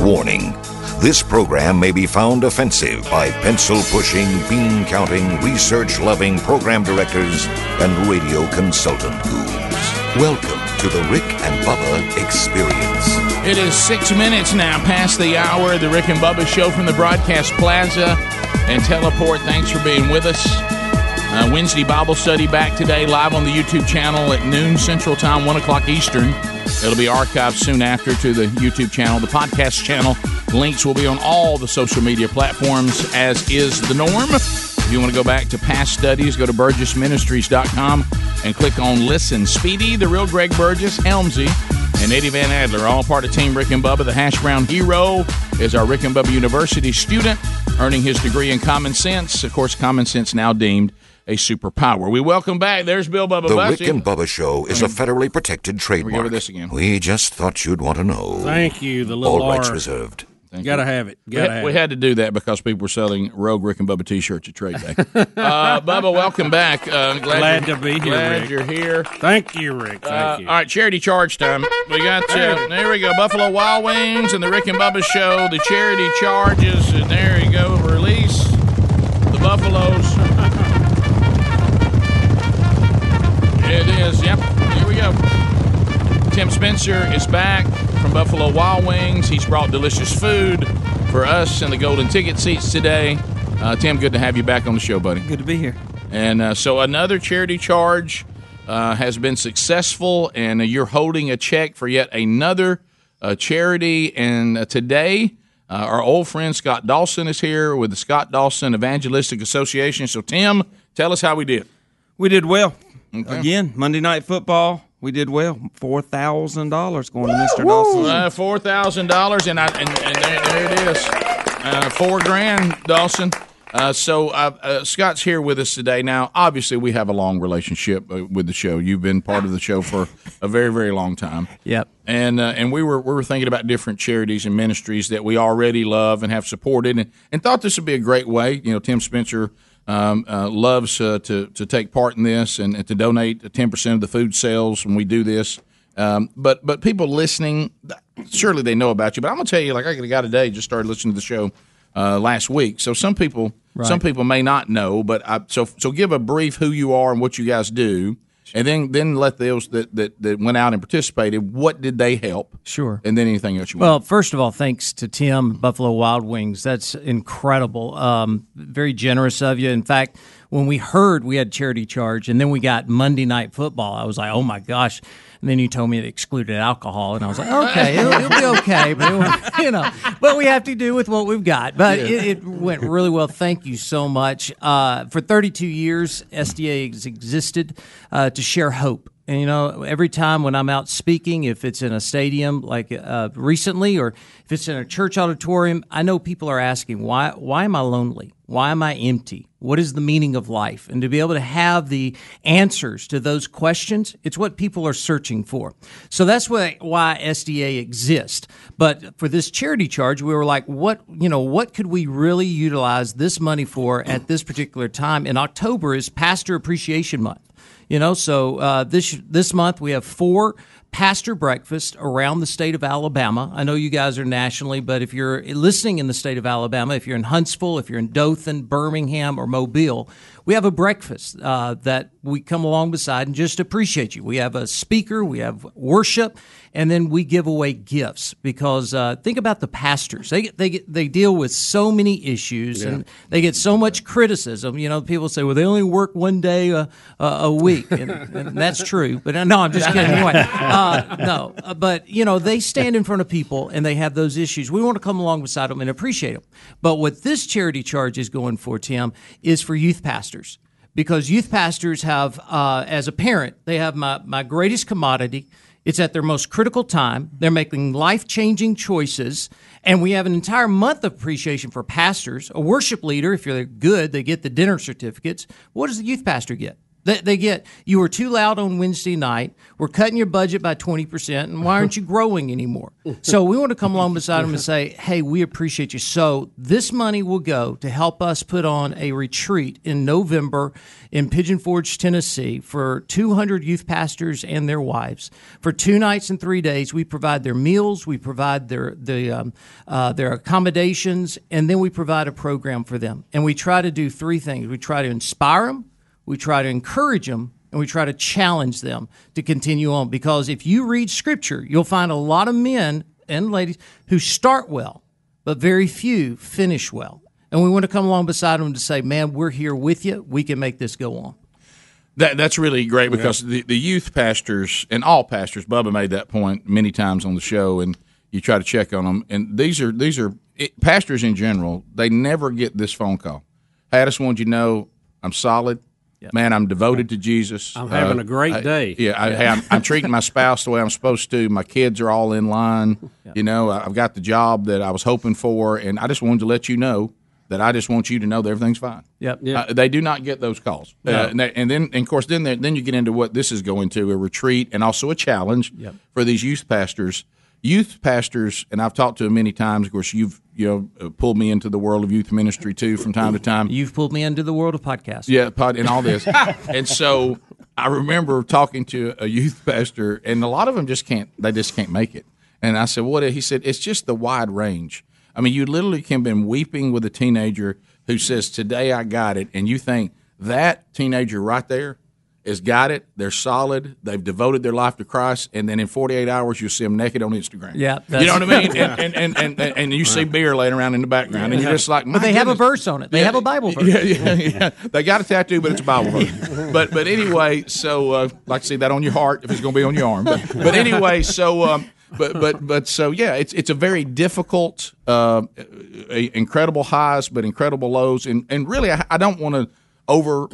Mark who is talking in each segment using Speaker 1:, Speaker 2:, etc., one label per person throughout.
Speaker 1: Warning This program may be found offensive by pencil pushing, bean counting, research loving program directors and radio consultant goons. Welcome to the Rick and Bubba Experience.
Speaker 2: It is six minutes now past the hour. The Rick and Bubba Show from the Broadcast Plaza and Teleport. Thanks for being with us. Uh, Wednesday Bible study back today, live on the YouTube channel at noon Central Time, one o'clock Eastern. It'll be archived soon after to the YouTube channel, the podcast channel. Links will be on all the social media platforms, as is the norm. If you want to go back to past studies, go to burgessministries.com and click on Listen. Speedy, the real Greg Burgess, Helmsy, and Eddie Van Adler, all part of Team Rick and Bubba. The hash brown hero is our Rick and Bubba University student, earning his degree in common sense. Of course, common sense now deemed a superpower. We welcome back. There's Bill Bubba
Speaker 1: The
Speaker 2: Bussy.
Speaker 1: Rick and Bubba Show is a federally protected
Speaker 2: we
Speaker 1: trademark.
Speaker 2: go over this again.
Speaker 1: We just thought you'd want to know.
Speaker 3: Thank you. The little
Speaker 1: All rights
Speaker 3: R.
Speaker 1: reserved.
Speaker 3: Gotta have it.
Speaker 2: We
Speaker 3: Gotta
Speaker 2: had,
Speaker 3: have
Speaker 2: we
Speaker 3: it.
Speaker 2: had to do that because people were selling rogue Rick and Bubba T-shirts at trade day. uh, Bubba, welcome back. Uh, I'm glad
Speaker 3: Glad
Speaker 2: you're-
Speaker 3: to be here,
Speaker 2: Glad
Speaker 3: Rick.
Speaker 2: you're here.
Speaker 3: Thank you, Rick. Thank
Speaker 2: Uh,
Speaker 3: you.
Speaker 2: all right, charity charge time. We got uh, there. We go Buffalo Wild Wings and the Rick and Bubba Show. The charity charges, and there you go. Release the Buffaloes. it is. Yep. Here we go. Tim Spencer is back from Buffalo Wild Wings. He's brought delicious food for us and the golden ticket seats today. Uh, Tim, good to have you back on the show, buddy.
Speaker 4: Good to be here.
Speaker 2: And uh, so another charity charge uh, has been successful, and uh, you're holding a check for yet another uh, charity. And uh, today, uh, our old friend Scott Dawson is here with the Scott Dawson Evangelistic Association. So, Tim, tell us how we did.
Speaker 4: We did well. Again, Monday night football. We did well. Four thousand dollars going to Mr. Dawson.
Speaker 2: Uh, four thousand dollars, and I and, and there, there it is, uh, four grand, Dawson. Uh, so uh, uh, Scott's here with us today. Now, obviously, we have a long relationship uh, with the show. You've been part of the show for a very, very long time.
Speaker 4: Yep.
Speaker 2: And uh, and we were we were thinking about different charities and ministries that we already love and have supported, and, and thought this would be a great way. You know, Tim Spencer um, uh, loves uh, to to take part in this and, and to donate ten percent of the food sales when we do this. Um, but but people listening, surely they know about you. But I'm gonna tell you, like I got a guy today just started listening to the show uh, last week, so some people some people may not know. But I, so so give a brief who you are and what you guys do, and then then let those that, that that went out and participated. What did they help?
Speaker 5: Sure.
Speaker 2: And then anything else you want.
Speaker 5: Well, first of all, thanks to Tim Buffalo Wild Wings. That's incredible. Um, very generous of you. In fact, when we heard we had charity charge, and then we got Monday Night Football, I was like, oh my gosh. And then you told me it excluded alcohol, and I was like, okay, it'll, it'll be okay, but it won't- you know, but we have to do with what we've got. But it, it went really well. Thank you so much. Uh, for 32 years, SDA has existed uh, to share hope and you know, every time when I'm out speaking, if it's in a stadium like uh, recently, or if it's in a church auditorium, I know people are asking why. Why am I lonely? Why am I empty? What is the meaning of life? And to be able to have the answers to those questions, it's what people are searching for. So that's why why SDA exists. But for this charity charge, we were like, what you know, what could we really utilize this money for at this particular time? And October is Pastor Appreciation Month. You know, so uh, this this month we have four pastor breakfasts around the state of Alabama. I know you guys are nationally, but if you're listening in the state of Alabama, if you're in Huntsville, if you're in Dothan, Birmingham, or Mobile, we have a breakfast uh, that we come along beside and just appreciate you. We have a speaker, we have worship, and then we give away gifts because uh, think about the pastors. They get- they get, they deal with so many issues and they get so much criticism. You know, people say, "Well, they only work one day a, a, a week," and, and that's true. But uh, no, I'm just kidding. Anyway, uh, no, uh, but you know, they stand in front of people and they have those issues. We want to come along beside them and appreciate them. But what this charity charge is going for, Tim, is for youth pastors because youth pastors have, uh, as a parent, they have my, my greatest commodity. It's at their most critical time. They're making life changing choices. And we have an entire month of appreciation for pastors. A worship leader, if you're good, they get the dinner certificates. What does the youth pastor get? They, they get you were too loud on Wednesday night. We're cutting your budget by twenty percent, and why aren't you growing anymore? So we want to come along beside them and say, "Hey, we appreciate you." So this money will go to help us put on a retreat in November in Pigeon Forge, Tennessee, for two hundred youth pastors and their wives for two nights and three days. We provide their meals, we provide their the um, uh, their accommodations, and then we provide a program for them. And we try to do three things: we try to inspire them we try to encourage them and we try to challenge them to continue on because if you read scripture you'll find a lot of men and ladies who start well but very few finish well and we want to come along beside them to say man we're here with you we can make this go on
Speaker 2: That, that's really great because the, the youth pastors and all pastors, Bubba made that point many times on the show, and you try to check on them. And these are these are it, pastors in general. They never get this phone call. Hey, I just wanted you to know I'm solid, man. I'm devoted to Jesus. Uh,
Speaker 3: I'm having a great
Speaker 2: I-
Speaker 3: day.
Speaker 2: yeah, I, hey, I'm, I'm treating my spouse the way I'm supposed to. My kids are all in line. You know, I- I've got the job that I was hoping for, and I just wanted to let you know that I just want you to know that everything's fine.
Speaker 5: yep
Speaker 2: Uh, they do not get those calls. Uh, and, they- and then, and of course, then they- then you get into what this is going to a retreat and also a challenge for these youth pastors. Youth pastors, and I've talked to them many times. Of course, you've you know uh, pulled me into the world of youth ministry too from time to time.
Speaker 5: you've pulled me into the world of podcasts
Speaker 2: Yeah, pod and all this. and so I remember talking to a youth pastor, and a lot of them just can't. They just can't make it. And I said, "What?" He said, "It's just the wide range. I mean, you literally can been weeping with a teenager who says, "Today I got it," and you think that teenager right there has got it. They're solid. They've devoted their life to Christ, and then in 48 hours you'll see them naked on Instagram.
Speaker 5: Yeah,
Speaker 2: you know what I
Speaker 5: that's-
Speaker 2: mean. And, and, and, and, and you see beer laying around in the background, and you're just like,
Speaker 5: but they have a verse on it they have a bible verse
Speaker 2: yeah, yeah, yeah. They got a tattoo, but it's a Bible verse. But but anyway, so uh, like see that on your heart if it's going to be on your arm. But, but anyway, so um, but but but so yeah, it's it's a very difficult, uh, a- incredible highs, but incredible lows, and and really I, I don't want to over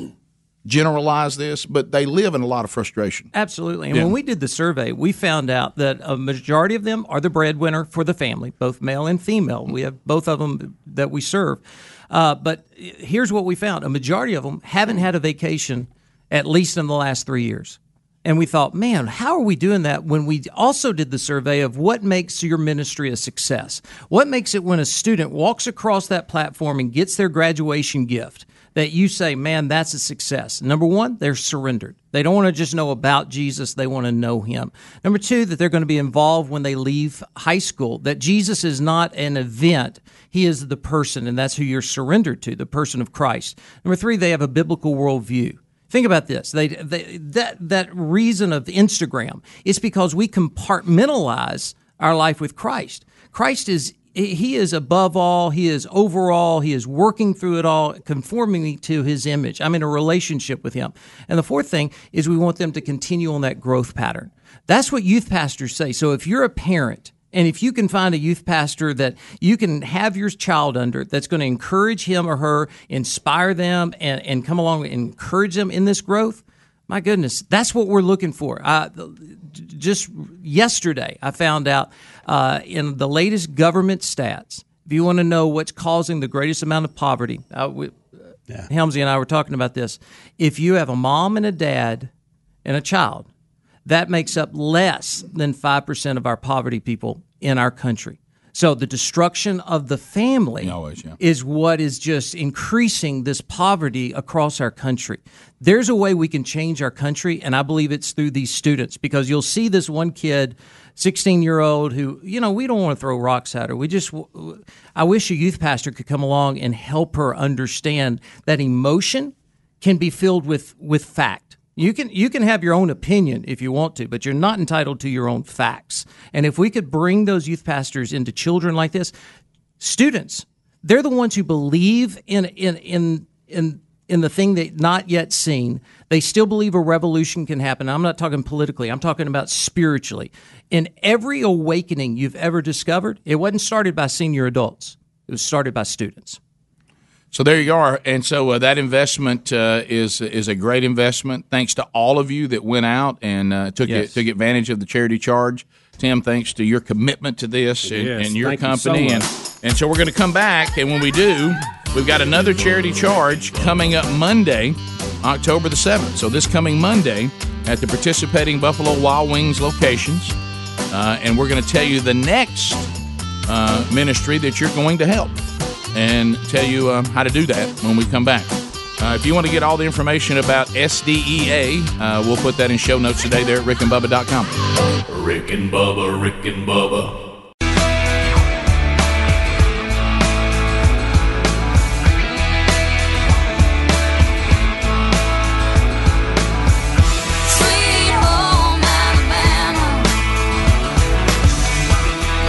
Speaker 2: generalize this, but they live in a lot of frustration.
Speaker 5: Absolutely. And when we did the survey, we found out that a majority of them are the breadwinner for the family, both male and female. We have both of them that we serve. Uh, but here's what we found a majority of them haven't had a vacation, at least in the last three years. And we thought, man, how are we doing that when we also did the survey of what makes your ministry a success? What makes it when a student walks across that platform and gets their graduation gift that you say, man, that's a success? Number one, they're surrendered. They don't want to just know about Jesus, they want to know him. Number two, that they're going to be involved when they leave high school, that Jesus is not an event, he is the person, and that's who you're surrendered to, the person of Christ. Number three, they have a biblical worldview. Think about this. They, they, that, that reason of Instagram is because we compartmentalize our life with Christ. Christ is, he is above all, he is over all, he is working through it all, conforming me to his image. I'm in a relationship with him. And the fourth thing is we want them to continue on that growth pattern. That's what youth pastors say. So if you're a parent, and if you can find a youth pastor that you can have your child under that's going to encourage him or her, inspire them, and, and come along and encourage them in this growth, my goodness, that's what we're looking for. I, just yesterday, I found out uh, in the latest government stats, if you want to know what's causing the greatest amount of poverty, uh, we, Helmsy and I were talking about this. If you have a mom and a dad and a child, that makes up less than 5% of our poverty people in our country. So the destruction of the family
Speaker 2: Always, yeah.
Speaker 5: is what is just increasing this poverty across our country. There's a way we can change our country, and I believe it's through these students because you'll see this one kid, 16 year old, who, you know, we don't want to throw rocks at her. We just, I wish a youth pastor could come along and help her understand that emotion can be filled with, with fact. You can you can have your own opinion if you want to, but you're not entitled to your own facts. And if we could bring those youth pastors into children like this, students they're the ones who believe in in in in in the thing they not yet seen they still believe a revolution can happen i'm not talking politically i'm talking about spiritually in every awakening you've ever discovered it wasn't started by senior adults it was started by students
Speaker 2: So there you are, and so uh, that investment uh, is is a great investment. Thanks to all of you that went out and uh, took
Speaker 5: Yes.
Speaker 2: took advantage of the charity charge. Tim, thanks to your commitment to this and,
Speaker 3: Yes,
Speaker 2: and your
Speaker 3: thank you so
Speaker 2: company,
Speaker 3: much.
Speaker 2: and and so we're going to come back, and when we do, we've got another charity charge coming up Monday. October the 7th. So this coming Monday at the participating Buffalo Wild Wings locations. Uh, and we're going to tell you the next uh, ministry that you're going to help and tell you um, how to do that when we come back. Uh, if you want to get all the information about SDEA, uh, we'll put that in show notes today there at rickandbubba.com.
Speaker 6: Rick and Bubba, Rick and Bubba,
Speaker 7: Sweet home Alabama,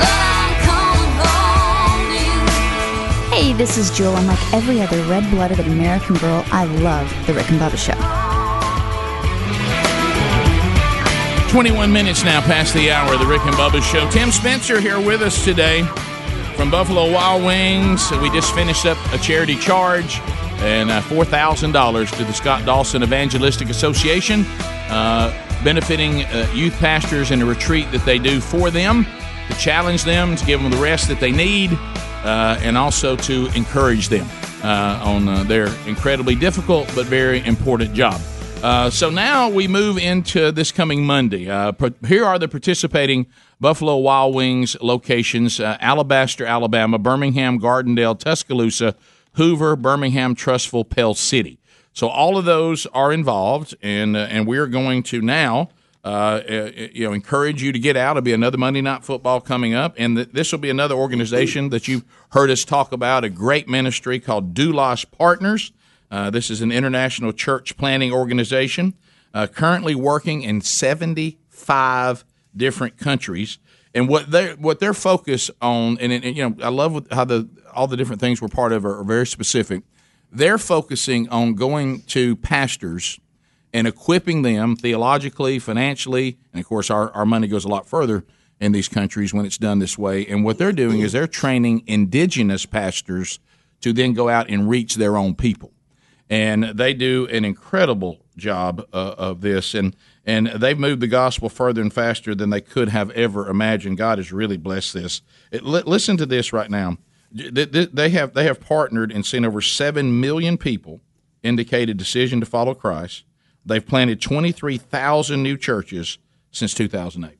Speaker 7: I'm coming home to you.
Speaker 8: Hey, this is Jewel, and like every other red blooded American girl, I love The Rick and Bubba Show.
Speaker 2: 21 minutes now past the hour of the Rick and Bubba Show. Tim Spencer here with us today from Buffalo Wild Wings. We just finished up a charity charge and uh, $4,000 to the Scott Dawson Evangelistic Association, uh, benefiting uh, youth pastors in a retreat that they do for them to challenge them, to give them the rest that they need, uh, and also to encourage them uh, on uh, their incredibly difficult but very important job. Uh, so now we move into this coming Monday. Uh, par- here are the participating Buffalo Wild Wings locations uh, Alabaster, Alabama, Birmingham, Gardendale, Tuscaloosa, Hoover, Birmingham, Trustful, Pell City. So all of those are involved, and, uh, and we're going to now. Uh, uh, you know, encourage you to get out. It'll be another Monday night football coming up, and th- this will be another organization that you've heard us talk about. A great ministry called Doulos Partners. Uh, this is an international church planning organization uh, currently working in 75 different countries. And what they what their focus on, and, and, and, you know, I love what- how the all the different things we're part of are, are very specific. They're focusing on going to pastors and equipping them theologically, financially, and of course, our, our money goes a lot further in these countries when it's done this way. And what they're doing is they're training indigenous pastors to then go out and reach their own people and they do an incredible job uh, of this and and they've moved the gospel further and faster than they could have ever imagined god has really blessed this It- li- listen to this right now Th- th- they have they have partnered and seen over 7 million people indicate a decision to follow christ they've planted 23,000 new churches since 2008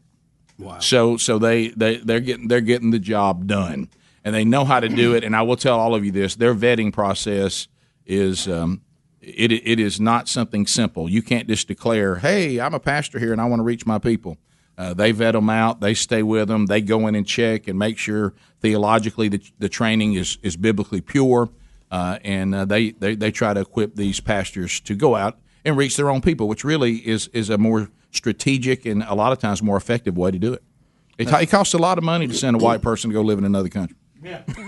Speaker 2: so so they they they're getting they're getting the job done, and they know how to do it. And I will tell all of you this: their vetting process is um, it it is not something simple. You can't just declare, "Hey, I'm a pastor here, and I want to reach my people." Uh, they vet them out. They stay with them. They go in and check and make sure theologically the, the training is, is biblically pure. Uh, and uh, they, they, they try to equip these pastors to go out and reach their own people, which really is, is a more strategic and a lot of times more effective way to do it. It, co- it costs a lot of money to send a white person to go live in another country.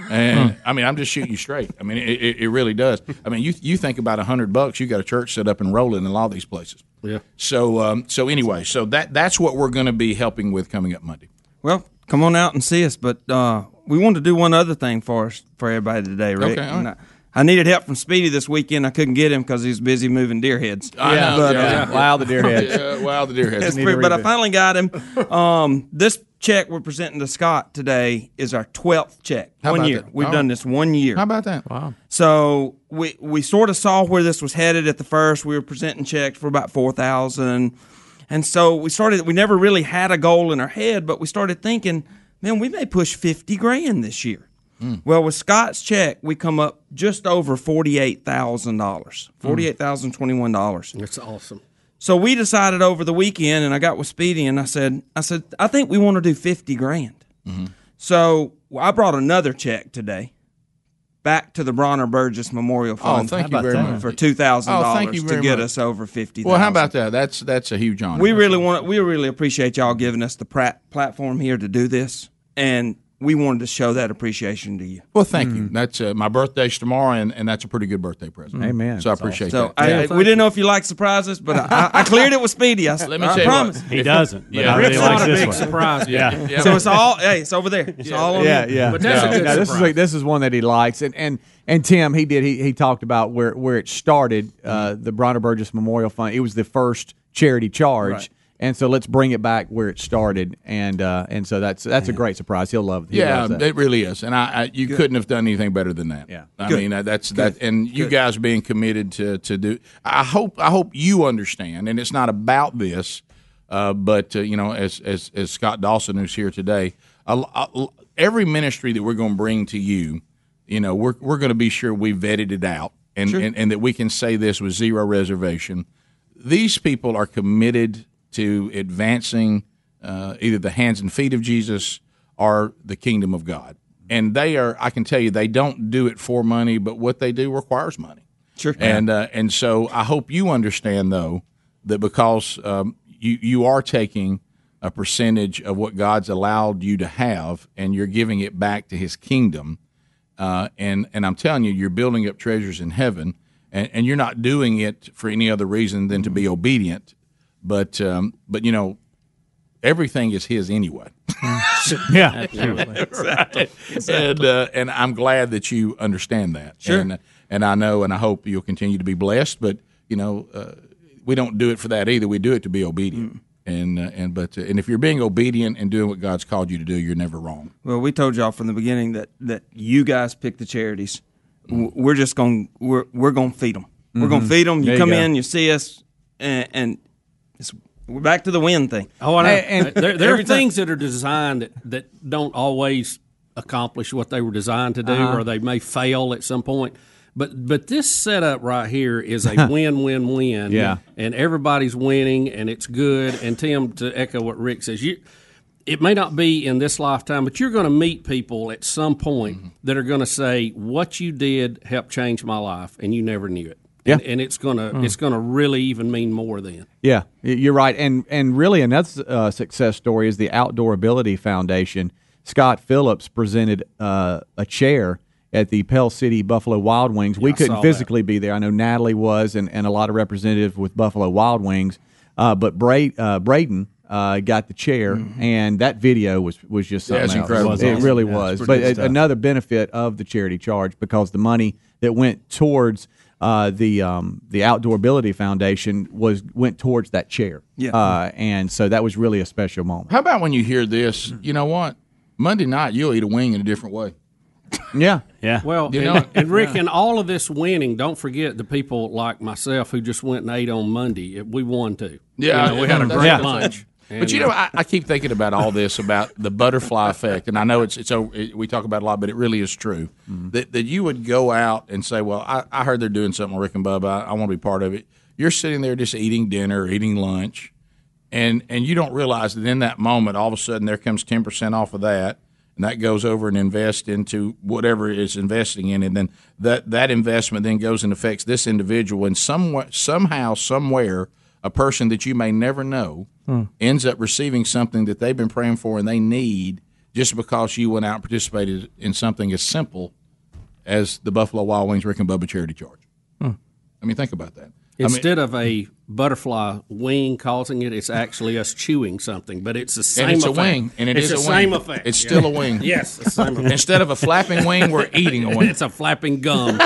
Speaker 2: And I mean, I'm just shooting you straight. I mean, it, it, it really does. I mean, you you think about a hundred bucks, you got a church set up and rolling in a lot of these places. Yeah. So um, so anyway, so that that's what we're going to be helping with coming up Monday.
Speaker 4: Well, come on out and see us. But uh, we wanted to do one other thing for us for everybody today, Rick.
Speaker 2: Okay, all right.
Speaker 4: And I, I needed help from Speedy this weekend. I couldn't get him because he was busy moving deer heads.
Speaker 2: Yeah,
Speaker 4: but, uh,
Speaker 9: Wow, the deer head.
Speaker 2: Uh, wow, the deer
Speaker 4: That's
Speaker 2: has.
Speaker 4: pretty- but I finally got him. Um, this check we're presenting to Scott today is our twelfth check.
Speaker 2: How
Speaker 4: one
Speaker 2: about
Speaker 4: year.
Speaker 2: that?
Speaker 4: We've
Speaker 2: All
Speaker 4: done
Speaker 2: right.
Speaker 4: this one year.
Speaker 2: How about that? Wow.
Speaker 4: So we we sort of saw where this was headed at the first. We were presenting checks for about four thousand, and so we started. We never really had a goal in our head, but we started thinking, man, we may push fifty grand this year.
Speaker 9: Hmm.
Speaker 4: Well, with Scott's check, we come up just over forty eight thousand dollars, forty eight thousand twenty one dollars.
Speaker 9: Hmm. That's awesome.
Speaker 4: So we decided over the weekend, and I got with Speedy, and I said, I said, I think we want to do fifty grand. So well, I brought another check today, back to the Bronner Burgess Memorial
Speaker 2: Oh,
Speaker 4: Fund
Speaker 2: thank you very much.
Speaker 4: for two thousand
Speaker 2: Oh, thank
Speaker 4: dollars
Speaker 2: you
Speaker 4: to
Speaker 2: very
Speaker 4: get
Speaker 2: much.
Speaker 4: us over fifty.
Speaker 2: Well, how about that? That's that's a huge honor.
Speaker 4: We really want. We really appreciate y'all giving us the prat- platform here to do this, and we wanted to show that appreciation to you.
Speaker 2: well, thank you. That's uh, my birthday's tomorrow, and, and that's a pretty good birthday present. Amen. So I appreciate
Speaker 4: So
Speaker 2: that.
Speaker 4: I, I- we didn't know if you like surprises, but I, I, I cleared it with Speedy. I, s-
Speaker 2: Let me
Speaker 4: I
Speaker 2: tell you what.
Speaker 4: promise.
Speaker 10: He doesn't. But
Speaker 2: Yeah.
Speaker 10: I really
Speaker 2: Rick's
Speaker 10: like
Speaker 3: not a
Speaker 10: this
Speaker 3: big
Speaker 10: one.
Speaker 3: surprise.
Speaker 10: Yeah.
Speaker 4: So it's all. Hey, it's over there. It's all on
Speaker 9: Yeah,
Speaker 4: you.
Speaker 9: yeah.
Speaker 3: But that's a good
Speaker 9: this is
Speaker 3: surprise.
Speaker 9: like, this is one that he likes, and and and Tim he did he he talked about
Speaker 2: Mm-hmm.
Speaker 9: where where it started. Uh, the Bronner Burgess Memorial Fund. It was the first charity charge,
Speaker 4: Right.
Speaker 9: And so let's bring it back where it started, and uh, and so that's that's a great surprise. He'll love. He'll
Speaker 2: Yeah,
Speaker 9: love that.
Speaker 2: it really is, and I, I you couldn't have done anything better than that.
Speaker 9: Yeah.
Speaker 2: I
Speaker 4: Good.
Speaker 2: mean uh, that's that, and you guys being committed to to do. I hope I hope you understand, and it's not about this, uh, but uh, you know, as as as Scott Dawson who's here today, a l- a l- every ministry that we're going to bring to you, you know, we're we're going to be sure we vetted it out, and, and and that we can say this with zero reservation these people are committed to advancing uh, either the hands and feet of Jesus or the kingdom of God. And they are, I can tell you, they don't do it for money, but what they do requires money.
Speaker 4: Sure.
Speaker 2: And uh, and so I hope you understand though that because um, you you are taking a percentage of what God's allowed you to have, and you're giving it back to His kingdom. Uh, and and I'm telling you, you're building up treasures in heaven, and, and you're not doing it for any other reason than to be obedient. But um, but you know, everything is His anyway.
Speaker 11: Hmm.
Speaker 9: yeah,
Speaker 2: And uh, and I'm glad that you understand that. Sure. And, and I know, and I hope you'll continue to be blessed. But you know, uh, we don't do it for that either. We do it to be obedient. And uh, and but uh, and if you're being obedient and doing what God's called you to do, you're never wrong.
Speaker 4: Well, we told y'all from the beginning that that you guys pick the charities. W- We're just going to we're we're going to feed them. We're going to feed them. You
Speaker 9: There you
Speaker 4: come
Speaker 9: go.
Speaker 4: in, you see us, and, and it's, we're back to the win thing.
Speaker 3: Oh, I know.
Speaker 9: And- and-
Speaker 3: there, there are
Speaker 9: every time-
Speaker 3: things that are designed that, that don't always accomplish what they were designed to do,
Speaker 9: Uh-huh.
Speaker 3: or they may fail at some point. But but this setup right here is a win win win.
Speaker 9: Yeah.
Speaker 3: and everybody's winning, and it's good. And Tim, to echo what Rick says, you. It may not be in this lifetime, but you're going to meet people at some point
Speaker 9: Mm-hmm.
Speaker 3: that are going to say, "What you did helped change my life, and you never knew it."
Speaker 9: Yeah. Mm.
Speaker 3: and, and it's gonna it's gonna really even mean more then.
Speaker 9: Yeah, y- you're right. And and really another uh, success story is the Outdoor Ability Foundation. Scott Phillips presented uh, a chair at the Pell City Buffalo Wild Wings. we couldn't physically be there. I know Natalie was, and, and a lot of representatives with Buffalo Wild Wings. Uh, but Bra- uh, Braden uh, got the chair, and that video was was just something
Speaker 2: Mm-hmm. it's
Speaker 9: else.
Speaker 2: incredible. It was
Speaker 9: It
Speaker 2: awesome.
Speaker 9: really was. But a- another benefit of the charity charge because the money that went towards uh, the um, the Outdoor Ability Foundation was went towards that chair.
Speaker 4: Yeah.
Speaker 9: Uh, and so that was really a special moment.
Speaker 2: How about when you hear this? You know what? Monday night you'll eat a wing in a different way.
Speaker 9: Yeah.
Speaker 3: Yeah. Well,
Speaker 2: You
Speaker 3: and,
Speaker 2: know-
Speaker 3: and Rick, in all of this winning, don't forget the people like myself who just went and ate on Monday. We won too.
Speaker 2: Yeah,
Speaker 3: You know, we had a
Speaker 2: that's
Speaker 3: great
Speaker 2: right.
Speaker 3: lunch. uh,
Speaker 2: But you know, I, I keep thinking about all this about the butterfly effect, and I know it's it's over- it, we talk about it a lot, but it really is true
Speaker 3: Mm-hmm.
Speaker 2: that that you would go out and say, "Well, I, I heard they're doing something with Rick and Bubba. I, I want to be part of it." You're sitting there just eating dinner, eating lunch, and and you don't realize that in that moment, all of a sudden, there comes ten percent off of that, and that goes over and invest into whatever it's investing in, and then that that investment then goes and affects this individual, and somewhat somehow somewhere, a person that you may never know ends up receiving something that they've been praying for and they need just because you went out and participated in something as simple as the Buffalo Wild Wings Rick and Bubba charity charge.
Speaker 4: Hmm.
Speaker 2: I mean, think about that. I mean,
Speaker 3: Instead of a butterfly wing causing it, it's actually us chewing something, but it's the same
Speaker 2: and it's a
Speaker 3: effect.
Speaker 2: wing, and it
Speaker 3: it's
Speaker 2: is
Speaker 3: the
Speaker 2: a wing.
Speaker 3: same effect.
Speaker 2: It's
Speaker 3: Yeah.
Speaker 2: still a wing.
Speaker 3: Yes, the same effect.
Speaker 2: Instead of a flapping wing, we're eating a wing.
Speaker 3: It's a flapping gum.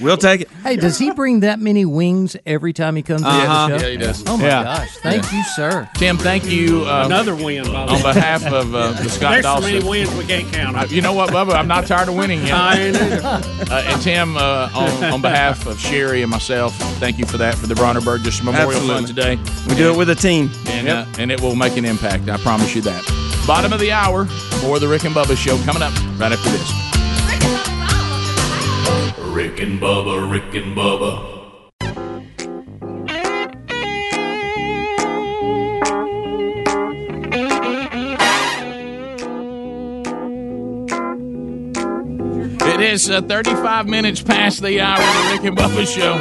Speaker 4: We'll take it.
Speaker 5: Hey, does he bring that many wings every time he comes to the
Speaker 2: Yeah,
Speaker 5: show?
Speaker 2: yeah, he does.
Speaker 5: Oh my
Speaker 9: Yeah.
Speaker 5: gosh! Thank you, sir.
Speaker 2: Tim, thank you uh,
Speaker 3: Another win, by the
Speaker 2: on
Speaker 3: way.
Speaker 2: behalf of uh, the Scott
Speaker 3: There's so
Speaker 2: Dawson.
Speaker 3: many wins we can't count.
Speaker 2: Uh, You know what, Bubba? I'm not tired of winning yet.
Speaker 3: I ain't either.
Speaker 2: Uh, and Tim, uh, on, on behalf of Sherry and myself, thank you for that for the Bronnerberg just Memorial Fund
Speaker 4: Absolutely.
Speaker 2: today,
Speaker 4: We do it with a team.
Speaker 2: and uh, and it will make an impact. I promise you that. Bottom of the hour for the Rick and Bubba Show coming up right after this.
Speaker 6: Rick and Bubba, Rick and Bubba.
Speaker 2: It is uh, 35 minutes past the hour of the Rick and Bubba Show.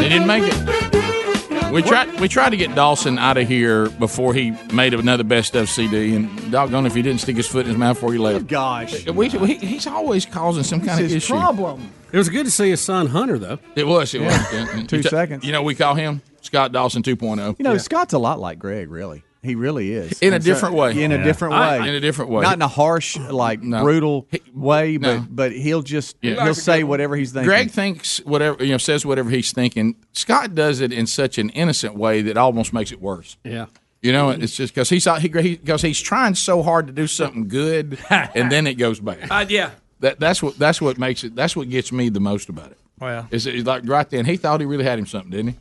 Speaker 2: They didn't make it. We tried. We tried to get Dawson out of here before he made another best of CD, and doggone if he didn't stick his foot in his mouth before he left.
Speaker 9: Gosh.
Speaker 2: We, we, he's always causing some kind of issue.
Speaker 9: problem.
Speaker 3: It was good to see his son Hunter, though.
Speaker 2: It was. It was. yeah.
Speaker 9: Two
Speaker 2: You ta-
Speaker 9: seconds.
Speaker 2: You know, we call him Scott Dawson 2.0.
Speaker 9: You know, Scott's a lot like Greg, really. He really is
Speaker 2: In a
Speaker 9: And
Speaker 2: different way.
Speaker 9: In a
Speaker 2: Yeah.
Speaker 9: different
Speaker 2: I-
Speaker 9: way.
Speaker 2: In a different way.
Speaker 9: Not in a harsh, like
Speaker 2: No.
Speaker 9: brutal way, but
Speaker 2: no.
Speaker 9: but he'll just
Speaker 2: Yeah.
Speaker 9: he'll say whatever he's thinking.
Speaker 2: Greg thinks whatever you know says whatever he's thinking. Scott does it in such an innocent way that almost makes it worse.
Speaker 3: Yeah.
Speaker 2: You know, it's just because he's because he's trying so hard to do something good, and then it goes bad.
Speaker 4: Uh, yeah.
Speaker 2: That, that's what that's what makes it. That's what gets me the most about it.
Speaker 4: Well.
Speaker 2: Is it like right then he thought he really had him something, didn't he?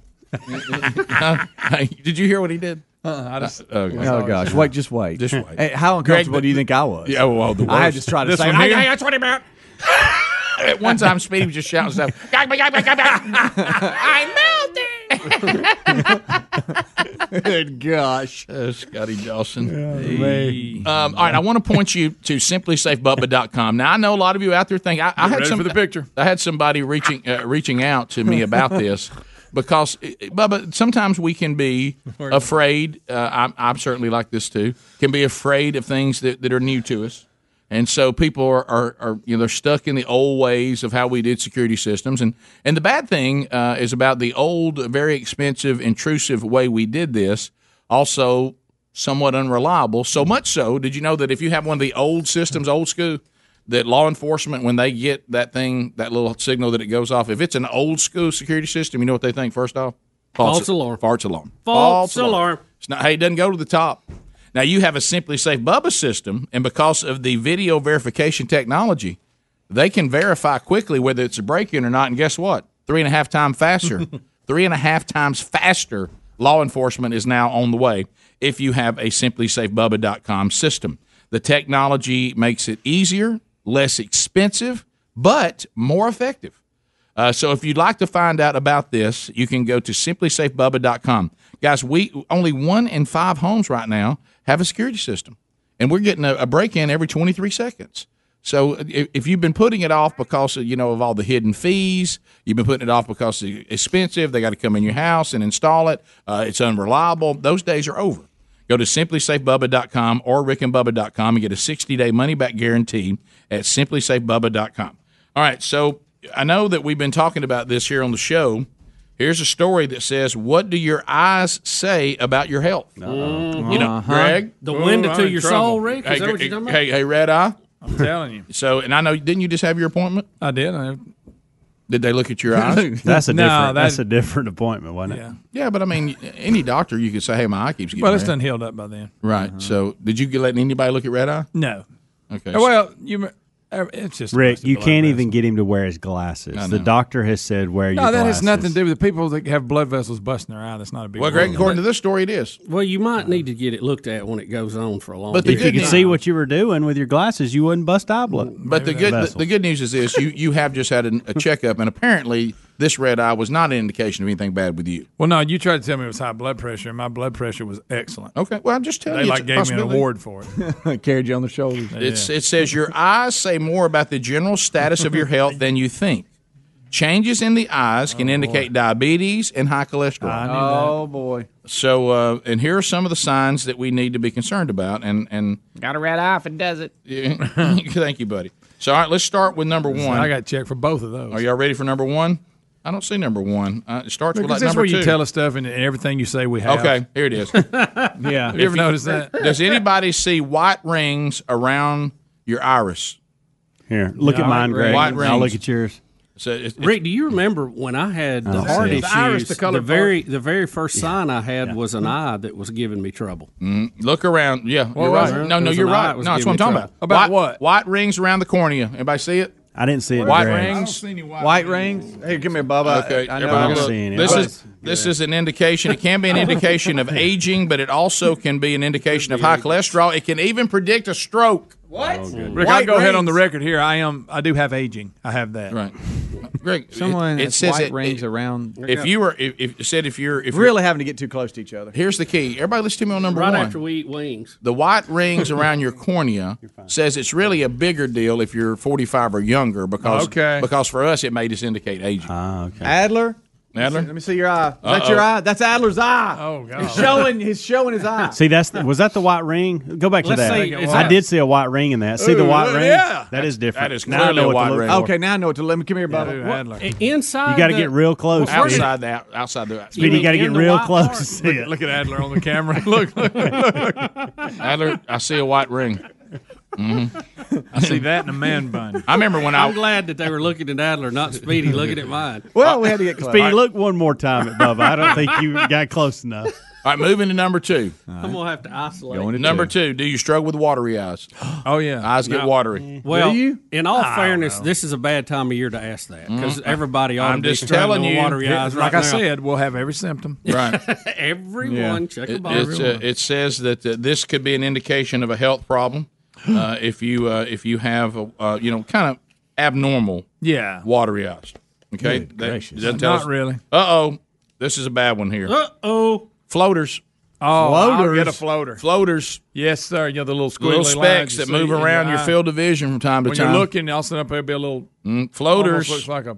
Speaker 2: Huh? Hey, did you hear what he did? Uh,
Speaker 10: I just,
Speaker 2: Okay.
Speaker 9: Oh gosh! Wait, just wait.
Speaker 2: Just wait.
Speaker 9: Hey, how uncomfortable
Speaker 2: Greg,
Speaker 9: do you think I was?
Speaker 2: Yeah, well, the
Speaker 9: I had
Speaker 2: worst.
Speaker 9: to try to
Speaker 10: This
Speaker 9: say.
Speaker 10: one here?
Speaker 9: "Hey,
Speaker 2: that's what he meant. At one time, Speedy was just shouting stuff. I melted.
Speaker 9: hey, Good gosh!
Speaker 2: Uh, Scotty Dawson. um, all right, I want to point you to simplysafebubba.com. Now, I know a lot of you out there think I, I had
Speaker 10: ready
Speaker 2: some
Speaker 10: for the picture.
Speaker 2: I had somebody reaching uh, reaching out to me about this because uh, Bubba, sometimes we can be afraid. Uh, I'm, I'm certainly like this too. Can be afraid of things that, that are new to us. And so people are, are, are you know they're stuck in the old ways of how we did security systems and and the bad thing uh, is about the old very expensive intrusive way we did this also somewhat unreliable. So much so, did you know that if you have one of the old systems, old school, that law enforcement, when they get that thing, that little signal that it goes off, if it's an old school security system, you know what they think first off?
Speaker 3: False alarm.
Speaker 2: False alarm.
Speaker 3: False alarm.
Speaker 2: It's not, hey, it doesn't go to the top. Now you have a Simply Safe Bubba system, and because of the video verification technology, they can verify quickly whether it's a break in or not. And guess what? Three and a half times faster. Three and a half times faster law enforcement is now on the way if you have a simplysafebubba.com system. The technology makes it easier, less expensive, but more effective. Uh, so if you'd like to find out about this, you can go to simplysafebubba.com. Guys, we only one in five homes right now have a security system, and we're getting a, a break in every 23 seconds. So if, if you've been putting it off because of, you know of all the hidden fees, you've been putting it off because it's expensive. They got to come in your house and install it. Uh, it's unreliable. Those days are over. Go to simplysafebubba.com or rickandbubba.com and get a 60-day money-back guarantee at simplysafebubba.com. All right, so I know that we've been talking about this here on the show. Here's a story that says, "What do your eyes say about your health?" You know, Greg.
Speaker 3: The window
Speaker 10: Mm-hmm. Uh-huh. Oh, I'm
Speaker 3: to
Speaker 10: in
Speaker 3: your
Speaker 10: trouble.
Speaker 3: soul, Rick? Is
Speaker 2: Hey,
Speaker 3: that what you're talking about?
Speaker 2: hey, hey, red eye.
Speaker 10: I'm telling you.
Speaker 2: So, and I know, didn't you just have your appointment?
Speaker 10: I did. I,
Speaker 2: Did they look at your eyes?
Speaker 12: That's a
Speaker 10: No, that-
Speaker 12: different. that's a different appointment, wasn't it?
Speaker 10: yeah.
Speaker 2: yeah, but I mean, any doctor, you could say, "Hey, my eye keeps getting
Speaker 10: Well, it's
Speaker 2: red."
Speaker 10: done healed up by then.
Speaker 2: Right. So, did you get letting anybody look at red eye?
Speaker 10: No.
Speaker 2: Okay.
Speaker 10: Well, you. me- It's just
Speaker 12: Rick, you
Speaker 10: blood
Speaker 12: can't
Speaker 10: vessels.
Speaker 12: even get him to wear his glasses. The doctor has said wear your
Speaker 10: No, that
Speaker 12: glasses.
Speaker 10: has nothing to do with the people that have blood vessels busting their eye. That's not a big.
Speaker 2: well,
Speaker 10: deal.
Speaker 2: Greg, according to this story, it is.
Speaker 3: Well, you might need to get it looked at when it goes on for a long
Speaker 2: But the
Speaker 12: If you
Speaker 3: period.
Speaker 2: good
Speaker 12: could
Speaker 2: news-
Speaker 12: see what you were doing with your glasses, you wouldn't bust eye blood.
Speaker 2: But the good the,
Speaker 12: vessel.
Speaker 2: the good news is this: you you have just had an, a checkup, and apparently this red eye was not an indication of anything bad with you.
Speaker 10: Well, no, you tried to tell me it was high blood pressure, and my blood pressure was excellent.
Speaker 2: Okay. Well, I'm just telling
Speaker 10: They
Speaker 2: you,
Speaker 10: like
Speaker 2: it's a
Speaker 10: gave me an
Speaker 2: possibility.
Speaker 10: award for it.
Speaker 9: Carried you on the shoulders.
Speaker 2: It's, It says your eyes say more about the general status of your health than you think. Changes in the eyes
Speaker 10: Oh,
Speaker 2: can indicate diabetes and high cholesterol.
Speaker 9: Oh boy!
Speaker 2: So, uh, and here are some of the signs that we need to be concerned about. And and
Speaker 5: Got a red eye if it does it.
Speaker 2: thank you, buddy. So, all right, let's start with number one.
Speaker 10: I got checked for both of those.
Speaker 2: are y'all ready for number one? I don't see number one. Uh, it starts with
Speaker 10: Because
Speaker 2: like
Speaker 10: this is
Speaker 2: number
Speaker 10: where
Speaker 2: two.
Speaker 10: you tell us stuff, and, and everything you say we have.
Speaker 2: okay, here it is.
Speaker 10: You ever notice that?
Speaker 2: Does anybody see white rings around your iris?
Speaker 12: Here, look at mine, Greg.
Speaker 2: White
Speaker 12: I'll look
Speaker 2: rings.
Speaker 12: at yours.
Speaker 2: So it's, it's-
Speaker 3: Rick, do you remember when I had the
Speaker 12: don't
Speaker 3: heart
Speaker 12: see it.
Speaker 3: issues?
Speaker 2: The iris, the
Speaker 3: the,
Speaker 2: colored
Speaker 3: very the very first sign I had was an eye that was giving me trouble.
Speaker 2: Mm, look around. Yeah, you're
Speaker 10: was
Speaker 2: right.
Speaker 3: it?
Speaker 2: No,
Speaker 3: It
Speaker 2: no,
Speaker 3: was
Speaker 2: you're
Speaker 3: an eye.
Speaker 2: right.
Speaker 3: It was
Speaker 2: No, that's what I'm
Speaker 3: giving
Speaker 2: talking
Speaker 3: me
Speaker 2: about.
Speaker 10: trouble. About
Speaker 2: white,
Speaker 10: what?
Speaker 2: White rings around the cornea. Anybody see it?
Speaker 12: I didn't see it.
Speaker 2: White
Speaker 12: Greg.
Speaker 2: rings.
Speaker 9: White rings. Hey, give me a Bubba.
Speaker 2: Okay,
Speaker 9: I, I
Speaker 2: everybody
Speaker 12: I'm
Speaker 2: look.
Speaker 9: know.
Speaker 12: seeing it.
Speaker 2: This
Speaker 12: But-
Speaker 2: is this is an indication. It can be an indication of aging, but it also can be an indication of high cholesterol. It can even predict a stroke.
Speaker 12: Oh,
Speaker 10: Rick, I
Speaker 2: White
Speaker 10: go ahead on the
Speaker 2: rings.
Speaker 10: record here. I am. I do have aging. I have that.
Speaker 2: Right, Greg.
Speaker 9: Someone.
Speaker 2: it, it
Speaker 9: it's
Speaker 2: says
Speaker 9: white
Speaker 2: it,
Speaker 9: rings
Speaker 2: it-
Speaker 12: Um,
Speaker 9: around.
Speaker 2: If you were, if, if it said if you're, if
Speaker 9: really having to get too close to each other.
Speaker 2: you're, here's the key. Everybody, listen to me on number
Speaker 3: Right
Speaker 2: one.
Speaker 3: after we eat wings.
Speaker 2: The white rings around your cornea says it's really a bigger deal if you're 45 or younger because
Speaker 10: Okay.
Speaker 2: because for us it made us indicate aging.
Speaker 12: Ah, okay.
Speaker 9: Adler,
Speaker 2: Adler?
Speaker 9: Let me see your eye. That's your eye. That's Adler's eye.
Speaker 10: Oh God!
Speaker 9: He's showing. He's showing his eye.
Speaker 12: See, that's the, was that the white ring? Go back to
Speaker 9: Let's
Speaker 12: that.
Speaker 9: see, is
Speaker 12: I
Speaker 9: that-
Speaker 12: did see a white ring in that. See the
Speaker 9: Ooh,
Speaker 12: white
Speaker 9: yeah.
Speaker 12: ring? that is different. Now I know what to look for.
Speaker 9: Okay, now I know what to. Let me come here, Bubba.
Speaker 12: Yeah, Adler.
Speaker 3: Inside,
Speaker 12: You gotta get real close, Well, Speedy.
Speaker 2: outside that, outside the.
Speaker 12: Speedy, you got to get real close to see
Speaker 10: Look,
Speaker 12: it.
Speaker 10: look at Adler on the camera. Look, look, look, look.
Speaker 2: Adler, I see a white ring. Mhm.
Speaker 10: I see that in a man bun.
Speaker 2: I remember when
Speaker 3: I'm
Speaker 2: I.
Speaker 3: glad that they were looking at Adler, not Speedy looking at mine. Uh,
Speaker 9: Well, we had to get
Speaker 12: Speedy, look one more time at Bubba. I don't think you got close enough.
Speaker 2: All right, moving to number two.
Speaker 3: I'm gonna have to isolate.
Speaker 2: Number two. do you struggle with watery eyes?
Speaker 10: Oh yeah,
Speaker 2: eyes get
Speaker 3: No.
Speaker 2: watery.
Speaker 3: Well,
Speaker 2: Do you?
Speaker 3: in all fairness, this is a bad time of year to ask that because
Speaker 2: Mm.
Speaker 3: everybody ought
Speaker 2: I'm
Speaker 3: to be
Speaker 2: just
Speaker 3: struggling
Speaker 2: telling
Speaker 3: with
Speaker 2: you.
Speaker 3: watery eyes
Speaker 10: like
Speaker 3: right
Speaker 10: I
Speaker 3: now.
Speaker 10: said, we'll have every symptom.
Speaker 2: right.
Speaker 3: Everyone,
Speaker 2: Yeah.
Speaker 3: check
Speaker 2: It-
Speaker 3: a
Speaker 2: it's,
Speaker 3: box.
Speaker 2: uh, it says that uh, this could be an indication of a health problem uh, if you uh, if you have a, uh, you know kind of abnormal
Speaker 10: Yeah.
Speaker 2: watery eyes. Okay,
Speaker 10: Good gracious. Not really.
Speaker 2: Uh oh, this is a bad one here.
Speaker 3: Uh oh,
Speaker 2: floaters.
Speaker 10: Oh, I'll
Speaker 2: Floaters.
Speaker 10: get a floater.
Speaker 2: Floaters,
Speaker 10: Yes, sir. You know the little squiggly
Speaker 2: little
Speaker 10: lines
Speaker 2: specks
Speaker 10: you
Speaker 2: that
Speaker 10: see
Speaker 2: move
Speaker 10: in
Speaker 2: around your
Speaker 10: eye.
Speaker 2: field of vision from time to
Speaker 10: When
Speaker 2: time.
Speaker 10: you're looking, all of a sudden up there be a little
Speaker 2: Mm, floaters.
Speaker 10: Almost looks like a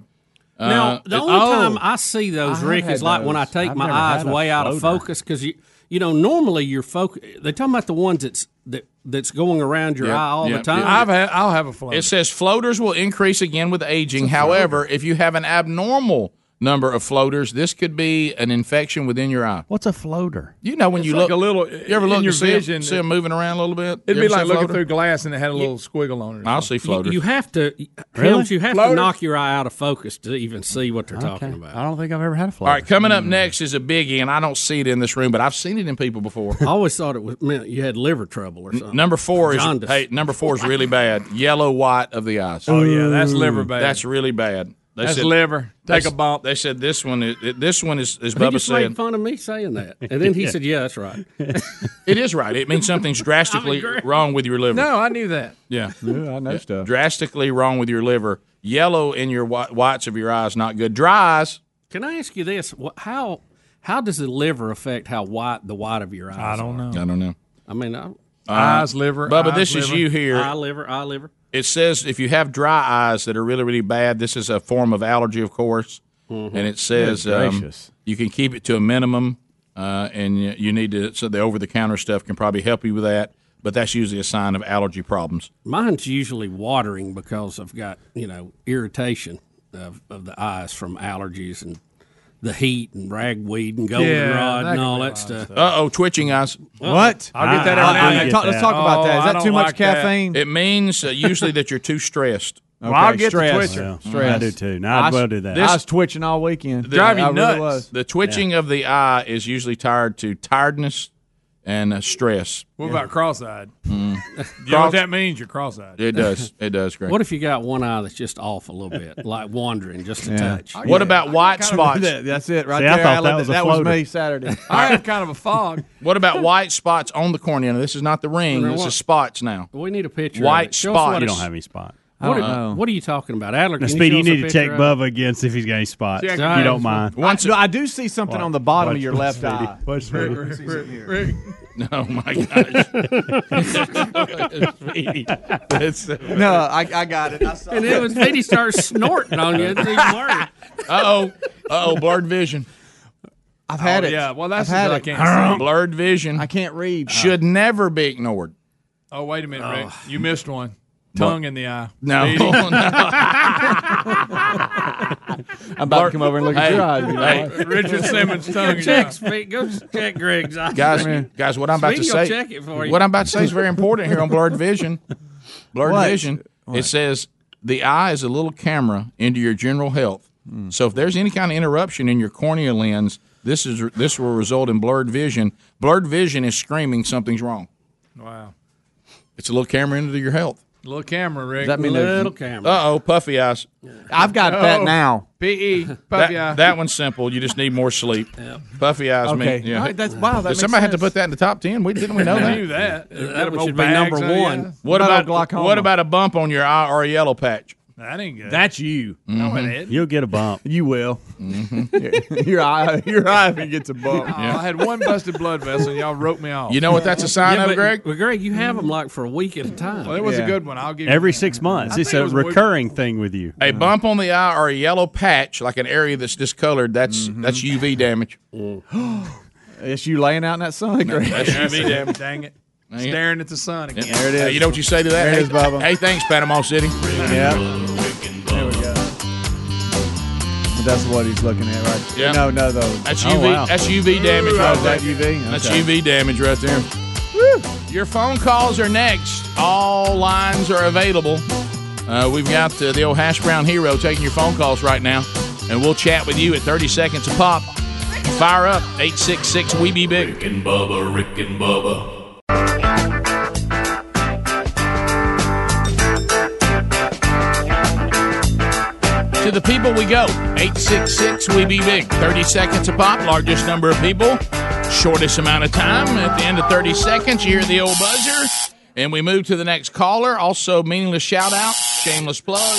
Speaker 3: Now, the
Speaker 2: it-
Speaker 3: only
Speaker 2: oh.
Speaker 3: time I see those,
Speaker 2: have
Speaker 3: Rick, is
Speaker 2: had
Speaker 3: like when I
Speaker 2: those.
Speaker 3: take
Speaker 2: I've
Speaker 3: my
Speaker 2: never
Speaker 3: eyes
Speaker 2: had a
Speaker 3: way out of
Speaker 2: floater.
Speaker 3: focus because you, you know, normally you're focus. They're talking about the ones that's that that's going around your
Speaker 2: Yep,
Speaker 3: eye all
Speaker 2: yep,
Speaker 3: the time.
Speaker 2: yep.
Speaker 10: I've had. I'll have a floater.
Speaker 2: It says floaters will increase again with aging. However, if you have an abnormal number of floaters, this could be an infection within your eye.
Speaker 12: What's a floater?
Speaker 2: You know when
Speaker 10: It's
Speaker 2: you
Speaker 10: like
Speaker 2: look
Speaker 10: a little-
Speaker 2: You ever look
Speaker 10: in
Speaker 2: to
Speaker 10: your
Speaker 2: see 'em-
Speaker 10: vision,
Speaker 2: see them
Speaker 10: it-
Speaker 2: moving around a little bit.
Speaker 10: It'd be
Speaker 2: You ever see
Speaker 10: like
Speaker 2: a
Speaker 10: looking
Speaker 2: floater?
Speaker 10: through glass and it had a little squiggle on it.
Speaker 2: I'll see
Speaker 3: you,
Speaker 2: floaters.
Speaker 3: you have to,
Speaker 12: Really?
Speaker 3: Helms, you have to
Speaker 10: Floaters?
Speaker 3: knock your eye out of focus to even see what they're talking about.
Speaker 12: I don't think I've ever had a floater.
Speaker 2: All right, coming up next is a biggie, and I don't see it in this room, but I've seen it in people before.
Speaker 3: I always thought it was meant you had liver trouble or something.
Speaker 2: Number four is
Speaker 3: uh, Jaundice.
Speaker 2: hey, number four is really bad. Yellow white of the eyes.
Speaker 10: Oh yeah, that's liver bad.
Speaker 2: That's really bad. They
Speaker 10: that's
Speaker 2: said-
Speaker 10: liver.
Speaker 2: they
Speaker 10: Take a
Speaker 2: s-
Speaker 10: bump.
Speaker 2: They said this one. Is, it- this one is, as
Speaker 3: He
Speaker 2: Bubba
Speaker 3: just
Speaker 2: said,
Speaker 3: made fun of me saying that, and then he said, "Yeah, that's right."
Speaker 2: it is right. It means something's drastically wrong with your liver.
Speaker 10: No, I knew that.
Speaker 2: Yeah.
Speaker 9: Yeah, I know stuff.
Speaker 2: drastically wrong with your liver. Yellow in your whi- whites of your eyes, not good. Dry eyes.
Speaker 3: Can I ask you this? What, how how does the liver affect how white the white of your eyes?
Speaker 10: I don't know.
Speaker 2: I don't know.
Speaker 3: I mean, I,
Speaker 10: eyes, liver.
Speaker 2: Bubba,
Speaker 10: eyes,
Speaker 2: this is
Speaker 10: liver.
Speaker 2: you here.
Speaker 3: eye liver, eye liver.
Speaker 2: it says if you have dry eyes that are really, really bad, this is a form of allergy, of course.
Speaker 3: Mm-hmm.
Speaker 2: And it says
Speaker 9: Good
Speaker 2: um,
Speaker 9: gracious.
Speaker 2: you can keep it to a minimum, uh, and you, you need to. So the over the counter stuff can probably help you with that, but that's usually a sign of allergy problems.
Speaker 3: Mine's usually watering because I've got you know irritation of, of the eyes from allergies and the heat and ragweed and goldenrod
Speaker 10: that
Speaker 3: and
Speaker 10: could
Speaker 3: all
Speaker 10: be a
Speaker 3: that
Speaker 10: lot
Speaker 3: stuff.
Speaker 2: Uh oh, twitching eyes.
Speaker 9: What?
Speaker 10: I'll get that every
Speaker 12: I-
Speaker 10: now
Speaker 12: I-
Speaker 10: and
Speaker 12: I
Speaker 10: then.
Speaker 12: talk-
Speaker 9: let's talk about
Speaker 10: Oh,
Speaker 9: that.
Speaker 10: I
Speaker 9: Is that
Speaker 10: don't
Speaker 9: too much
Speaker 10: like that.
Speaker 9: caffeine?
Speaker 2: It means uh, usually that you're too stressed.
Speaker 9: Okay,
Speaker 10: Well, I'll get the
Speaker 9: stress.
Speaker 10: twitcher.
Speaker 12: Well,
Speaker 9: Stress.
Speaker 12: Mm, I do too. Now I'd
Speaker 9: I-
Speaker 12: well do that.
Speaker 9: I was twitching all weekend.
Speaker 2: Drive you
Speaker 9: I really
Speaker 10: nuts.
Speaker 9: was.
Speaker 2: The twitching of the eye is usually tired to tiredness and uh, stress.
Speaker 10: What about cross-eyed?
Speaker 2: Mm.
Speaker 10: you know what that means? You're cross-eyed.
Speaker 2: It does. It does. Great.
Speaker 3: What if you got one eye that's just off a little bit, like wandering just a touch?
Speaker 2: What about white spots?
Speaker 9: That- That's it, right
Speaker 12: See, I
Speaker 9: there.
Speaker 12: thought
Speaker 9: Alan.
Speaker 12: that was
Speaker 9: me
Speaker 12: a floater.
Speaker 9: Saturday.
Speaker 10: I have kind of a fog.
Speaker 2: What about white spots on the cornea? Now, this is not the ring.
Speaker 3: Now
Speaker 2: This
Speaker 3: what?
Speaker 2: is spots now.
Speaker 3: We need a picture.
Speaker 2: White
Speaker 3: of it. Show
Speaker 2: spot.
Speaker 3: Us what
Speaker 12: you
Speaker 3: it's-
Speaker 12: don't have any spot.
Speaker 9: I
Speaker 3: What,
Speaker 9: don't
Speaker 3: are,
Speaker 9: know.
Speaker 3: what are you talking about, Adler?
Speaker 12: Now,
Speaker 3: can
Speaker 12: Speedy, you
Speaker 3: show us a
Speaker 12: need to check
Speaker 3: picture of it?
Speaker 12: Bubba again, see if he's got any spots.
Speaker 10: See, I
Speaker 12: If
Speaker 10: can-
Speaker 12: you don't mind.
Speaker 2: Once
Speaker 9: I, no, I do see something on the bottom of your left eye.
Speaker 12: What's
Speaker 10: Rick,
Speaker 2: Oh my gosh! It's- uh
Speaker 9: No, I, I got it. I saw
Speaker 3: And then when Speedy starts snorting on you, it's even worse.
Speaker 2: oh, oh, blurred vision,
Speaker 9: I've had
Speaker 10: oh,
Speaker 9: it.
Speaker 10: Yeah, well, that's
Speaker 9: I've had
Speaker 10: what I
Speaker 9: it.
Speaker 10: can't see.
Speaker 2: blurred vision.
Speaker 9: I can't read.
Speaker 2: Should never be ignored.
Speaker 10: Oh, wait a minute, Rick. You missed one. Tongue in the eye.
Speaker 2: No, no.
Speaker 9: I'm about to come over and look at
Speaker 2: Hey,
Speaker 9: your eyes. you know.
Speaker 2: hey,
Speaker 10: Richard Simmons' tongue in the eye.
Speaker 3: Check, Speedy. Go check Greg's eyes.
Speaker 2: guys, guys, what I'm about to
Speaker 3: Speedy will
Speaker 2: say,
Speaker 3: check it for you.
Speaker 2: what I'm about to say is very important here on blurred vision. Blurred
Speaker 9: What?
Speaker 2: vision. It says the eye is a little camera into your general health.
Speaker 9: Hmm.
Speaker 2: So if there's any kind of interruption in your cornea lens, this is this will result in blurred vision. Blurred vision is screaming something's wrong.
Speaker 10: Wow.
Speaker 2: It's a little camera into your health.
Speaker 10: Little camera, Rick.
Speaker 9: That mean there's-
Speaker 3: Little camera.
Speaker 2: Uh oh, puffy eyes. E,
Speaker 9: I've got that now.
Speaker 10: P.E.
Speaker 2: That,
Speaker 10: Puppy eye.
Speaker 2: that one's simple. You just need more sleep. Puffy eyes.
Speaker 9: Okay.
Speaker 2: Mean, yeah.
Speaker 9: All right, that's wow. That
Speaker 2: Did somebody had to put that in the top ten? We didn't we know
Speaker 10: I
Speaker 2: that?
Speaker 10: knew that.
Speaker 3: that one should be number one.
Speaker 2: What
Speaker 9: What about
Speaker 2: about
Speaker 9: glaucoma?
Speaker 2: what about a bump on your eye or a yellow patch? Mm-hmm.
Speaker 10: That ain't good.
Speaker 12: That's you.
Speaker 10: No, it ain't.
Speaker 12: You'll get a bump.
Speaker 9: you will. your eye, your eye even gets a bump.
Speaker 10: I had one busted blood vessel, and y'all wrote me off.
Speaker 2: You know what that's a sign
Speaker 3: Yeah,
Speaker 2: of,
Speaker 3: but-
Speaker 2: Greg?
Speaker 3: Well, Greg, you have them like for a week at a time.
Speaker 10: Well, it was
Speaker 9: Yeah.
Speaker 10: a good one. I'll give you
Speaker 12: Every
Speaker 10: that.
Speaker 12: six months.
Speaker 10: I
Speaker 12: It's
Speaker 10: think it
Speaker 12: a
Speaker 10: was way-
Speaker 12: recurring thing with you.
Speaker 2: A bump on the eye or a yellow patch, like an area that's discolored, that's
Speaker 10: Mm-hmm.
Speaker 2: that's UV damage.
Speaker 9: It's you laying out in that sun. Greg.
Speaker 2: That's UV damage.
Speaker 10: Dang it.
Speaker 2: Dang it.
Speaker 10: Staring at the sun again.
Speaker 9: There it is.
Speaker 2: Hey, you know what you say to that?
Speaker 9: There it
Speaker 2: hey,
Speaker 9: is, Bubba.
Speaker 2: hey, thanks, Panama City.
Speaker 9: Yeah, that's what he's looking at, right?
Speaker 2: Yeah.
Speaker 9: No, no, though.
Speaker 2: That's
Speaker 9: Oh,
Speaker 2: UV.
Speaker 9: wow.
Speaker 2: That's UV damage
Speaker 9: Oh,
Speaker 2: right
Speaker 9: is
Speaker 2: there.
Speaker 9: that UV?
Speaker 2: That's
Speaker 9: Okay.
Speaker 2: UV damage right there. Your phone calls are next. All lines are available. Uh, we've got uh, the old hash brown hero taking your phone calls right now, and we'll chat with you at 30 seconds a pop. Fire up 866 We Be Big.
Speaker 6: Rick and Bubba, Rick and Bubba,
Speaker 2: To the people we go. 866 We Be Big. 30 seconds a pop. Largest number of people. Shortest amount of time. At the end of 30 seconds, you hear the old buzzer. And we move to the next caller. Also, meaningless shout out, shameless plug.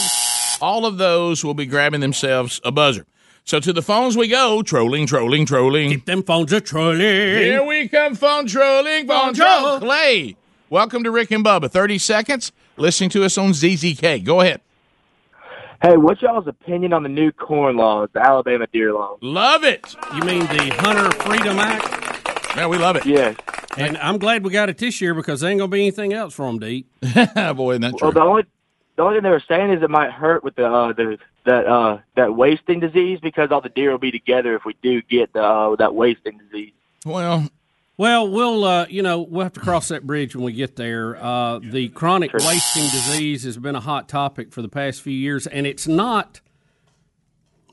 Speaker 2: All of those will be grabbing themselves a buzzer. So to the phones we go. Trolling, trolling, trolling.
Speaker 3: Them phones are trolling.
Speaker 2: Here we come, phone trolling, phone troll. Clay, welcome to Rick and Bubba. 30 seconds. Listening to us on ZZK. Go ahead.
Speaker 13: Hey, what's y'all's opinion on the new corn laws, the Alabama deer laws?
Speaker 2: Love it.
Speaker 3: You mean the Hunter Freedom Act?
Speaker 2: Man, we love it.
Speaker 13: Yes.
Speaker 3: And I'm glad we got it this year because there ain't gonna be anything else for them to eat.
Speaker 2: Boy, isn't that true?
Speaker 13: Well, the only the only thing they were saying is it might hurt with the uh, the that uh, that wasting disease because all the deer will be together if we do get the, uh, that wasting disease.
Speaker 2: Well,
Speaker 3: Well, we'll uh, you know we'll have to cross that bridge when we get there. Uh, the chronic wasting disease has been a hot topic for the past few years, and it's not.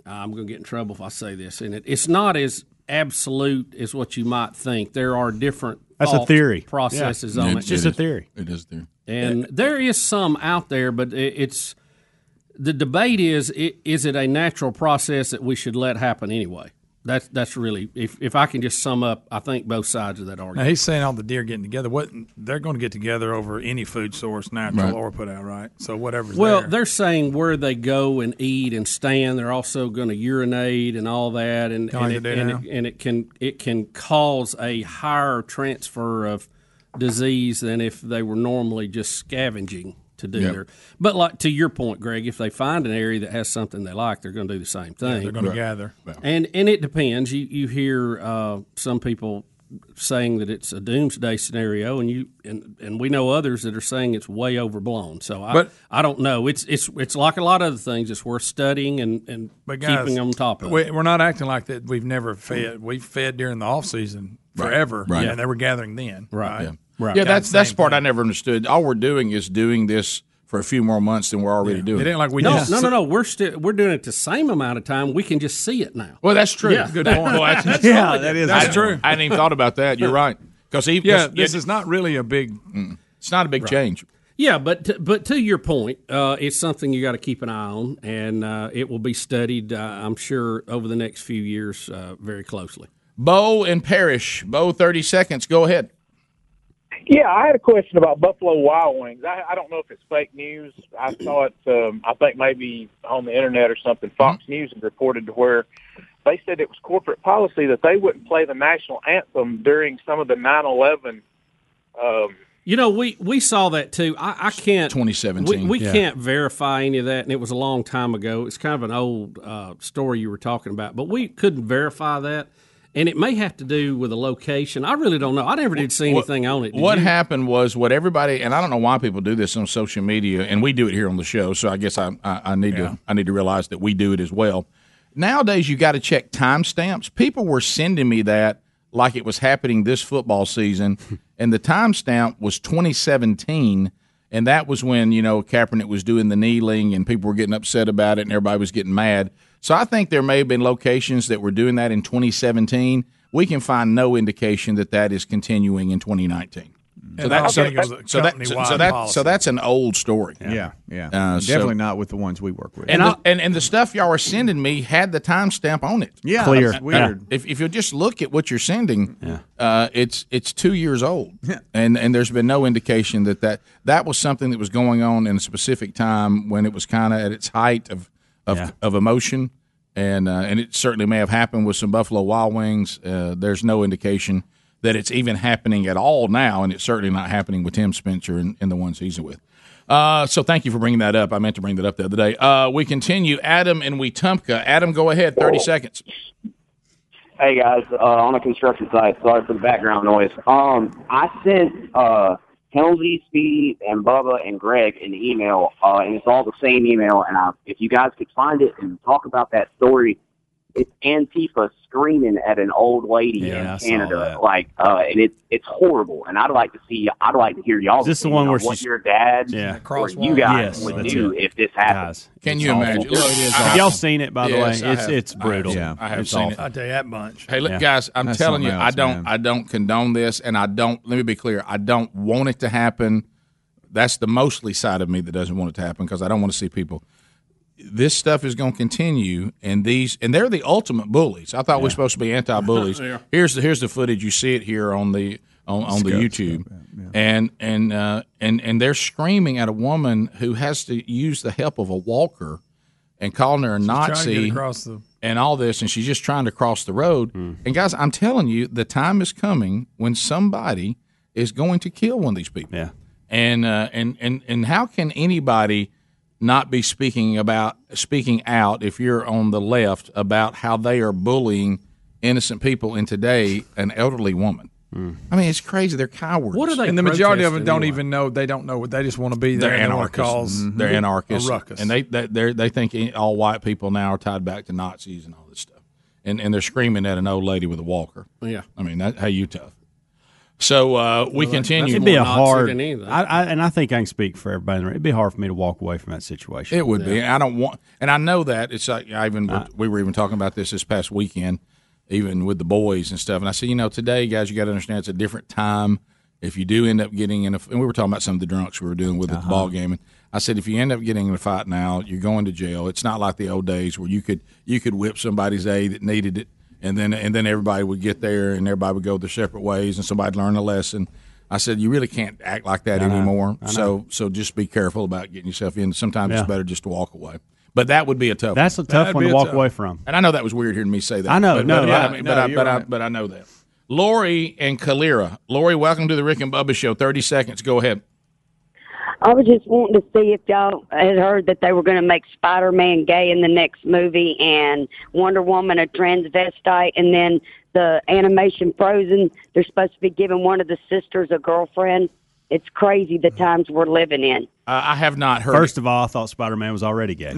Speaker 3: I'm going to get in trouble if I say this, and it it's not as absolute as what you might think. There are different
Speaker 12: That's a
Speaker 3: thought
Speaker 12: theory.
Speaker 3: processes on
Speaker 2: It's
Speaker 3: it,
Speaker 12: Just a theory.
Speaker 2: it is there.
Speaker 3: and there is some out there, but it, it's the debate is i- is it a natural process that we should let happen anyway. That's that's really if, if I can just sum up, I think both sides of that argument.
Speaker 10: Now he's saying all the deer getting together. What they're going to get together over any food source, natural
Speaker 2: Right.
Speaker 10: or put out, right? So whatever's
Speaker 3: Well,
Speaker 10: there.
Speaker 3: they're saying where they go and eat and stand. They're also going to urinate and all that, and
Speaker 10: Kinda
Speaker 3: and
Speaker 10: like
Speaker 3: it,
Speaker 10: they do
Speaker 3: and,
Speaker 10: now.
Speaker 3: it, and it can it can cause a higher transfer of disease than if they were normally just scavenging to do their. But like to your point, Greg, if they find an area that has something they like, they're going to do the same thing.
Speaker 10: they're going to gather.
Speaker 3: And and it depends. You you hear uh, some people saying that it's a doomsday scenario, and you and, and we know others that are saying it's way overblown. So I
Speaker 10: But-
Speaker 3: I don't know. It's it's it's like a lot of other things. It's worth studying and and
Speaker 10: But guys,
Speaker 3: keeping on top of.
Speaker 10: We, we're not acting like that. We've never fed. We've fed during the off season forever,
Speaker 2: Right.
Speaker 10: and they were gathering then, right?
Speaker 3: Right.
Speaker 2: Yeah, that's
Speaker 10: Kinda
Speaker 2: that's
Speaker 10: same
Speaker 2: part I never understood. All we're doing is doing this for a few more months than we're already
Speaker 10: It
Speaker 2: doing.
Speaker 10: ain't like we
Speaker 3: no,
Speaker 10: just
Speaker 3: no, no, no. We're still we're doing it the same amount of time. We can just see it now.
Speaker 2: well, that's true.
Speaker 3: Yeah.
Speaker 2: Good point. Well, that's,
Speaker 12: Yeah, that is.
Speaker 2: I- I hadn't even thought about that. You're right. Because
Speaker 10: Yeah, this is not really a big.
Speaker 2: it's not a big change.
Speaker 3: Yeah, but to, but to your point, uh, it's something you got to keep an eye on, and uh, it will be studied, uh, I'm sure, over the next few years uh, very closely.
Speaker 2: Bo and Parrish. Bo, thirty seconds. Go ahead.
Speaker 13: Yeah, I had a question about Buffalo Wild Wings. I, I don't know if it's fake news. I saw it. Um, I think maybe on the internet or something. Fox News had reported to where they said it was corporate policy that they wouldn't play the national anthem during some of the 9/11. Um,
Speaker 3: You know, we, we saw that too. I, I can't.
Speaker 2: 2017.
Speaker 3: We, we
Speaker 2: Yeah.
Speaker 3: can't verify any of that, and it was a long time ago. It's kind of an old uh, story you were talking about, but we couldn't verify that, and it may have to do with a location. I really don't know. I never did see anything on it. Did
Speaker 2: What
Speaker 3: you?
Speaker 2: happened was what everybody and I don't know why people do this on social media, and we do it here on the show. So I guess I I, I need to I need to realize that we do it as well. Nowadays, you got to check timestamps. People were sending me that like it was happening this football season, and the timestamp was 2017. And that was when you know Kaepernick was doing the kneeling, and people were getting upset about it, and everybody was getting mad. So I think there may have been locations that were doing that in 2017. We can find no indication that that is continuing in 2019. So that's
Speaker 10: I think it was
Speaker 2: so,
Speaker 10: a
Speaker 2: so that, so,
Speaker 10: company-wide
Speaker 2: so that
Speaker 10: policy.
Speaker 2: so that's an old story.
Speaker 9: Yeah, yeah.
Speaker 2: Uh, so-
Speaker 9: Definitely not with the ones we work with.
Speaker 2: And, the, and and the stuff y'all are sending me had the timestamp on it.
Speaker 9: Yeah, Clear. that's weird.
Speaker 2: Uh, If if you just look at what you're sending, uh, it's it's two years old, and and there's been no indication that, that that was something that was going on in a specific time when it was kind of at its height of of, of emotion, and uh, and it certainly may have happened with some Buffalo Wild Wings. Uh, there's no indication that it's even happening at all now, and it's certainly not happening with Tim Spencer and, and the ones he's with. Uh, so thank you for bringing that up. I meant to bring that up the other day. Uh, we continue. Adam and Wetumpka. Adam, go ahead. Thirty seconds.
Speaker 14: Hey guys, uh, on a construction site. Sorry for the background noise. Um, I sent uh, Helzy, Speedy, and Bubba and Greg an email, uh, and it's all the same email. And I, if you guys could find it and talk about that story, it's Antifa screaming at an old lady
Speaker 12: Yeah, I
Speaker 14: in
Speaker 12: saw
Speaker 14: Canada, like, uh, and it's it's horrible. And I'd like to see, I'd like to hear y'all.
Speaker 12: Is this the one where
Speaker 14: what
Speaker 12: she's-
Speaker 14: your dad,
Speaker 12: Yeah.
Speaker 14: or you guys
Speaker 12: Yes,
Speaker 14: would
Speaker 12: that's
Speaker 14: do
Speaker 12: it.
Speaker 14: if this happened?
Speaker 2: Can you imagine? Look, I-
Speaker 12: Have y'all seen it? By the
Speaker 2: Yes, I
Speaker 12: way, it's
Speaker 2: have.
Speaker 12: it's
Speaker 2: I have
Speaker 12: brutal.
Speaker 2: seen it. I have
Speaker 12: It's
Speaker 2: seen
Speaker 12: awful.
Speaker 2: it.
Speaker 10: I tell you that bunch.
Speaker 2: Hey, look,
Speaker 12: Yeah.
Speaker 2: guys, I'm
Speaker 12: That's
Speaker 2: telling you,
Speaker 12: something
Speaker 2: I
Speaker 12: else,
Speaker 2: don't,
Speaker 12: man.
Speaker 2: I don't condone this, and I don't. Let me be clear, I don't want it to happen. That's the mostly side of me that doesn't want it to happen because I don't want to see people. This stuff is going to continue, and these, and they're the ultimate bullies. I thought we were supposed to be anti-bullies.
Speaker 12: Yeah.
Speaker 2: Here's the here's the footage. You see it here on the on, on the YouTube, and and uh, and and they're screaming at a woman who has to use the help of a walker, and calling her a
Speaker 10: Trying to
Speaker 2: Nazi
Speaker 10: get across the
Speaker 2: and all this, and she's just trying to cross the road. And guys, I'm telling you, the time is coming when somebody is going to kill one of these people. Yeah. And uh, and and and how can anybody not be speaking about speaking out if you're on the left about how they are bullying innocent people and today an elderly woman? I mean, it's crazy. They're cowards.
Speaker 3: What are they
Speaker 10: and the majority of them
Speaker 3: protesting
Speaker 10: don't
Speaker 3: anyway?
Speaker 10: even know. They don't know what they just want to be there.
Speaker 2: They're
Speaker 10: and they want to
Speaker 2: anarchists. Mm-hmm.
Speaker 10: cause
Speaker 2: They're anarchists.
Speaker 10: A ruckus.
Speaker 2: And they they they're- they think all white people now are tied back to Nazis and all this stuff. And and they're screaming at an old lady with a walker.
Speaker 3: Yeah.
Speaker 2: I mean, that, hey, you tough. So uh, we continue.
Speaker 12: It'd be a hard. I, I, and I think I can speak for everybody. in the room. It'd be hard for me to walk away from that situation.
Speaker 2: It would be. And I don't want, and I know that it's like I even we were even talking about this this past weekend, even with the boys and stuff. And I said, you know, today, guys, you got to understand it's a different time. If you do end up getting in a, and we were talking about some of the drunks we were doing with at
Speaker 12: Uh-huh.
Speaker 2: the ball game, and I said, if you end up getting in a fight now, you're going to jail. It's not like the old days where you could you could whip somebody's a that needed it, and then and then everybody would get there and everybody would go their separate ways, and somebody'd learn a lesson. I said, you really can't act like that
Speaker 12: I know.
Speaker 2: anymore.
Speaker 12: I know.
Speaker 2: So so just be careful about getting yourself in. Sometimes
Speaker 12: Yeah.
Speaker 2: it's better just to walk away. But that would be a tough.
Speaker 12: That's a tough
Speaker 2: That'd
Speaker 12: one
Speaker 2: be
Speaker 12: to
Speaker 2: a
Speaker 12: walk
Speaker 2: tough-
Speaker 12: away from.
Speaker 2: And I know that was weird hearing me say that.
Speaker 12: I know,
Speaker 2: But,
Speaker 12: no,
Speaker 2: but,
Speaker 12: yeah,
Speaker 2: but, I,
Speaker 12: no,
Speaker 2: but, I,
Speaker 12: you're
Speaker 2: but, I,
Speaker 12: right.
Speaker 2: but I know that. Lori and Kalira. Lori, welcome to the Rick and Bubba Show. Thirty seconds. Go ahead.
Speaker 15: I was just wanting to see if y'all had heard that they were going to make Spider Man gay in the next movie and Wonder Woman a transvestite, and then the animation Frozen, they're supposed to be giving one of the sisters a girlfriend. It's crazy the times we're living in.
Speaker 2: Uh, I have not heard.
Speaker 12: First of all, I thought Spider Man was already gay.